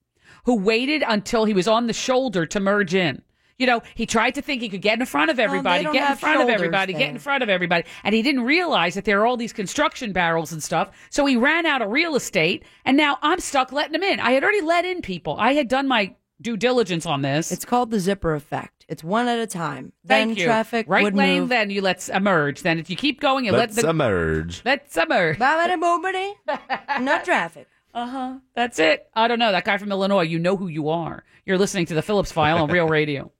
Who waited until he was on the shoulder to merge in? You know, he tried to think he could get in Oh, front of everybody, don't get in have front of shoulders everybody, get in there. front of everybody, and he didn't realize that there are all these construction barrels and stuff. So he ran out of real estate, and now I'm stuck letting them in. I had already let in people. I had done my due diligence on this. It's called the zipper effect. It's one at a time. Thank then you. traffic right would lane. move. Then you let's emerge. Then if you keep going, you Let's let the emerge. That summer. No traffic. Uh huh. That's it. I don't know. That guy from Illinois, you know who you are. You're listening to the Phillips File on Real Radio.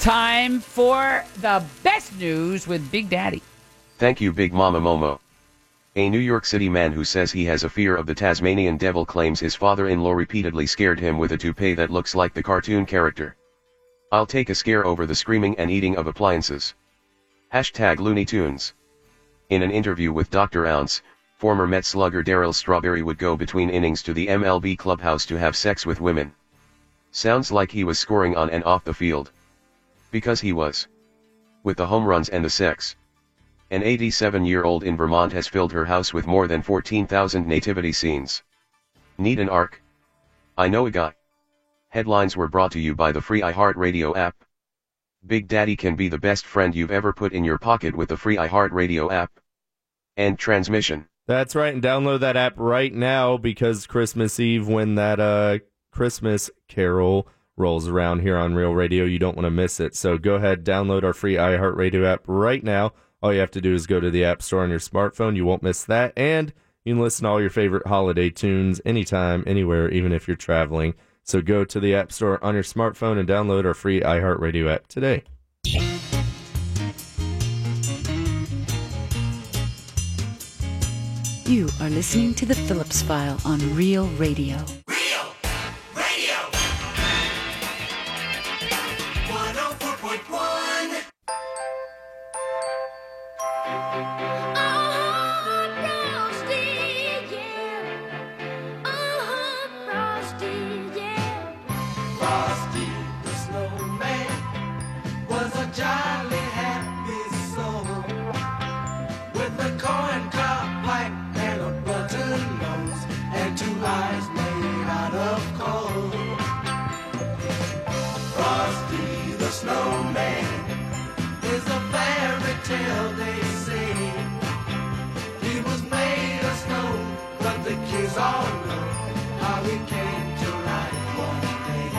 Time for the best news with Big Daddy. Thank you, Big Mama Momo. A New York City man who says he has a fear of the Tasmanian devil claims his father in law repeatedly scared him with a toupee that looks like the cartoon character. I'll take a scare over the screaming and eating of appliances. Hashtag Looney Tunes. In an interview with Dr. Ounce, former Met slugger Daryl Strawberry would go between innings to the MLB clubhouse to have sex with women. Sounds like he was scoring on and off the field. Because he was. With the home runs and the sex. An 87 year old in Vermont has filled her house with more than 14,000 nativity scenes. Need an arc? I know a guy. Headlines were brought to you by the free iHeartRadio app. Big Daddy can be the best friend you've ever put in your pocket with the free iHeartRadio app. End transmission. That's right, and download that app right now because Christmas Eve, when that uh, Christmas carol rolls around here on Real Radio, you don't want to miss it. So go ahead, download our free iHeartRadio app right now. All you have to do is go to the App Store on your smartphone. You won't miss that. And you can listen to all your favorite holiday tunes anytime, anywhere, even if you're traveling. So go to the App Store on your smartphone and download our free iHeartRadio app today. You are listening to The Phillips File on Real Radio. was a jolly happy soul with a corn cob pipe and a button nose and two eyes made out of coal. Frosty the snowman is a fairy tale they say. He was made of snow, but the kids all know how he came to life one day.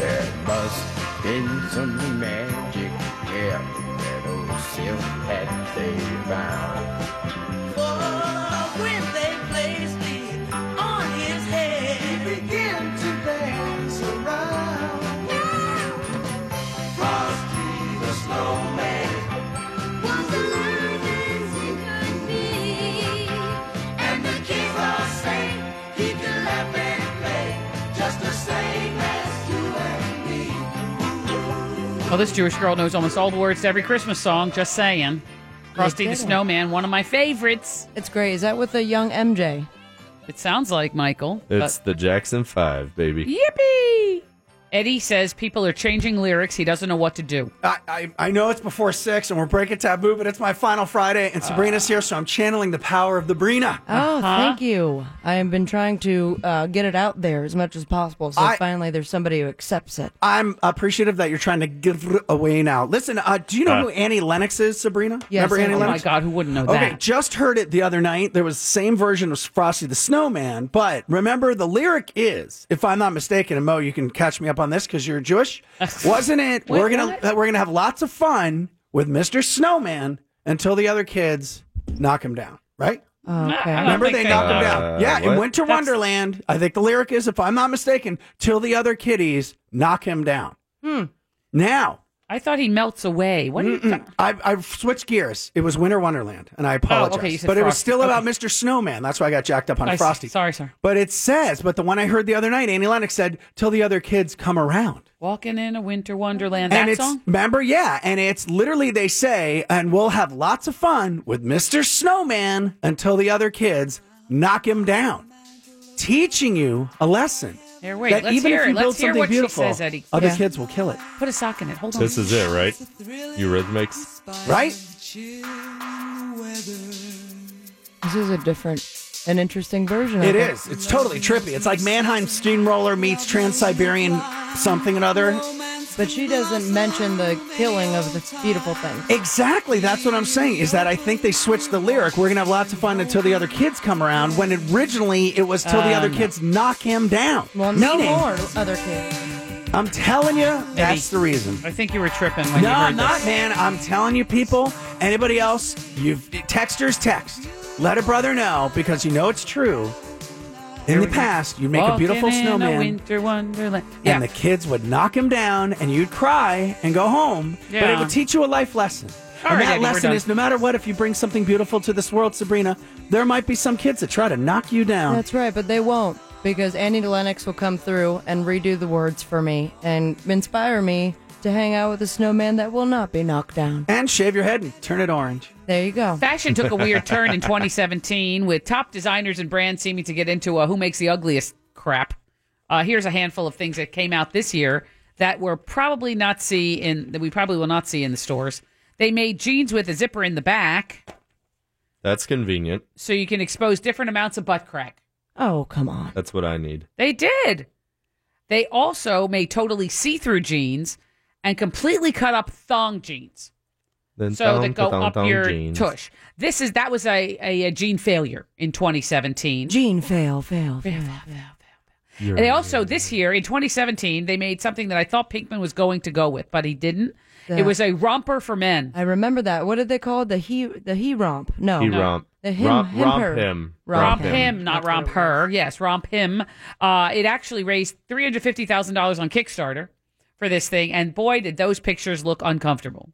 There must have been some magic hair in that old silk hat they found. For when they placed it on his head, he began to dance around. Frosty the snowman was alive as he could be, and the kids all say he could laugh and play just the same as you and me. Well, this Jewish girl knows almost all the words to every Christmas song, just saying. Frosty the kidding. Snowman, one of my favorites. It's great. Is that with the young MJ? It sounds like Michael. but- It's the Jackson 5, baby. Yippee! Eddie says people are changing lyrics. He doesn't know what to do. I, I, I know it's before six and we're breaking taboo, but it's my final Friday and Sabrina's here, so I'm channeling the power of the Brina. Oh, Uh-huh. thank you. I have been trying to uh, get it out there as much as possible, so I- finally there's somebody who accepts it. I'm appreciative that you're trying to give it away now. Listen, uh, do you know Uh. who Annie Lennox is, Sabrina? Yes, Remember Annie oh Lennox? my God, who wouldn't know Okay, that? just heard it the other night. There was the same version of Frosty the Snowman, but remember the lyric is, if I'm not mistaken, and Mo, you can catch me up on this because you're Jewish, wasn't it? Wait, we're gonna what? we're gonna have lots of fun with Mr. Snowman until the other kids knock him down, right? Oh, Okay. Remember they knock him Uh, down. Yeah, in what? Winter That's- Wonderland, I think the lyric is, if I'm not mistaken, till the other kiddies knock him down. Hmm. Now, I thought he melts away. What? Are you Mm-mm. I've, I've switched gears. It was Winter Wonderland, and I apologize. Oh, okay, you said but it was Frosty. still about Mr. Snowman. That's why I got jacked up on I see. Frosty. Sorry, sorry. But it says, but the one I heard the other night, Annie Lennox said, "Till the other kids come around." Walking in a winter wonderland. That and it's song. remember, yeah, and it's literally they say, and we'll have lots of fun with Mr. Snowman until the other kids knock him down, teaching you a lesson. Here, wait. that let's even hear if it. you build Let's hear something what beautiful, she says, Eddie. other Yeah. kids will kill it. Put a sock in it. Hold on. This is it, right? Eurythmics. Right? This is a different, an interesting version. It of is. It's totally trippy. It's like Mannheim Steamroller meets Trans Siberian something and other. But she doesn't mention the killing of the beautiful thing. Exactly. That's what I'm saying. Is that I think they switched the lyric. We're gonna have lots of fun until the other kids come around. When originally it was till the Uh, other no. kids knock him down. Well, no Meaning, more other kids. I'm telling you, that's Eddie, the reason. I think you were tripping when No, you heard I'm not, this. man. I'm telling you, people. Anybody else? You've texters text. Let a brother know because you know it's true. In the past, you make a Walking beautiful in snowman. winter wonderland. Yeah. and the kids would knock him down and you'd cry and go home but it Yeah. would teach you a life lesson All and right, that Eddie, we're lesson done. is no matter what if you bring something beautiful to this world sabrina there might be some kids that try to knock you down That's right, but they won't because Annie Lennox will come through and redo the words for me and inspire me to hang out with a snowman that will not be knocked down. and shave your head and turn it orange There you go. Fashion took a weird turn in 2017 with top designers and brands seeming to get into a who makes the ugliest crap. Uh, here's a handful of things that came out this year that we're probably not see in that we probably will not see in the stores. They made jeans with a zipper in the back That's convenient. so you can expose different amounts of butt crack. Oh, come on. That's what I need. They did. They also made totally see-through jeans and completely cut up thong jeans. Then so that thong, go thong, up thong your jeans. tush. This is that was a, a, a gene failure in 2017. Gene fail, fail, fail, fail. And they also this year in 2017 they made something that I thought Pinkman was going to go with, but he didn't. The- It was a romper for men. I remember that. What did they call it? The he the he romp? No, He No. romp. The him Romp- him romp her. him. Romp him, not romp her. Yes, romp him. Uh, it actually raised three hundred fifty thousand dollars on Kickstarter for this thing, and boy, did those pictures look uncomfortable.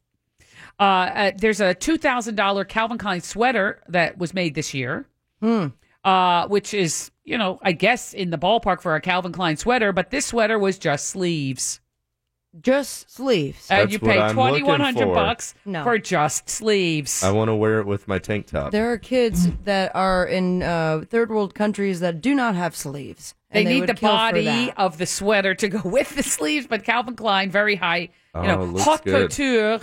Uh, uh, there's a two thousand dollar Calvin Klein sweater that was made this year, Hmm. uh, which is you know I guess in the ballpark for a Calvin Klein sweater, but this sweater was just sleeves. Just sleeves. And That's you what pay I'm twenty looking one hundred for. Uh, bucks No. for just sleeves. I want to wear it with my tank top. There are Hmm. kids that are in uh, third world countries that do not have sleeves. They, and need would the kill for body that. of the sweater to go with the sleeves, but Calvin Klein, very high, you Oh, know, looks haute good. couture,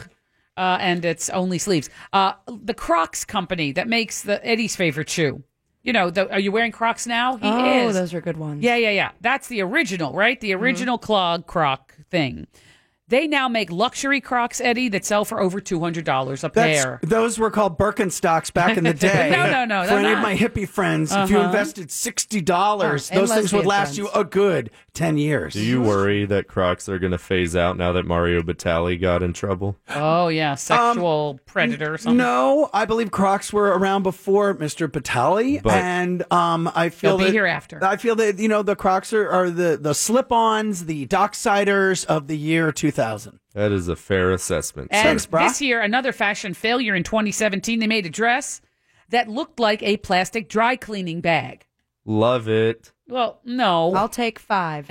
uh, and it's only sleeves. Uh, the Crocs company that makes the Eddie's favorite shoe. You know, the, are you wearing Crocs now? He oh, is. those are good ones. Yeah, yeah, yeah. That's the original, right? Mm-hmm. The original clog croc thing. They now make luxury Crocs, Eddie, that sell for over two hundred dollars a pair. those were called Birkenstocks back in the day. No, no, no, For they're any of not. my hippie friends, if you Uh-huh. invested sixty dollars, Oh, and those things lesbian would last friends. you a good ten years. Do you worry that Crocs are going to phase out now that Mario Batali got in trouble? Oh yeah, sexual predator or something. Um, No, I believe Crocs were around before Mr. Batali, But- and um, I They'll feel be that, here after. I feel that you know the Crocs are, are the the slip-ons, the docksiders of the year 2000. That is a fair assessment. sir. And this year, another fashion failure in 2017. They made a dress that looked like a plastic dry cleaning bag. Love it. Well, no. I'll take five.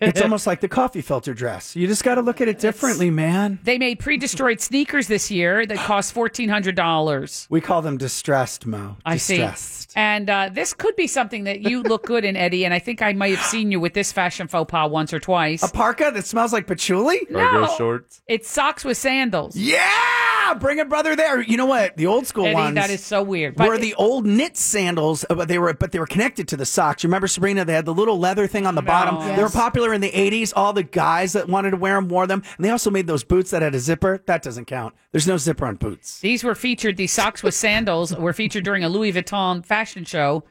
It's almost like the coffee filter dress. You just got to look at it differently, man. They made pre-destroyed sneakers this year that cost fourteen hundred dollars. We call them distressed, Mo. I see. Distressed. And uh, this could be something that you look good in, Eddie. And I think I might have seen you with this fashion faux pas once or twice. A parka that smells like patchouli. Cargo No. shorts. It's socks with sandals. Yeah, bring a brother there. You know what? The old school Eddie, ones. that is so weird. were the old knit sandals, uh, but they were but they were connected to the socks. You remember Sabrina? They had the little leather thing on the bottom. No. They were Yes. popular in the '80s. All the guys that wanted to wear them wore them, and they also made those boots that had a zipper. That doesn't count. There's no zipper on boots. These were featured. These socks with sandals were featured during a Louis Vuitton fashion show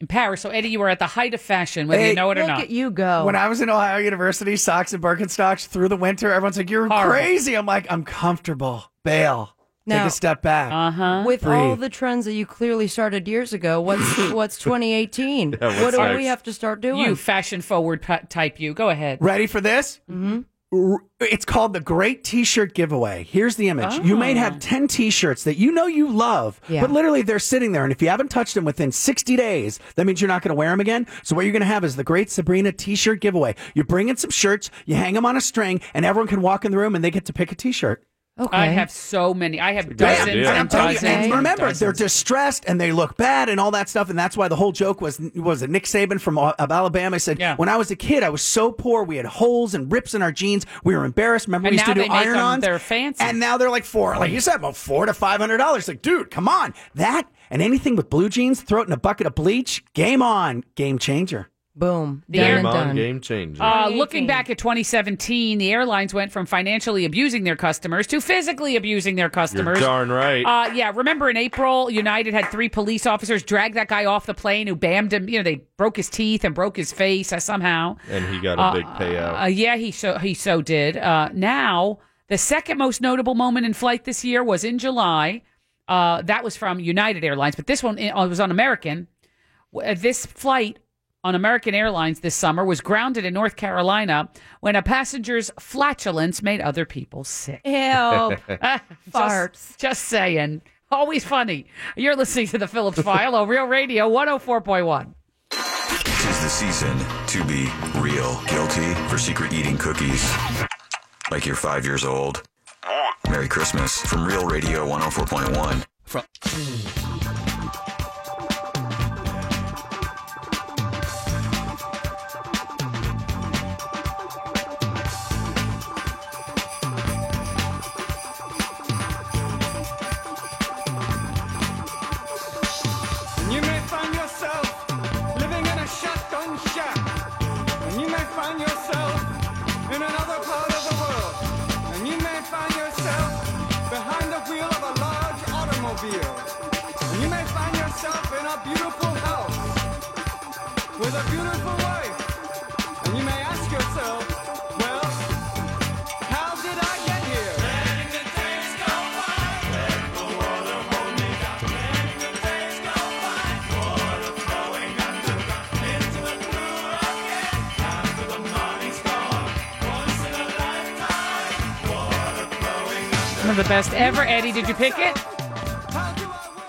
in Paris. So, Eddie, you were at the height of fashion, whether Hey, you know it or look not. at you go. When I was in Ohio University, socks and Birkenstocks through the winter, everyone's like, "You're Horrible. crazy." I'm like, "I'm comfortable." Bail. Now- Take a step back. Uh huh. With all the trends that you clearly started years ago, what's what's 2018? Yeah, what's what do next? we have to start doing? You fashion forward pa- type, you. Go ahead. Ready for this? Mm-hmm. It's called the Great T-Shirt Giveaway. Here's the image. You may have 10 T-shirts that you know you love, Yeah. but literally they're sitting there, and if you haven't touched them within 60 days, that means you're not going to wear them again. So what you're going to have is the Great Sabrina T-Shirt Giveaway. You bring in some shirts, you hang them on a string, and everyone can walk in the room and they get to pick a T-shirt. I have so many. I have Bam. dozens And I'm and telling you, dozens. and and remember, dozens. they're distressed and they look bad and all that stuff. And that's why the whole joke was was it Nick Saban from uh, of Alabama said, "When I was a kid, I was so poor. We had holes and rips in our jeans. We were embarrassed. Remember, And we used now to do they make them- iron-ons. they're fancy. and now they're like four, like you said, about four to five hundred dollars. Like, dude, come on, that and anything with blue jeans, throw it in a bucket of bleach. Game on, game changer. Boom, Game on, game changer. Uh, looking back at 2017, the airlines went from financially abusing their customers to physically abusing their customers. darn right. Uh, yeah, remember in April, United had three police officers drag that guy off the plane who bammed him. You know, they broke his teeth and broke his face uh, somehow. and he got a uh, big payout. Uh, yeah, he so he so did. Uh, now the second most notable moment in flight this year was in July. Uh, that was from United Airlines, but this one uh, was on American. W- uh, This flight on American Airlines this summer was grounded in North Carolina when a passenger's flatulence made other people sick. Help. Just, just saying. Always funny. You're listening to the Phillips File on Real Radio 104.1. Tis the season to be real guilty for secret eating cookies. Like you're five years old. Merry Christmas from Real Radio 104.1. From And you may find yourself living in a shotgun shack. And you may find yourself in another part of the world. And you may find yourself behind the wheel of a large automobile. And you may find yourself in a beautiful house with a beautiful wife. And you may ask yourself, well, how did I get here? Letting the days go by. Let the water hold me down. Letting the days go by. Water flowing underground. Into the blue again. After the morning's gone. Once in a lifetime. Water flowing One of the best ever. Eddie, did you pick it?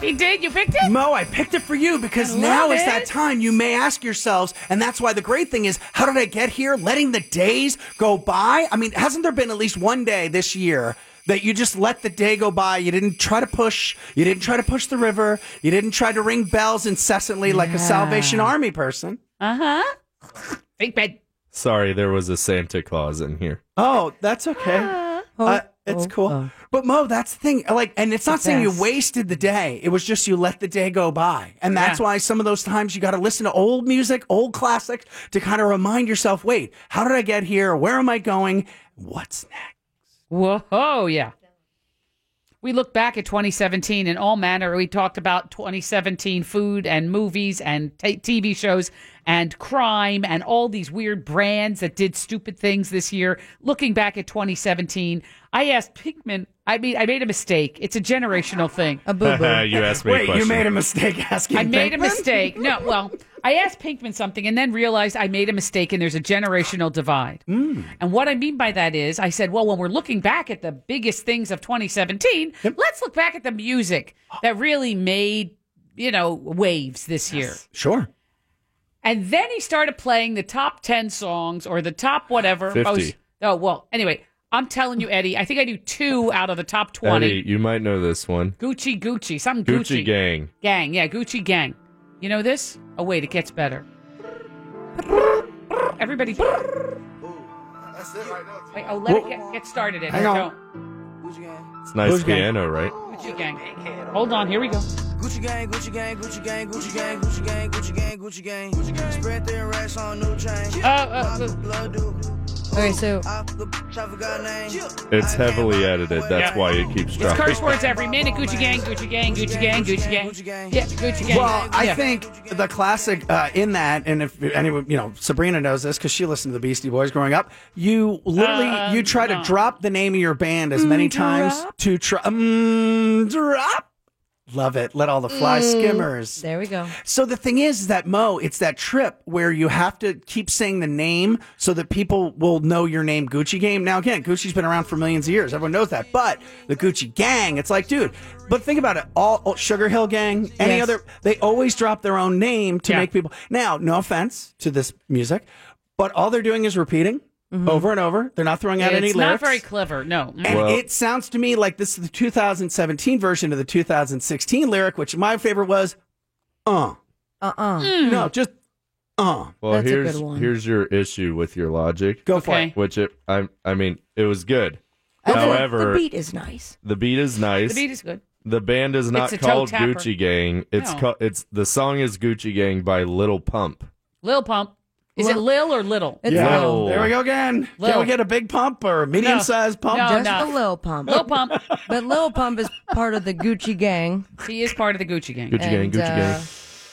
He did. You picked it? Mo, I picked it for you because I now love is that it. time you may ask yourselves, and that's why the great thing is, how did I get here? Letting the days go by. I mean, hasn't there been at least one day this year that you just let the day go by? You didn't try to push, you didn't try to push the river, you didn't try to ring bells incessantly like a Salvation Army person. Uh huh. Big bed. Sorry, there was a Santa Claus in here. Oh, that's okay. Ah. Uh, it's cool. But Mo, that's the thing. Like, and it's not Oh, the saying best. you wasted the day. It was just you let the day go by. And that's Yeah. why some of those times you got to listen to old music, old classics to kind of remind yourself, wait, how did I get here? Where am I going? What's next? Whoa, Oh, yeah. We look back at 2017 in all manner. We talked about 2017 food and movies and t- TV shows and crime and all these weird brands that did stupid things this year. Looking back at 2017, I asked Pinkman. I mean, I made a mistake. It's a generational thing. A you asked me a Wait, you question. made a mistake asking. I made a Pinkman? mistake. No, well, I asked Pinkman something and then realized I made a mistake and there's a generational divide. Hmm. And what I mean by that is I said, well, when we're looking back at the biggest things of 2017, let's look back at the music that really made, you know, waves this year. Sure. And then he started playing the top 10 songs or the top whatever. 50. oh, well, anyway, I'm telling you, Eddie, I think I do two out of the top 20. Eddie, you might know this one. Gucci, Gucci, some Gucci Gang. Gang, yeah, Gucci Gang. You know this? Oh, wait, it gets better. Everybody. That's it right now. Wait, oh, let it get, get started. It. Hang Here we on. It's nice Who's gang? piano, right? go. Gucci Gang. Hold on, here we go. Gucci gang, Gucci gang, Gucci gang, Gucci gang, Gucci gang, Gucci gang, Gucci gang. Spread their racks on new chain. Uh, uh, Blood do. uh, Okay, so It's heavily edited. That's Yeah. why it keeps It's dropping. curse words every minute. Gucci gang, Gucci gang, Gucci gang, Gucci gang. Yeah, Gucci gang. Well, I Yeah. think the classic uh, in that, and if anyone, you know, Sabrina knows this because she listened to the Beastie Boys growing up. You literally Uh, you try no. to drop the name of your band as many times to try. Mm, drop. Love it. Let all the fly Mm. skimmers. There we go. So the thing is that Mo, it's that trip where you have to keep saying the name so that people will know your name, Gucci Gang. Now again, Gucci's been around for millions of years. Everyone knows that. But the Gucci Gang, it's like, dude. But think about it. All, all Sugar Hill Gang, any Yes. other, they always drop their own name to make people. Now, no offense to this music, but all they're doing is repeating over and over. They're not throwing out any Mm-hmm. it's not lyrics. very clever. No. And it sounds to me like this is the 2017 version of the 2016 lyric, which my favorite was, uh. Hmm. Uh uh Uh-uh. No, just, uh. Well, here's here's your issue with your logic. Go for Okay. it. Which it, I I mean, it was good. Although However, Oh, the beat is nice. The beat is nice. The beat is good. The band is not It's a toe called tapper. Gucci Gang. It's No. ca- it's the song is Gucci Gang by Little Pump. Lil Pump. Is it Lil or Little? Yeah. Lil. There we go again. Can Lil. we get a big pump or a medium sized pump? just the Lil Pump. Lil Pump. but Lil Pump is part of the Gucci gang. He is part of the Gucci gang. Gucci gang, And, Gucci gang. uh,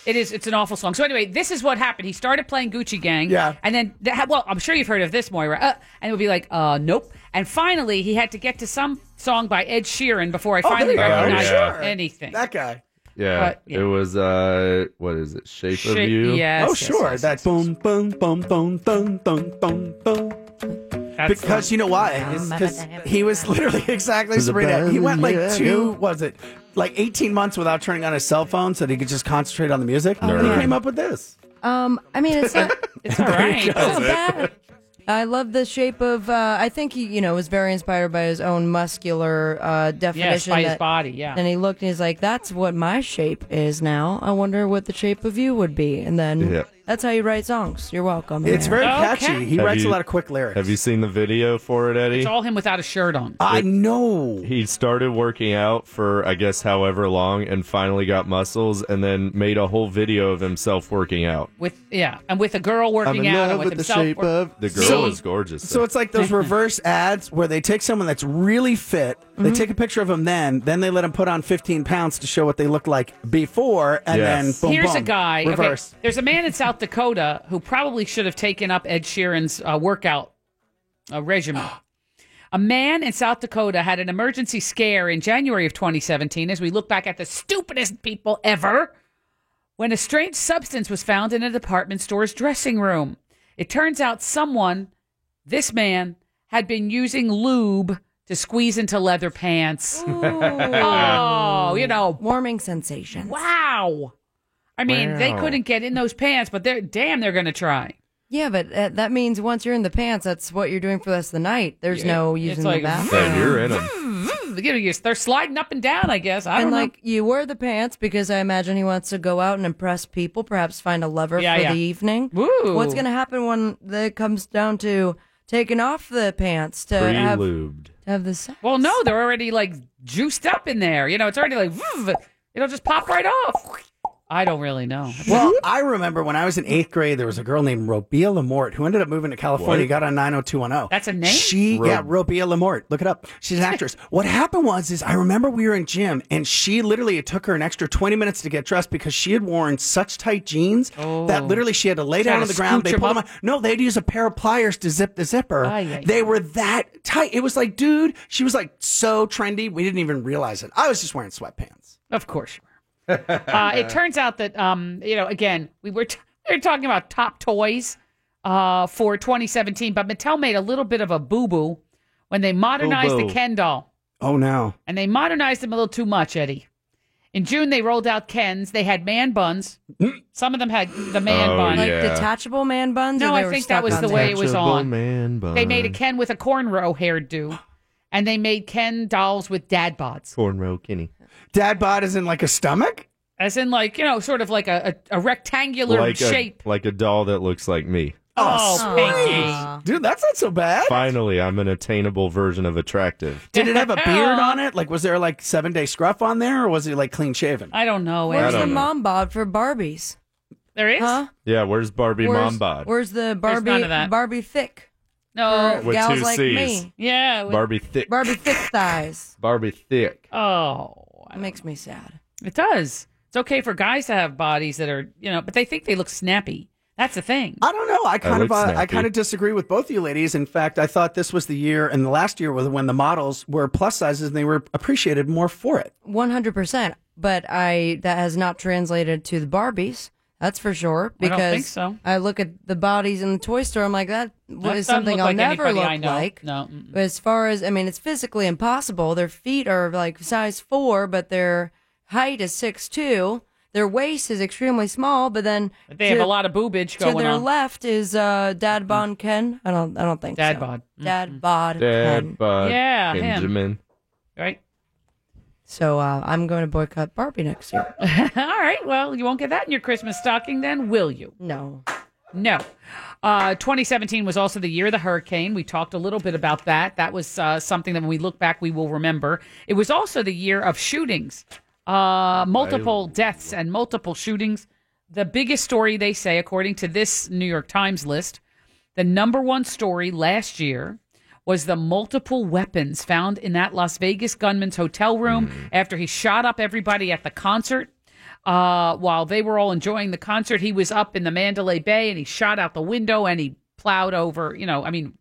It is. It's an awful song. So anyway, this is what happened. He started playing Gucci Gang. Yeah. And then, that, well, I'm sure you've heard of this, Moira. Uh, and it would be like, uh, nope. And finally, he had to get to some song by Ed Sheeran before I Oh, there finally you go. recognized Sure. anything. That guy. Oh, Yeah, But, it was uh, what is it? Shape, of Shape- You. yes, oh, sure. that boom, boom, boom, boom, boom, boom, boom, boom. because you know why? Because he was literally exactly Cause the Sabrina. He went like band- two, was it, like 18 months without turning on his cell phone so that he could just concentrate on the music. And he Nerd. came up with this. Um, I mean, it's not. It's all right. I love the shape of. Uh, I think he, you know, was very inspired by his own muscular uh, definition. by his that- body, yeah. And he looked and he's like, "That's what my shape is now. I wonder what the shape of you would be." And then Yeah. that's how you write songs. You're welcome. It's Aaron. very catchy. He Have writes you- a lot of quick lyrics. Have you seen the video for it, Eddie? It's all him without a shirt on. I know. He started working out for I guess however long, and finally got muscles, and then made a whole video of himself working out. With yeah, and with a girl working in out and love with with the himself. shape work- of- The girl See? is gorgeous. So it's like those reverse ads where they take someone that's really fit, Mm-hmm. they take a picture of him then, then they let him put on 15 pounds to show what they look like before, and Yes. then boom, Here's boom, a guy. okay, Reverse. there's a man in South Dakota who probably should have taken up Ed Sheeran's uh, workout uh, regimen. A man in South Dakota had an emergency scare in January of 2017 as we look back at the stupidest people ever when a strange substance was found in a department store's dressing room. It turns out someone, this man, had been using lube to squeeze into leather pants. oh, you know, warming sensations. Wow. I mean, they Wow. couldn't get in those pants, but they're damn, they're going to try. Yeah, but uh, that means once you're in the pants, that's what you're doing for the rest of the night. There's no It's using like, the bathroom. And you're in them. You know, you're- They're sliding up and down, I guess. I and don't know. like you wear the pants because I imagine he wants to go out and impress people, perhaps find a lover Yeah, for yeah. the evening. Ooh. What's going to happen when it comes down to taking off the pants to have, to Pre-lubed. have the sex? Well, no, they're already like juiced up in there. You know, it's already like, vroom, it'll just pop right off. I don't really know. Well, I remember when I was in eighth grade, there was a girl named Robia Lamort who ended up moving to California, What? got on 90210. That's a name? She, Ro- yeah, Robia Lamort. Look it up. She's an actress. what happened was, is I remember we were in gym and she literally, it took her an extra 20 minutes to get dressed because she had worn such tight jeans Oh. that literally she had to lay She down had on to the ground. They scooch 'em pulled them up. out. No, they'd use a pair of pliers to zip the zipper. Ay, ay, they were that tight. It was like, dude, she was like so trendy. We didn't even realize it. I was just wearing sweatpants. Of course. uh, it turns out that um, you know, again, we were t- we were talking about top toys uh, for 2017, but Mattel made a little bit of a boo boo when they modernized Boo-boo. the Ken doll, Oh, no. and they modernized them a little too much, Eddie. In June, they rolled out Kens. They had man buns. Some of them had the man Oh, bun, Like yeah. detachable man buns? No, or they I were think that stuck was on the there? way it was Detachable on. man bun. They made a Ken with a cornrow hairdo, and they made Ken dolls with dad bods. Cornrow Kenny. Dad bod is in like a stomach? As in, like, you know, sort of like a, a, a rectangular like shape. A, like a doll that looks like me. Oh, Pinky. Uh-huh. Dude, that's not so bad. Finally, I'm an attainable version of attractive. Did it have a beard on it? Like, was there like seven day scruff on there, or was it like clean shaven? I don't know. Where's I the don't know. mom bod for Barbies? There is? Huh? Yeah, where's Barbie where's, Mom Bod? Where's the none Barbie of that. Barbie thick? No, For With gals two like Cs. me. Yeah, with- Barbie thick. Barbie thick thighs. Barbie thick. Oh, it makes me sad. It does. It's okay for guys to have bodies that are, you know, but they think they look snappy. That's the thing. I don't know. I kind of look uh, I snappy. kind of disagree with both of you ladies. In fact, I thought this was the year and the last year was when the models were plus sizes and they were appreciated more for it. One hundred percent. But I that has not translated to the Barbies. That's for sure. I don't Because think so. I look at the bodies in the toy store. I'm like that That is doesn't something look I'll like never anybody look I know. like. No. mm-mm. But as far as I mean, it's physically impossible. Their feet are like size four, but their height is six two. Their waist is extremely small, but then But they have a lot of boobage To going their on. left is uh, Dad Bon Ken. I don't. I don't think Dad so. bod. Mm-hmm. Dad bod. Ken. Dad bod Yeah, him. Benjamin. Right. So uh, I'm going to boycott Barbie next year. All right. Well, you won't get that in your Christmas stocking then, will you? No. No. Uh, 2017 was also the year of the hurricane. We talked a little bit about that. That was uh, something that when we look back, we will remember. It was also the year of shootings, uh, multiple deaths and multiple shootings. The biggest story, they say, according to this New York Times list, the number one story last year was the multiple weapons found in that Las Vegas gunman's hotel room after he shot up everybody at the concert. Uh, while they were all enjoying the concert, he was up in the Mandalay Bay and he shot out the window and he plowed over, you know, I mean,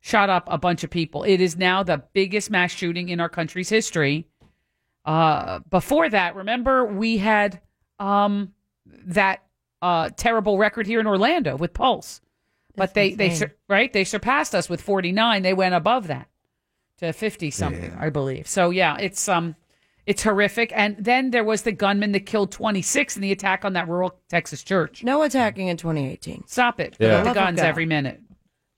shot up a bunch of people. It is now the biggest mass shooting in our country's history. Uh, before that, remember we had um, that uh, terrible record here in Orlando with Pulse, but they they insane. sur- right they surpassed us with forty nine. They went above that to fifty something, I believe. So yeah, it's um. It's horrific. And then there was the gunman that killed 26 in the attack on that rural Texas church. No attacking in 2018. Stop it. Yeah. Put Love the of guns God. every minute.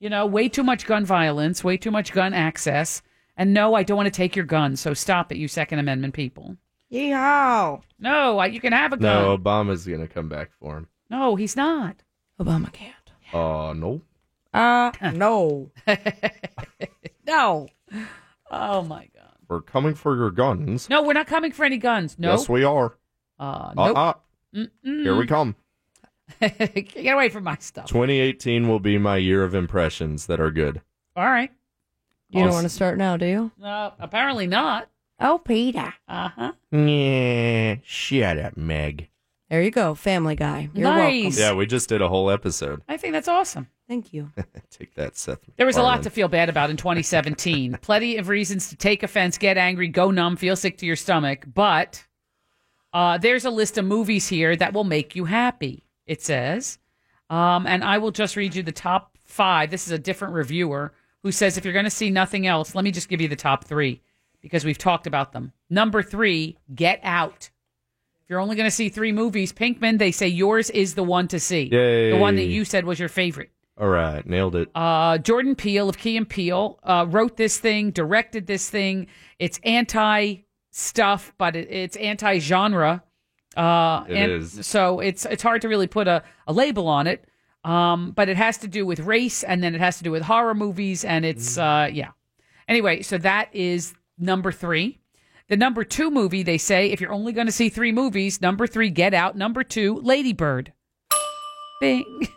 You know, way too much gun violence, way too much gun access. And no, I don't want to take your gun. So stop it, you Second Amendment people. Yeehaw! No, I, you can have a gun. No, Obama's gonna come back for him. No, he's not. Obama can't. Oh no. Uh, no. no. Oh my god. We're coming for your guns. No, we're not coming for any guns. No. Yes, we are. Uh, nope. Hmm. Uh-uh. Mm-mm. Here we come. Get away from my stuff. 2018 will be my year of impressions that are good. All right. You Awesome. don't want to start now, do you? No, apparently not. Oh, Peter. Uh huh. Yeah, shut up, Meg. There you go, Family Guy. You're welcome. Yeah, we just did a whole episode. I think that's awesome. Thank you. Take that, Seth. There was a lot MacFarlane. to feel bad about in 2017. Plenty of reasons to take offense, get angry, go numb, feel sick to your stomach. But uh, there's a list of movies here that will make you happy, it says. Um, and I will just read you the top five. This is a different reviewer who says if you're going to see nothing else, let me just give you the top three because we've talked about them. Number three, Get Out. If you're only going to see three movies, Pinkman, they say yours is the one to see. The one that Yay. you said was your favorite. All right, nailed it. Uh, Jordan Peele of Key and Peele uh, wrote this thing, directed this thing. It's anti stuff, but it, it's anti genre. Uh, It and is. So it's it's hard to really put a, a label on it. Um, but it has to do with race, and then it has to do with horror movies, and Mm. it's uh, yeah. Anyway, so that is number three. The number two movie they say if you're only going to see three movies, number three Get Out, number two Lady Bird. Bing.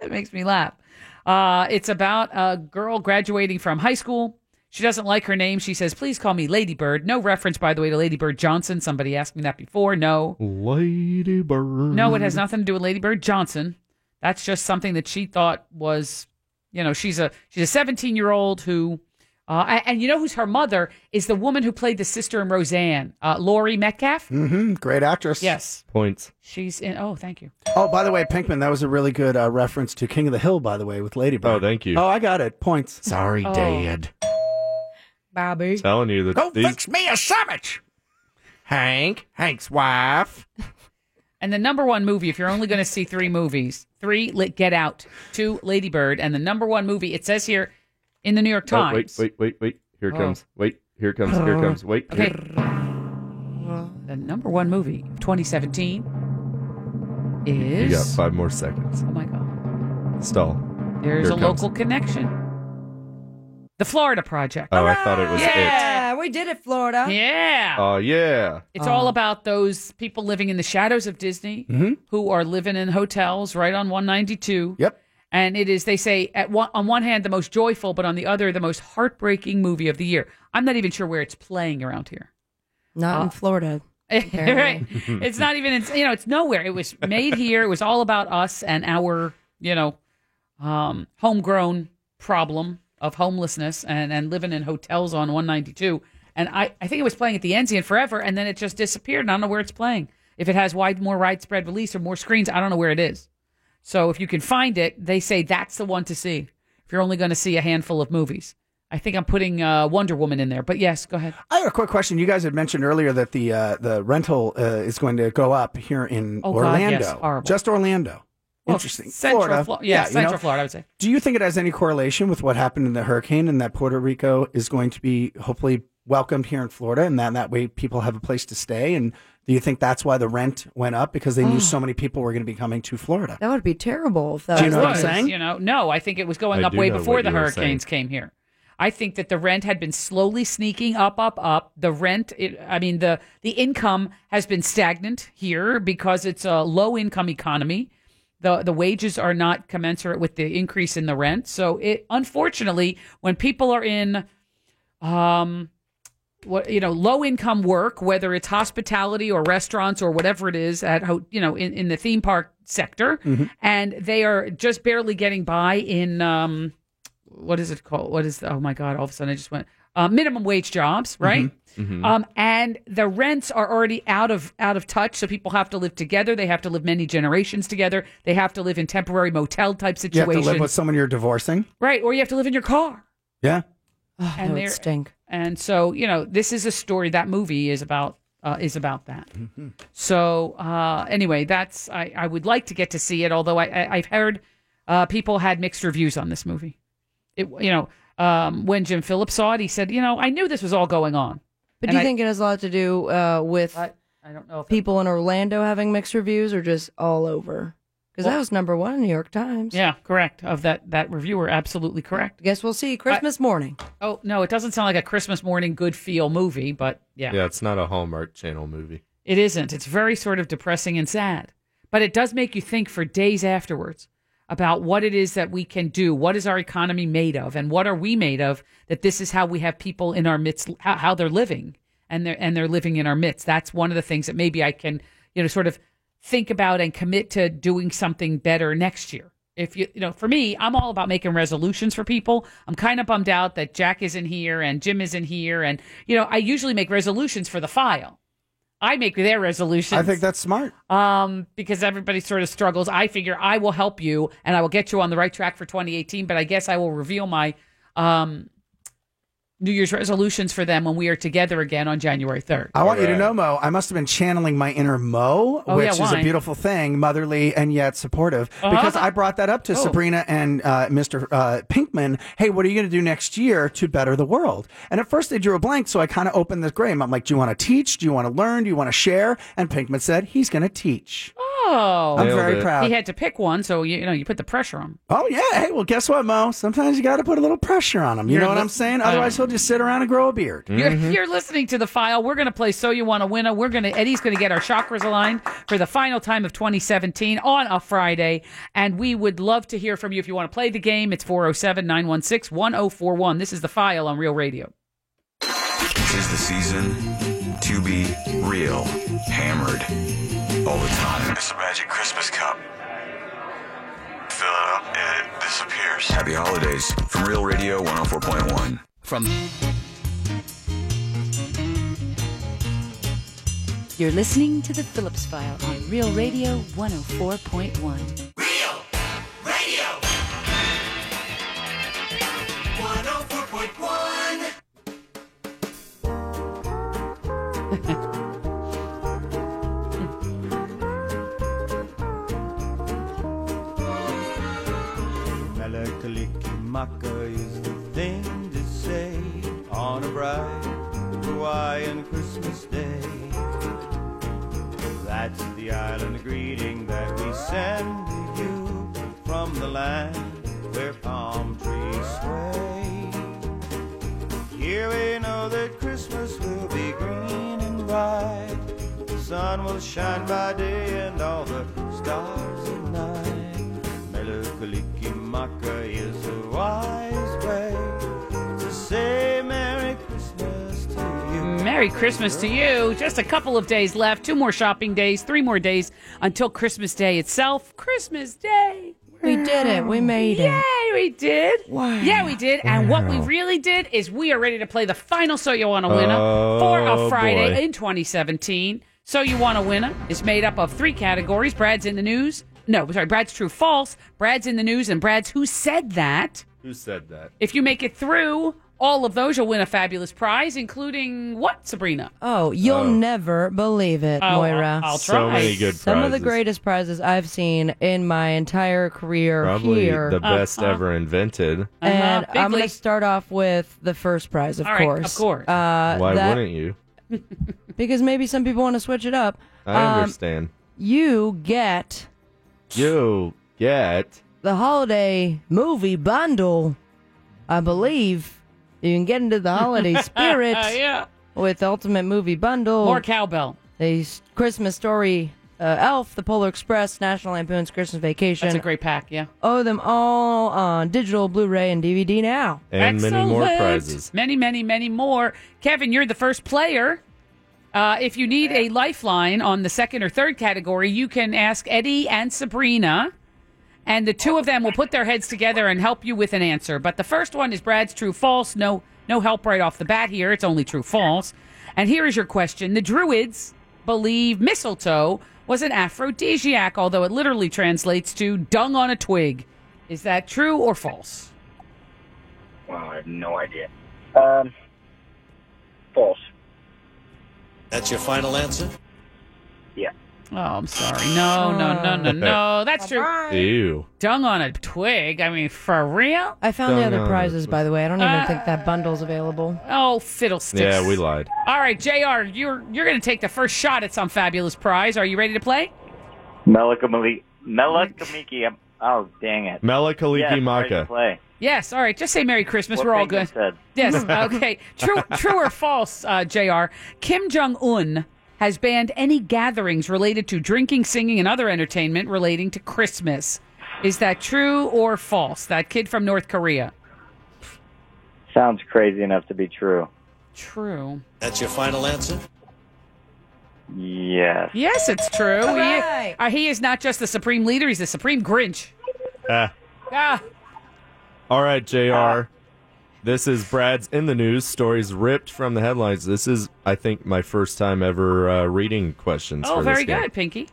that makes me laugh. Uh, it's about a girl graduating from high school. She doesn't like her name. She says, please call me Ladybird. No reference, by the way, to Ladybird Johnson. Somebody asked me that before. No. Lady Bird. No, it has nothing to do with Ladybird Johnson. That's just something that she thought was, you know, she's a she's a 17 year old who, uh, and, and you know who's her mother is the woman who played the sister in Roseanne, uh, Laurie Metcalf. Mm-hmm. Great actress. Yes, Points. she's in. Oh, thank you. Oh, by the way, Pinkman, that was a really good uh, reference to King of the Hill. By the way, with Ladybird. Oh, thank you. Oh, I got it. Points. Sorry, Oh. Dad. Bobby. Telling you that Go these fix me a sandwich. Hank, Hank's wife. And the number one movie, if you're only going to see three movies, three Let Get Out, two Ladybird, and the number one movie it says here in the New York Oh, Times. wait, wait, wait, wait. Here it Oh. comes. Wait, here it comes. Here it comes. Wait. Okay. here- The number one movie of 2017 You is. got five more seconds. Oh my god. Stall. There's Here a it comes. local connection. The Florida Project. Oh, I thought it was it. Yeah, we did it, Florida. Oh. Yeah. Oh yeah. It's all about those people living in the shadows of Disney Mhm. who are living in hotels right on 192. Yep. And it is, they say, at one, on one hand, the most joyful, but on the other, the most heartbreaking movie of the year. I'm not even sure where it's playing around here. Not Uh, in Florida. apparently. right? It's not even, it's, you know, it's nowhere. It was made here. It was all about us and our, you know, um, homegrown problem of homelessness and, and living in hotels on 192. And I, I think it was playing at the Enzian forever, and then it just disappeared. And I don't know where it's playing. If it has wide, more widespread release or more screens, I don't know where it is. So if you can find it, they say that's the one to see. If you're only going to see a handful of movies, I think I'm putting uh, Wonder Woman in there. But yes, go ahead. I have a quick question. You guys had mentioned earlier that the uh, the rental uh, is going to go up here in Oh, God, Orlando. yes, horrible. Just Orlando. Well, Interesting. Central Florida. Flo- yeah, you Central Florida, I would say. Do you think it has any correlation with what happened in the hurricane and that Puerto Rico is going to be hopefully welcomed here in Florida and that, that way people have a place to stay? And do you think that's why the rent went up because they Oh. Ah. knew so many people were going to be coming to Florida? That would be terrible if that Do you know what I'm was, saying? You know, no, I think it was going I up do way know before what the you were hurricanes came here. I think that the rent had been slowly sneaking up, up, up. The rent, it, I mean, the the income has been stagnant here because it's a low income economy. the The wages are not commensurate with the increase in the rent. So, it unfortunately, when people are in um, what you know, low income work, whether it's hospitality or restaurants or whatever it is at ho- you know in, in the theme park sector, Mhm. Mm-hmm. and they are just barely getting by in um, what is it called? What is the, oh my god! All of a sudden, I just went uh, minimum wage Mm-hmm, jobs, right? Mm-hmm. Um, and the rents are already out of out of touch, so people have to live together. They have to live many generations together. They have to live in temporary motel type You have to situations, live with someone you're divorcing. right? Or you have to live in your car. Yeah. Oh, that would there- stink. And so, you know, this is a story. That movie is about uh, is about that. So uh, anyway, that's I, I would like to get to see it. Although I, I I've heard uh, people had mixed reviews on this movie. It you know um, when Jim Phillips saw it, he said, you know, I knew this was all going on. But And do you I- think it has a lot to do uh, with I, I don't know if people in Orlando having mixed reviews or just all over? Because that Well- was number one in New York Times. Yeah, correct. Of that that reviewer, absolutely correct. Guess we'll see Christmas morning. Oh no, it doesn't sound like a Christmas morning good feel movie, but yeah. Yeah, it's not a Hallmark Channel movie. It isn't. It's very sort of depressing and sad. But it does make you think for days afterwards about what it is that we can do. What is our economy made of? And what are we made of that this is how we have people in our midst, how, how they're living and they're, and they're living in our midst. That's one of the things that maybe I can, you know, sort of think about and commit to doing something better next year. If you, you know, for me, I'm all about making resolutions for people. I'm kind of bummed out that Jack isn't here and Jim isn't here. And, you know, I usually make resolutions for the file. I make their resolutions. I think that's smart. Um, because everybody sort of struggles. I figure I will help you and I will get you on the right track for 2018. But I guess I will reveal my um, New Year's resolutions for them when we are together again on January 3rd. I want you to know, Mo, I must have been channeling my inner Mo, Oh, which yeah, is a why? beautiful thing, motherly and yet supportive. Uh-huh. Because I brought that up to Oh. Sabrina and uh, Mr. Uh, Pinkman. Hey, what are you going to do next year to better the world? And at first they drew a blank, so I kind of opened the frame. I'm like, do you want to teach? Do you want to learn? Do you want to share? And Pinkman said, he's going to teach. Oh, I'm Nailed very it. proud. He had to pick one, so you, you know you put the pressure on. him. Oh, yeah. Hey, well, guess what, Mo? Sometimes you got to put a little pressure on him. You You're know what li- I'm saying? I don't- Otherwise, he'll just sit around and grow a beard. You're, you're listening to the file. We're going to play "So You Want to Win." We're going to Eddie's going to get our chakras aligned for the final time of 2017 on a Friday, and we would love to hear from you if you want to play the game. It's 407-916-1041. This is the file on Real Radio. Tis the season to be real, hammered all the time. It's a magic Christmas cup. Fill it up and it disappears. Happy holidays from Real Radio 104.1. From You're listening to The Phillips File on Real Radio 104.1. 104.1. Malakalikimaka is the thing to say on a bright Hawaiian Christmas day. That's the island greeting that we send to you from the land where palm trees sway. Here we know that Christmas will be green and bright. The sun will shine by day and all the stars at night. Melukalik Kalikimaka is the wise way to say Merry Christmas to you. Merry Christmas to you. Just a couple of days left. Two more shopping days, three more days until Christmas Day itself. Christmas Day. We did it. We made it. Yay, we did. Yeah, we did. And what we Wow. really did is we are ready to play the final So You Wanna Winna for Oh, a Friday boy. in 2017. So You Wanna Winna is made up of three categories Brad's in the news. No, sorry, Brad's true false, Brad's in the news, and Brad's who said that. Who said that? If you make it through all of those, you'll win a fabulous prize, including what, Sabrina? Oh, you'll Oh. never believe it, Oh, I'll- Moira. I'll So try. many good Some of the prizes. greatest prizes I've seen in my entire career Probably here. the best Uh-huh. ever invented. And I'm going bigly. to start off with the first prize, of Uh-huh. All right, of course. course. Uh, Why that- wouldn't you? Because maybe some people want to switch it up. I Um, understand. You get You get the holiday movie bundle. I believe you can get into the holiday spirit Yeah. with Ultimate Movie Bundle. More cowbell. The s- Christmas Story, uh, Elf, The Polar Express, National Lampoon's Christmas Vacation. That's a great pack, yeah. Owe them all on digital, Blu-ray, and DVD now. and many more Excellent. prizes. Many, many, many more. Kevin, you're the first player. Uh, if you need a lifeline on the second or third category, you can ask Eddie and Sabrina, and the two of them will put their heads together and help you with an answer. But the first one is Brad's true false. No, no help right off the bat here. It's only true false. And here is your question: The Druids believe mistletoe was an aphrodisiac, although it literally translates to dung on a twig. Is that true or false? Wow, I have no idea. Um, false. That's your final answer? Yeah. Oh, I'm sorry. No, no, no, no, no. That's true. Ew. Dung on a twig. I mean, for real? I found the Don't other know. prizes, by the way. I don't even Uh, think that bundle's available. Oh, fiddlesticks. Yeah, we lied. All right, Jr. You're you're going to take the first shot at some fabulous prize. Are you ready to play? Melikamali. Melikamiki. I'm- Oh, dang it. Melikalikimaka. Yes, play. Yes. All right. Just say Merry Christmas. What We're all thing you good. said. Yes. Okay. True. True or false, uh, Jr. Kim Jong Un has banned any gatherings related to drinking, singing, and other entertainment relating to Christmas. Is that true or false? That kid from North Korea. Sounds crazy enough to be true. True. That's your final answer? Yes. Yes, it's true. He, uh, he is not just the supreme leader; he's the supreme Grinch. Ah. Ah, All right, JR. this is Brad's in the news stories ripped from the headlines. This is, I think, my first time ever uh, reading questions. oh, for this very game. good, Pinky.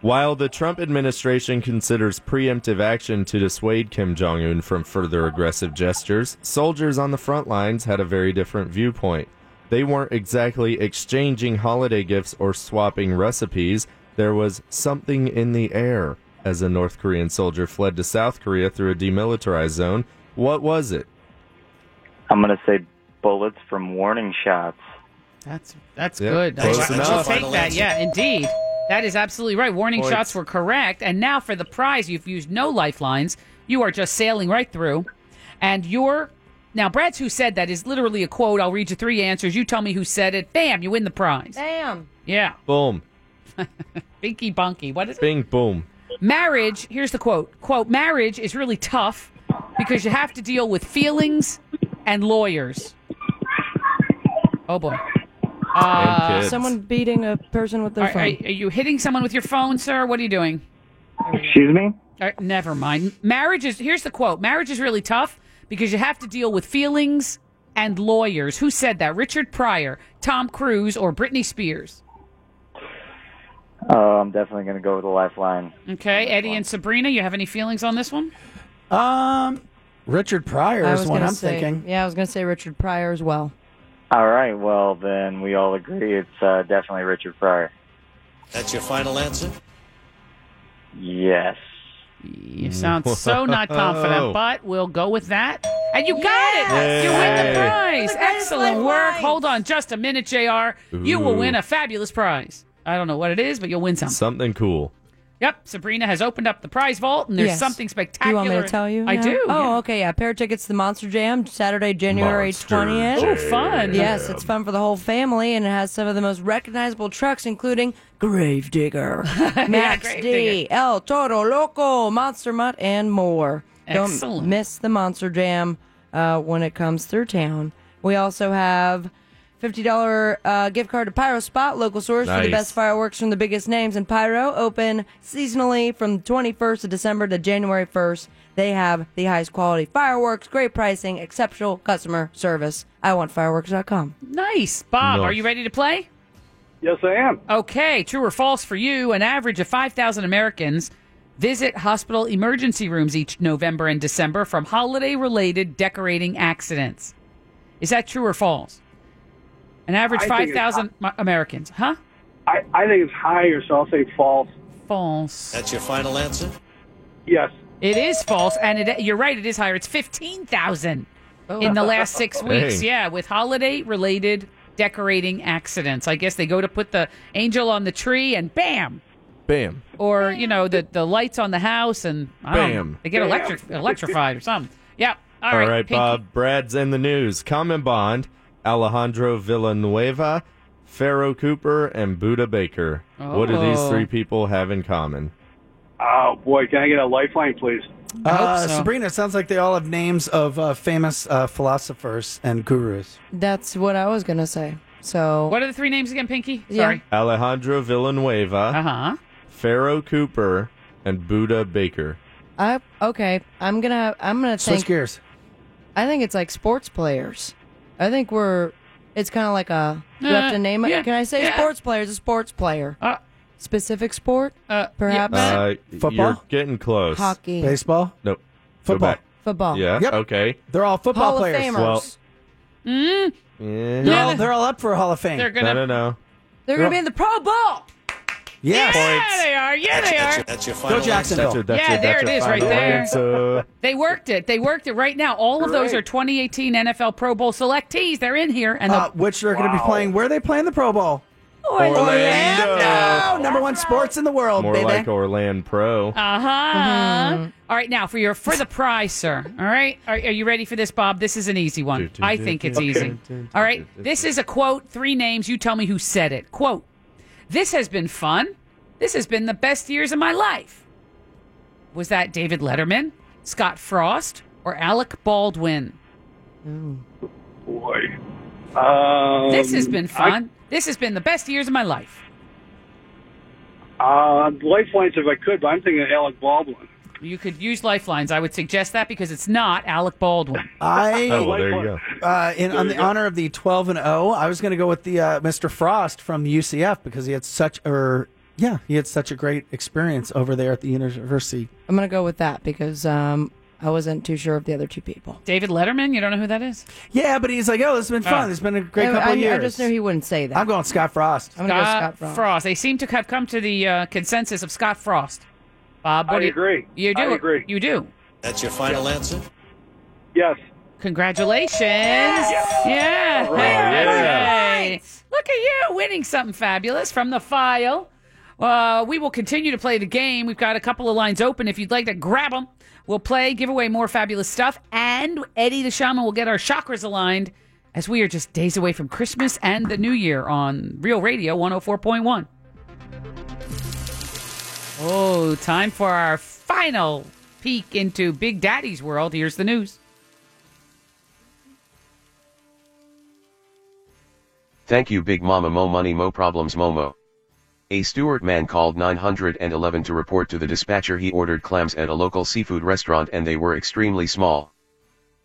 While the Trump administration considers preemptive action to dissuade Kim Jong un from further aggressive gestures, soldiers on the front lines had a very different viewpoint. They weren't exactly exchanging holiday gifts or swapping recipes, there was something in the air as a North Korean soldier fled to South Korea through a demilitarized zone. What was it? I'm going to say bullets from warning shots. That's that's Yeah, good. close I'll- enough. I'll take Final that. answer. Yeah, indeed. That is absolutely right. Warning Points. shots were correct. And now for the prize, you've used no lifelines. You are just sailing right through. And your now Brad's who said that is literally a quote. I'll read you three answers. You tell me who said it. Bam, you win the prize. Damn. Yeah. Boom. Binky Bunky. What is it? Bing, boom. marriage here's the quote quote marriage is really tough because you have to deal with feelings and lawyers oh boy uh, Someone beating a person with their are, are, phone. are you hitting someone with your phone sir what are you doing Excuse me? Uh, never mind marriage is here's the quote marriage is really tough because you have to deal with feelings and lawyers who said that richard pryor tom cruise or britney spears Oh, I'm definitely going to go with the lifeline. okay eddie and sabrina you have any feelings on this one Um, Richard Pryor I is was what gonna I'm say- thinking. Yeah, I was going to say Richard Pryor as well. All right. Well, then we all agree it's uh, definitely Richard Pryor. That's your final answer? Yes. You sound so not confident, but we'll go with that. And you got it! You win Oh. Yay. the prize. Excellent work. Hold on just a minute, JR. You will Ooh. win a fabulous prize. I don't know what it is, but you'll win some. Something cool. Yep, Sabrina has opened up the prize vault, and there's Yes. something spectacular. You want me to tell you? I now? do. Oh, okay. Yeah. Pair of tickets to the Monster Jam Saturday, January Monster 20th. Jam. Oh, fun. Yes, it's fun for the whole family, and it has some of the most recognizable trucks, including Gravedigger, Max D, El Toro Loco, Monster Mutt, and more. Don't Excellent. miss the Monster Jam uh, when it comes through town. We also have. $50 uh, gift card to Pyro Spot, local source for the Nice. best fireworks from the biggest names in Pyro open seasonally from 21st of December to January 1st. They have the highest quality fireworks, great pricing, exceptional customer service. I want fireworks.com. Nice. Bob, Nice. are you ready to play? Yes, I am. Okay, true or false for you, an average of 5,000 Americans visit hospital emergency rooms each November and December from holiday related decorating accidents. Is that true or false? An average I think it's 5,000 mi- um, Americans, huh? I, I think it's higher, so I'll say false. False. That's your final answer? Yes. It is false, and it, you're right, it is higher. It's 15,000 Oh. in the last six Dang. weeks. Yeah, with holiday related decorating accidents. I guess they go to put the angel on the tree and bam, Bam. or you know the the lights on the house and I don't- Bam. they get Bam. electric electrified or something. Yep. All right, Pinky. Bob. Brad's in the news. Common Bond, Alejandro Villanueva, Pharaoh Cooper, and Buddha Baker. What do these Oh. three people have in common? Oh, boy. Can I get a lifeline, please? Uh, Sabrina, it sounds like they all have names of uh, famous uh, philosophers and gurus. That's what I was going to say. So, What are the three names again, Pinky? Yeah. Sorry. Alejandro Villanueva, uh-huh. Pharaoh Cooper, and Buddha Baker. I okay, I'm going to I'm going to think gears. I think it's like sports players. I think we're it's kind of like a you have to Uh, name it. yeah, Can I say yeah. Uh, sports players? A sports player. Specific sport? Perhaps Uh, Football? You're getting close. Hockey. Baseball? Nope. Football. Go back. football. Yeah. Uh, Okay. They're all football Hall of players. Famers. Well, Mm. yeah. They're, all, they're all up for a Hall of Fame. They're gonna- No, no, no. They're going to be in the Pro Bowl. Yeah. Yeah, they are. Yeah, they are. That's your final Go Jacksonville. That's your- that's Yeah, your- there that's it your is right final there. answer. They worked it. They worked it right now. All of those Great. are 2018 NFL Pro Bowl selectees. They're in here. And the, uh, which they're going to be playing. Where are they playing the Pro Bowl? Orlando. uh, Orlando, number one sports in the world, More baby. like Orlando Pro. Uh-huh. Mm-hmm. All right, now for your for the prize, sir. All right, are, are you ready for this, Bob? This is an easy one. I think it's Okay. easy. All right, this is a quote. Three names. You tell me who said it. Quote: This has been fun. This has been the best years of my life. Was that David Letterman, Scott Frost, or Alec Baldwin? Boy. Um, this has been fun. this has been the best years of my life. I, uh, lifelines, if I could, but I'm thinking Alec Baldwin. You could use lifelines. I would suggest that because it's not Alec Baldwin. I go. Uh, in on the honor of the 12 and 0, I was going to go with the uh, Mr. Frost from the UCF because he had such or yeah, he had such a great experience over there at the university. I'm going to go with that because um, I wasn't too sure of the other two people. David Letterman. You don't know who that is? Yeah, but he's like, "Oh, this has been Uh, fun. It's been a great I- couple I, of years." I just knew he wouldn't say that. I'm going Scott Frost. I'm going to go Scott Frost. They seem to have come to the uh, consensus of Scott Frost. Bob, what I do you, agree. You do. I agree. You do. That's your final answer? Yes. Congratulations. Yeah. All right. Hey. Look at you winning something fabulous from the file. Uh, we will continue to play the game. We've got a couple of lines open. If you'd like to grab them, we'll play, give away more fabulous stuff, and Eddie the Shaman will get our chakras aligned as we are just days away from Christmas and the New Year on Real Radio 104.1. Oh, time for our final peek into Big Daddy's world. Here's the news. Thank you Big Mama Mo Money Mo Problems Momo. A Stewart man called 911 to report to the dispatcher he ordered clams at a local seafood restaurant and they were extremely small.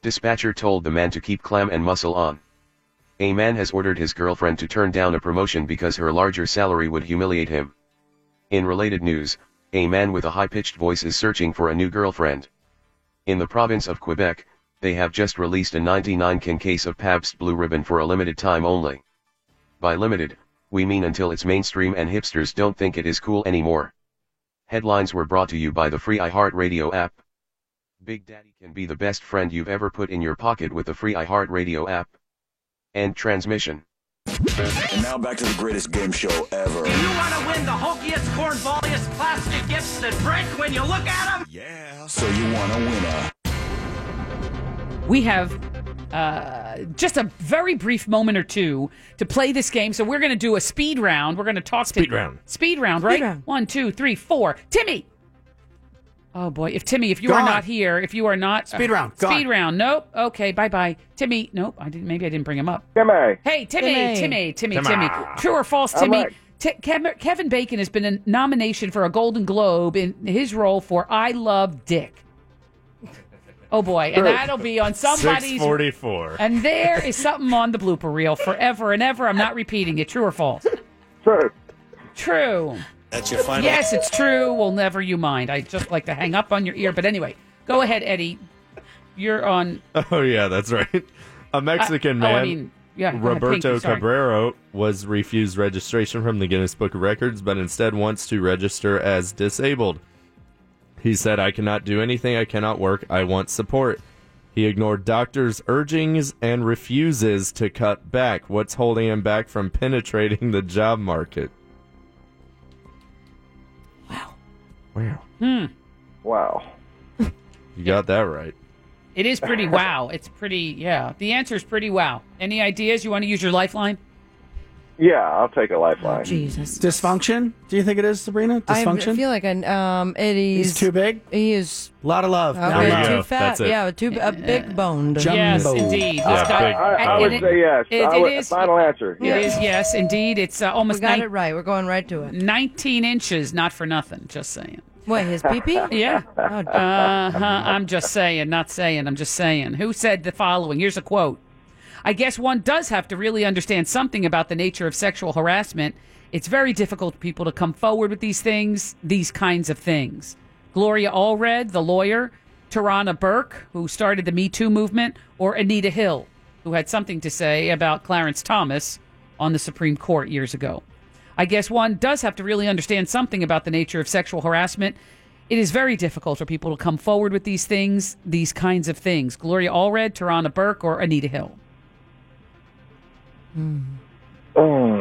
Dispatcher told the man to keep clam and muscle on. A man has ordered his girlfriend to turn down a promotion because her larger salary would humiliate him. In related news, a man with a high-pitched voice is searching for a new girlfriend. In the province of Quebec, they have just released a 99 can case of Pabst Blue Ribbon for a limited time only. By limited, we mean until it's mainstream and hipsters don't think it is cool anymore. Headlines were brought to you by the free iHeartRadio app. Big Daddy can be the best friend you've ever put in your pocket with the free iHeartRadio app. End transmission. And now back to the greatest game show ever. If you want to win the hokiest, cornballiest, plastic gifts that break when you look at them. Yeah. So you want a winner. we have uh, just a very brief moment or two to play this game. So we're going to do a speed round. We're going to talk speed round. Speed round, right? One, two, three, four. Timmy. Oh boy, if Timmy, if you are Gone. not here, if you are not Speed round, gone. speed round. Nope. Okay, bye bye. Timmy. Nope. I didn't. Maybe I didn't bring him up. Timmy. Hey, Timmy. Timmy. Timmy. Timmy. Timmy. True or false, All Timmy? right. T- Kev- Kevin Bacon has been a nomination for a Golden Globe in his role for I Love Dick. Oh boy, and True. that'll be on somebody's 644. and there is something on the blooper reel forever and ever. I'm not repeating it. True or false? True. True. That's your final. Yes, it's true. Well, never you mind. I just like to hang up on your ear. But anyway, go ahead, Eddie. You're on. Oh yeah, that's right. A Mexican I- oh, man, I mean, yeah, go ahead, Roberto Pinky, sorry. Cabrero, was refused registration from the Guinness Book of Records, but instead wants to register as disabled. He said, "I cannot do anything. I cannot work. I want support." He ignored doctors' urgings and refuses to cut back. What's holding him back from penetrating the job market? Wow. Hmm. Wow. You got that right. It is pretty wow. It's pretty, yeah. The answer is pretty wow. Any ideas? You want to use your lifeline? Yeah, I'll take a lifeline. Jesus. Dysfunction? Do you think it is, Sabrina? I Dysfunction? feel like an um, Eddie's He's too big. He is a lot of love. Uh, There you go. too fat. That's it. Yeah, too a big boned. Yes, indeed. Yeah, It's got- big. I- I and would it- say yes. it- I it would- is- Oh, final answer, It yes. is yes, indeed. It's uh, almost. We got nine- it right. We're going right to it. 19 inches, not for nothing. Just saying. What, his pee pee? Yeah. Oh, Uh-huh. I'm just saying, not saying, I'm just saying. Who said the following? Here's a quote. I guess one does have to really understand something about the nature of sexual harassment. It's very difficult for people to come forward with these things, these kinds of things. Gloria Allred, the lawyer, Tarana Burke, who started the Me Too movement, or Anita Hill, who had something to say about Clarence Thomas on the Supreme Court years ago. I guess one does have to really understand something about the nature of sexual harassment. It is very difficult for people to come forward with these things, these kinds of things. Gloria Allred, Tarana Burke, or Anita Hill. Oh,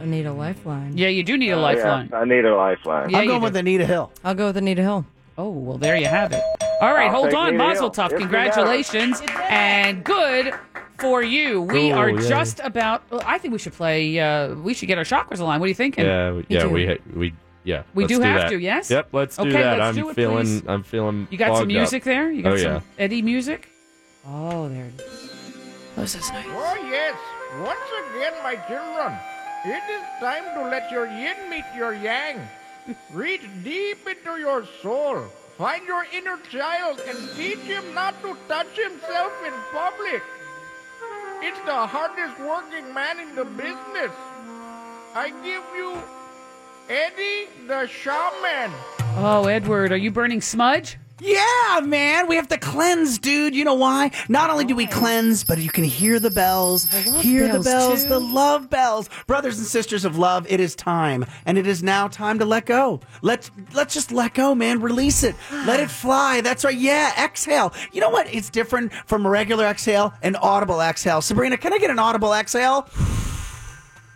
I need a lifeline. Hmm. Yeah, you do need a Oh, yeah. lifeline. I need a lifeline. Yeah, I'll go you with do. Anita Hill. I'll go with Anita Hill. Oh, well, there you have it. All right, I'll hold take on, Anita Hill. Mazel Tov. Yes, we Congratulations and good for you. We Cool, are yeah. just about. well, I think we should play. Uh, we should get our chakras aligned. What are you thinking? Yeah, we, yeah, we ha- we yeah. We let's do have that. to, yes? Yep, let's do Okay, that. let's I'm do it, feeling please. I'm feeling You got clogged some up. music there. You got oh, some yeah. Eddie music. Oh, there it is. Oh, this is nice. Oh, yes. Once again, my children, it is time to let your yin meet your yang. Reach deep into your soul. Find your inner child and teach him not to touch himself in public. It's the hardest working man in the business. I give you Eddie the Shaman. Oh, Edward, are you burning smudge? Yeah, man. We have to cleanse, dude. You know why? Not only do we cleanse, but you can hear the bells. Hear bells, the bells, too. the love bells. Brothers and sisters of love, it is time. And it is now time to let go. Let's let's just let go, man. Release it. Let it fly. That's right. Yeah, exhale. You know what? It's different from a regular exhale and audible exhale. Sabrina, can I get an audible exhale?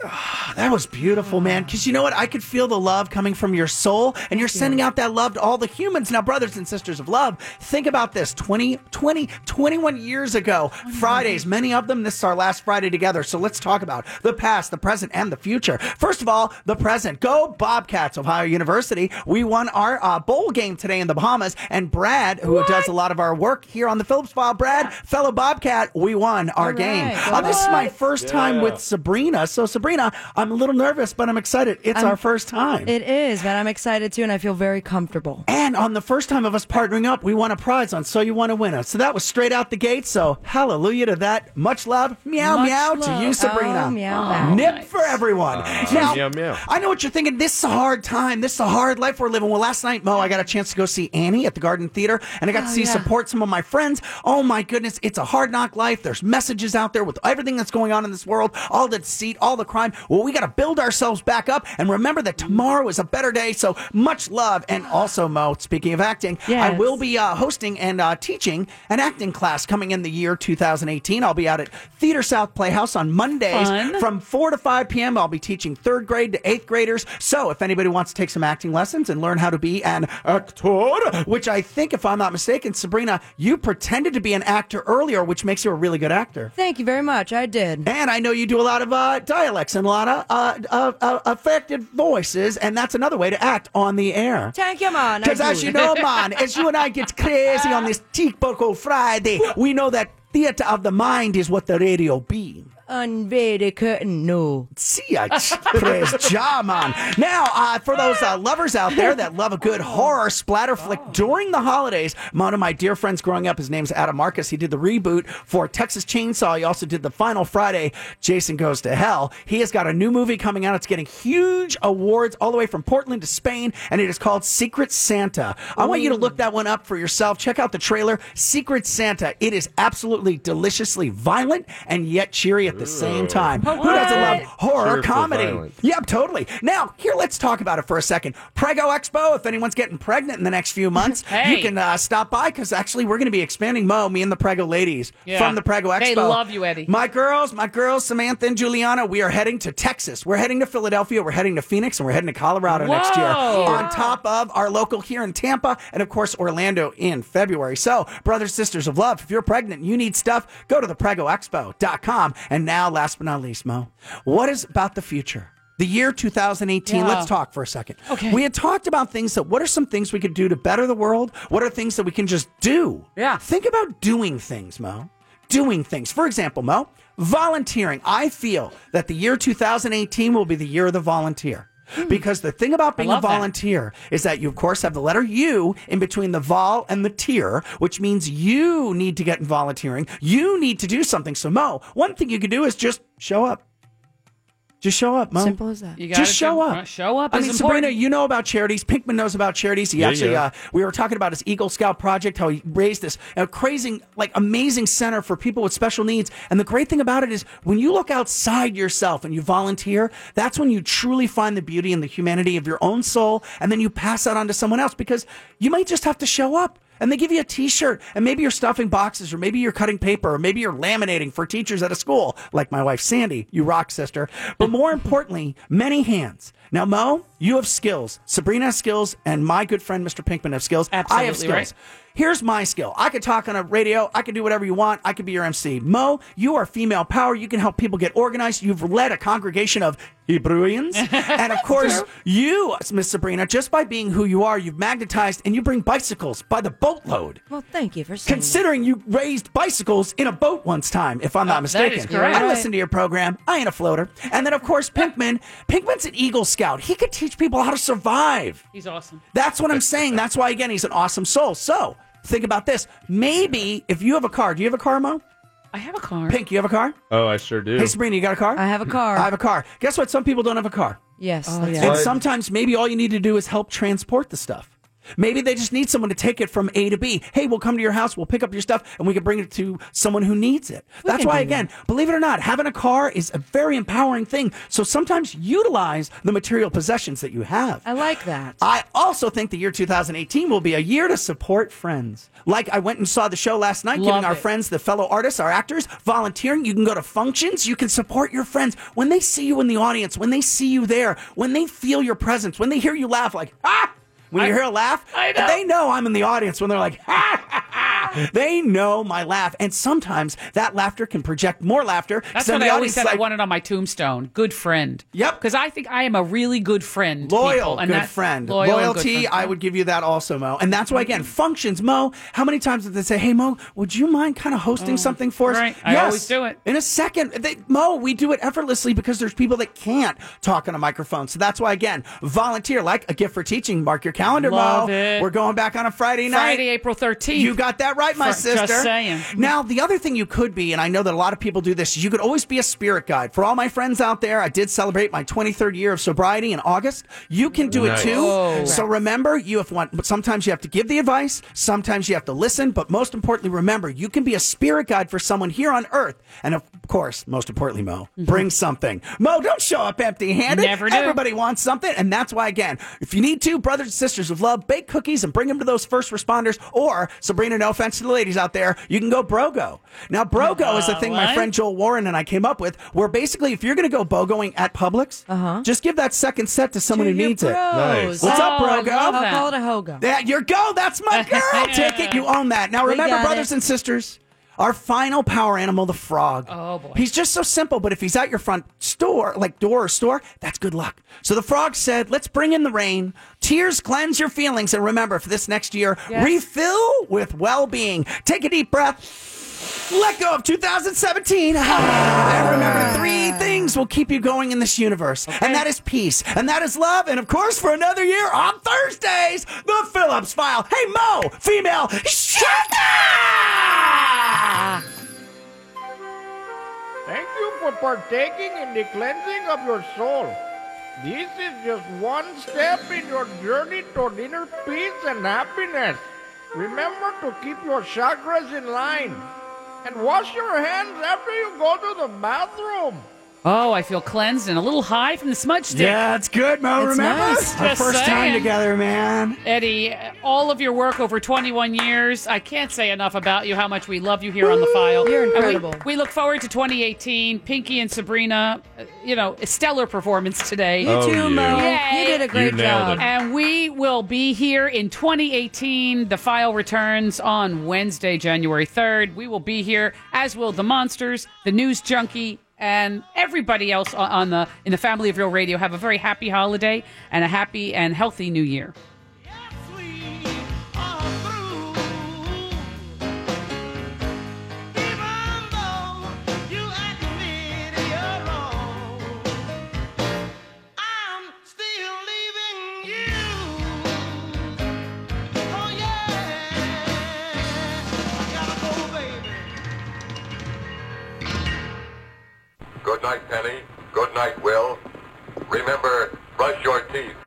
Ah, That was beautiful, man. Because you know what? I could feel the love coming from your soul, and you're sending out that love to all the humans. Now, brothers and sisters of love, think about this 20, 20, 21 years ago, Fridays, many of them. This is our last Friday together. So let's talk about the past, the present, and the future. First of all, the present. Go Bobcats, Ohio University. We won our uh, bowl game today in the Bahamas, and Brad, who does a lot of our work here on the Phillips File, Brad, fellow Bobcat, we won our game. go Uh, this is my Bobcats. first time Yeah. with Sabrina. So, Sabrina, I'm a little nervous, but I'm excited. It's I'm- our first time. It is, but I'm excited too, and I feel very comfortable. and on the first time of us partnering up, we won a prize on So You Want to Win Us. So that was straight out the gate. So hallelujah to that. Much love. Meow, Much meow love. to you, Sabrina. Oh, meow, meow. Nip for everyone. now, Uh, meow, meow. I know what you're thinking. This is a hard time. This is a hard life we're living. Well, last night, Mo, I got a chance to go see Annie at the Garden Theater, and I got Oh, to see yeah. support some of my friends. Oh my goodness, it's a hard knock life. There's messages out there with everything that's going on in this world, all the deceit, all the crime. crime. Well, we got to build ourselves back up and remember that tomorrow is a better day. So much love. And also, Mo, speaking of acting, I Yes. will be uh, hosting and uh, teaching an acting class coming in the year 2018. I'll be out at Theater South Playhouse on Mondays Fun. from 4 to 5 p.m. I'll be teaching third grade to eighth graders. So if anybody wants to take some acting lessons and learn how to be an actor, which I think, if I'm not mistaken, Sabrina, you pretended to be an actor earlier, which makes you a really good actor. Thank you very much. I did. And I know you do a lot of uh, dialects and a lot of uh, uh, uh, affected voices, and that's another way to act on the air. Thank you, man. I Because as do. you know, man, as you and I get crazy on this Tico Friday, we know that theater of the mind is what the radio be. Unveil the curtain, no. See, I praise Jah, man. Now, uh, for those uh, lovers out there that love a good horror splatter flick during the holidays, one of my dear friends growing up, his name's Adam Marcus. He did the reboot for Texas Chainsaw. He also did the final Friday, Jason Goes to Hell. He has got a new movie coming out. It's getting huge awards all the way from Portland to Spain, and it is called Secret Santa. I want you to look that one up for yourself. Check out the trailer, Secret Santa. It is absolutely deliciously violent and yet cheery at the same time. Who doesn't love horror Cheerful comedy? violence. Yep, totally. Now, here, let's talk about it for a second. Prego Expo, if anyone's getting pregnant in the next few months, you can uh, stop by because actually we're going to be expanding Mo, me and the Prego ladies Yeah. from the Prego Expo. They love you, Eddie. My girls, my girls, Samantha and Juliana, we are heading to Texas. We're heading to Philadelphia, we're heading to Phoenix, and we're heading to Colorado next year. Whoa. On top of our local here in Tampa and, of course, Orlando in February. So, brothers, sisters of love, if you're pregnant and you need stuff, go to thepregoexpo.com. And now, last but not least, Mo, what is about the future? The year 2018, Yeah. let's talk for a second. Okay. We had talked about things that what are some things we could do to better the world? What are things that we can just do? Yeah. Think about doing things, Mo. Doing things. For example, Mo, volunteering. I feel that the year 2018 will be the year of the volunteer. Because the thing about being Hmm. a love that. volunteer is that you, of course, have the letter U in between the vol and the tier, which means you need to get in volunteering. You need to do something. So, Mo, one thing you can do is just show up. Just show up, Mo. Simple as that. You gotta Just show do- up. show up I is mean, important. Sabrina, you know about charities. Pinkman knows about charities. He Yeah, actually, yeah. Uh, we were talking about his Eagle Scout project, how he raised this a crazy, like amazing center for people with special needs. And the great thing about it is when you look outside yourself and you volunteer, that's when you truly find the beauty and the humanity of your own soul. And then you pass that on to someone else because you might just have to show up. And they give you a t-shirt and maybe you're stuffing boxes or maybe you're cutting paper or maybe you're laminating for teachers at a school like my wife Sandy. You rock sister. But more importantly, many hands. Now, Mo, you have skills. Sabrina has skills, and my good friend Mr. Pinkman have skills. I have skills. Absolutely right. Here's my skill. I could talk on a radio. I could do whatever you want. I could be your MC. Mo, you are female power. You can help people get organized. You've led a congregation of Hebrewians. and of course, you, Miss Sabrina, just by being who you are, you've magnetized and you bring bicycles by the boatload. Well, thank you for saying that. Considering you raised bicycles in a boat once time, if I'm not is mistaken. correct. I listened to your program. I ain't a floater. And then, of course, Pinkman. Pinkman's an Eagle Scout. He could teach people how to survive. He's awesome. That's what I'm saying. That's why, again, he's an awesome soul. So think about this. Maybe if you have a car, do you have a car, Mo? I have a car. Pink, you have a car? Oh, I sure do. Hey, Sabrina, you got a car? I have a car. I have a car. Guess what? Some people don't have a car. Yes. Oh, And sometimes maybe all you need to do is help transport the stuff. Maybe they just need someone to take it from A to B. Hey, we'll come to your house, we'll pick up your stuff, and we can bring it to someone who needs it. That's can why, do again, believe it or not, having a car is a very empowering thing. So sometimes utilize the material possessions that you have. I like that. I also think the year 2018 will be a year to support friends. Like I went and saw the show last night, Love giving our it. friends, the fellow artists, our actors, volunteering. You can go to functions. You can support your friends when they see you in the audience, when they see you there, when they feel your presence, when they hear you laugh, like ah. When you hear a laugh, they know I'm in the audience. When they're like, they know my laugh, and sometimes that laughter can project more laughter. That's So what the I always audience is said I like, wanted on my tombstone. Good friend. Yep. Because I think I am a really good friend. to Loyal, people, and good that's- friend. Loyal and good Loyalty, friend. Mm-hmm. I would give you that also, Mo. And that's why, again, functions, Mo. How many times did they say, "Hey, Mo, would you mind kind of hosting something for us?" Mm. right. I always do it in a second. They, Mo, we do it effortlessly because there's people that can't talk on a microphone. So that's why, again, volunteer like a gift for teaching. Mark your calendar, Love Mo. it. We're going back on a Friday night. Friday, April 13th. You got that right, my Just sister. saying. Now, the other thing you could be, and I know that a lot of people do this, is you could always be a spirit guide. For all my friends out there, I did celebrate my 23rd year of sobriety in August. You can do Nice. it too. Whoa. So remember, you have one. But sometimes you have to give the advice. Sometimes you have to listen. But most importantly, remember, you can be a spirit guide for someone here on Earth. And of course, most importantly, Mo, bring something. Mo, don't show up empty-handed. Mm-hmm. Never do. Everybody wants something, and that's why, again, if you need to, brothers and sisters of love, bake cookies and bring them to those first responders. Or Sabrina, no offense to the ladies out there, you can go brogo. Now, brogo is the Uh, thing what? my friend Joel Warren and I came up with, where basically, if you're going to go bogoing at Publix, Uh-huh. just give that second set to someone who needs it. Nice. What's up, Oh, I brogo? love I'll that. call it a hogo. Yeah, your go. That's my girl. Take it. You own that. Now We remember, got brothers it. and sisters, our final power animal, the frog. Oh, boy. He's just so simple, but if he's at your front store, like door or store, that's good luck. So the frog said, "Let's bring in the rain. Tears cleanse your feelings, and remember for this next year, Yes. refill with well-being. Take a deep breath." Let go of 2017. Ah, and remember, three things will keep you going in this universe, and that is peace, and that is love, and of course, for another year on Thursdays, the Phillips File. Hey, Mo, female, shut up! Thank you for partaking in the cleansing of your soul. This is just one step in your journey toward inner peace and happiness. Remember to keep your chakras in line and wash your hands after you go to the bathroom. Oh, I feel cleansed and a little high from the smudge stick. Yeah, it's good, Mo. remember? Our Just first time saying. together, man. Eddie, all of your work over 21 years, I can't say enough about you, how much we love you here on The File. You're And we- incredible. we, look forward to 2018. Pinky and Sabrina, uh, you know, a stellar performance today. You Oh, too, you. Mo. Yay. You did a You great nailed job. it. And we will be here in 2018. The File returns on Wednesday, January 3rd. We will be here, as will The Monsters, The News Junkie, and everybody else on- on the in the family of Real Radio. Have a very happy holiday and a happy and healthy new year. Oh, Good night, Penny. Good night, Will. Remember, brush your teeth.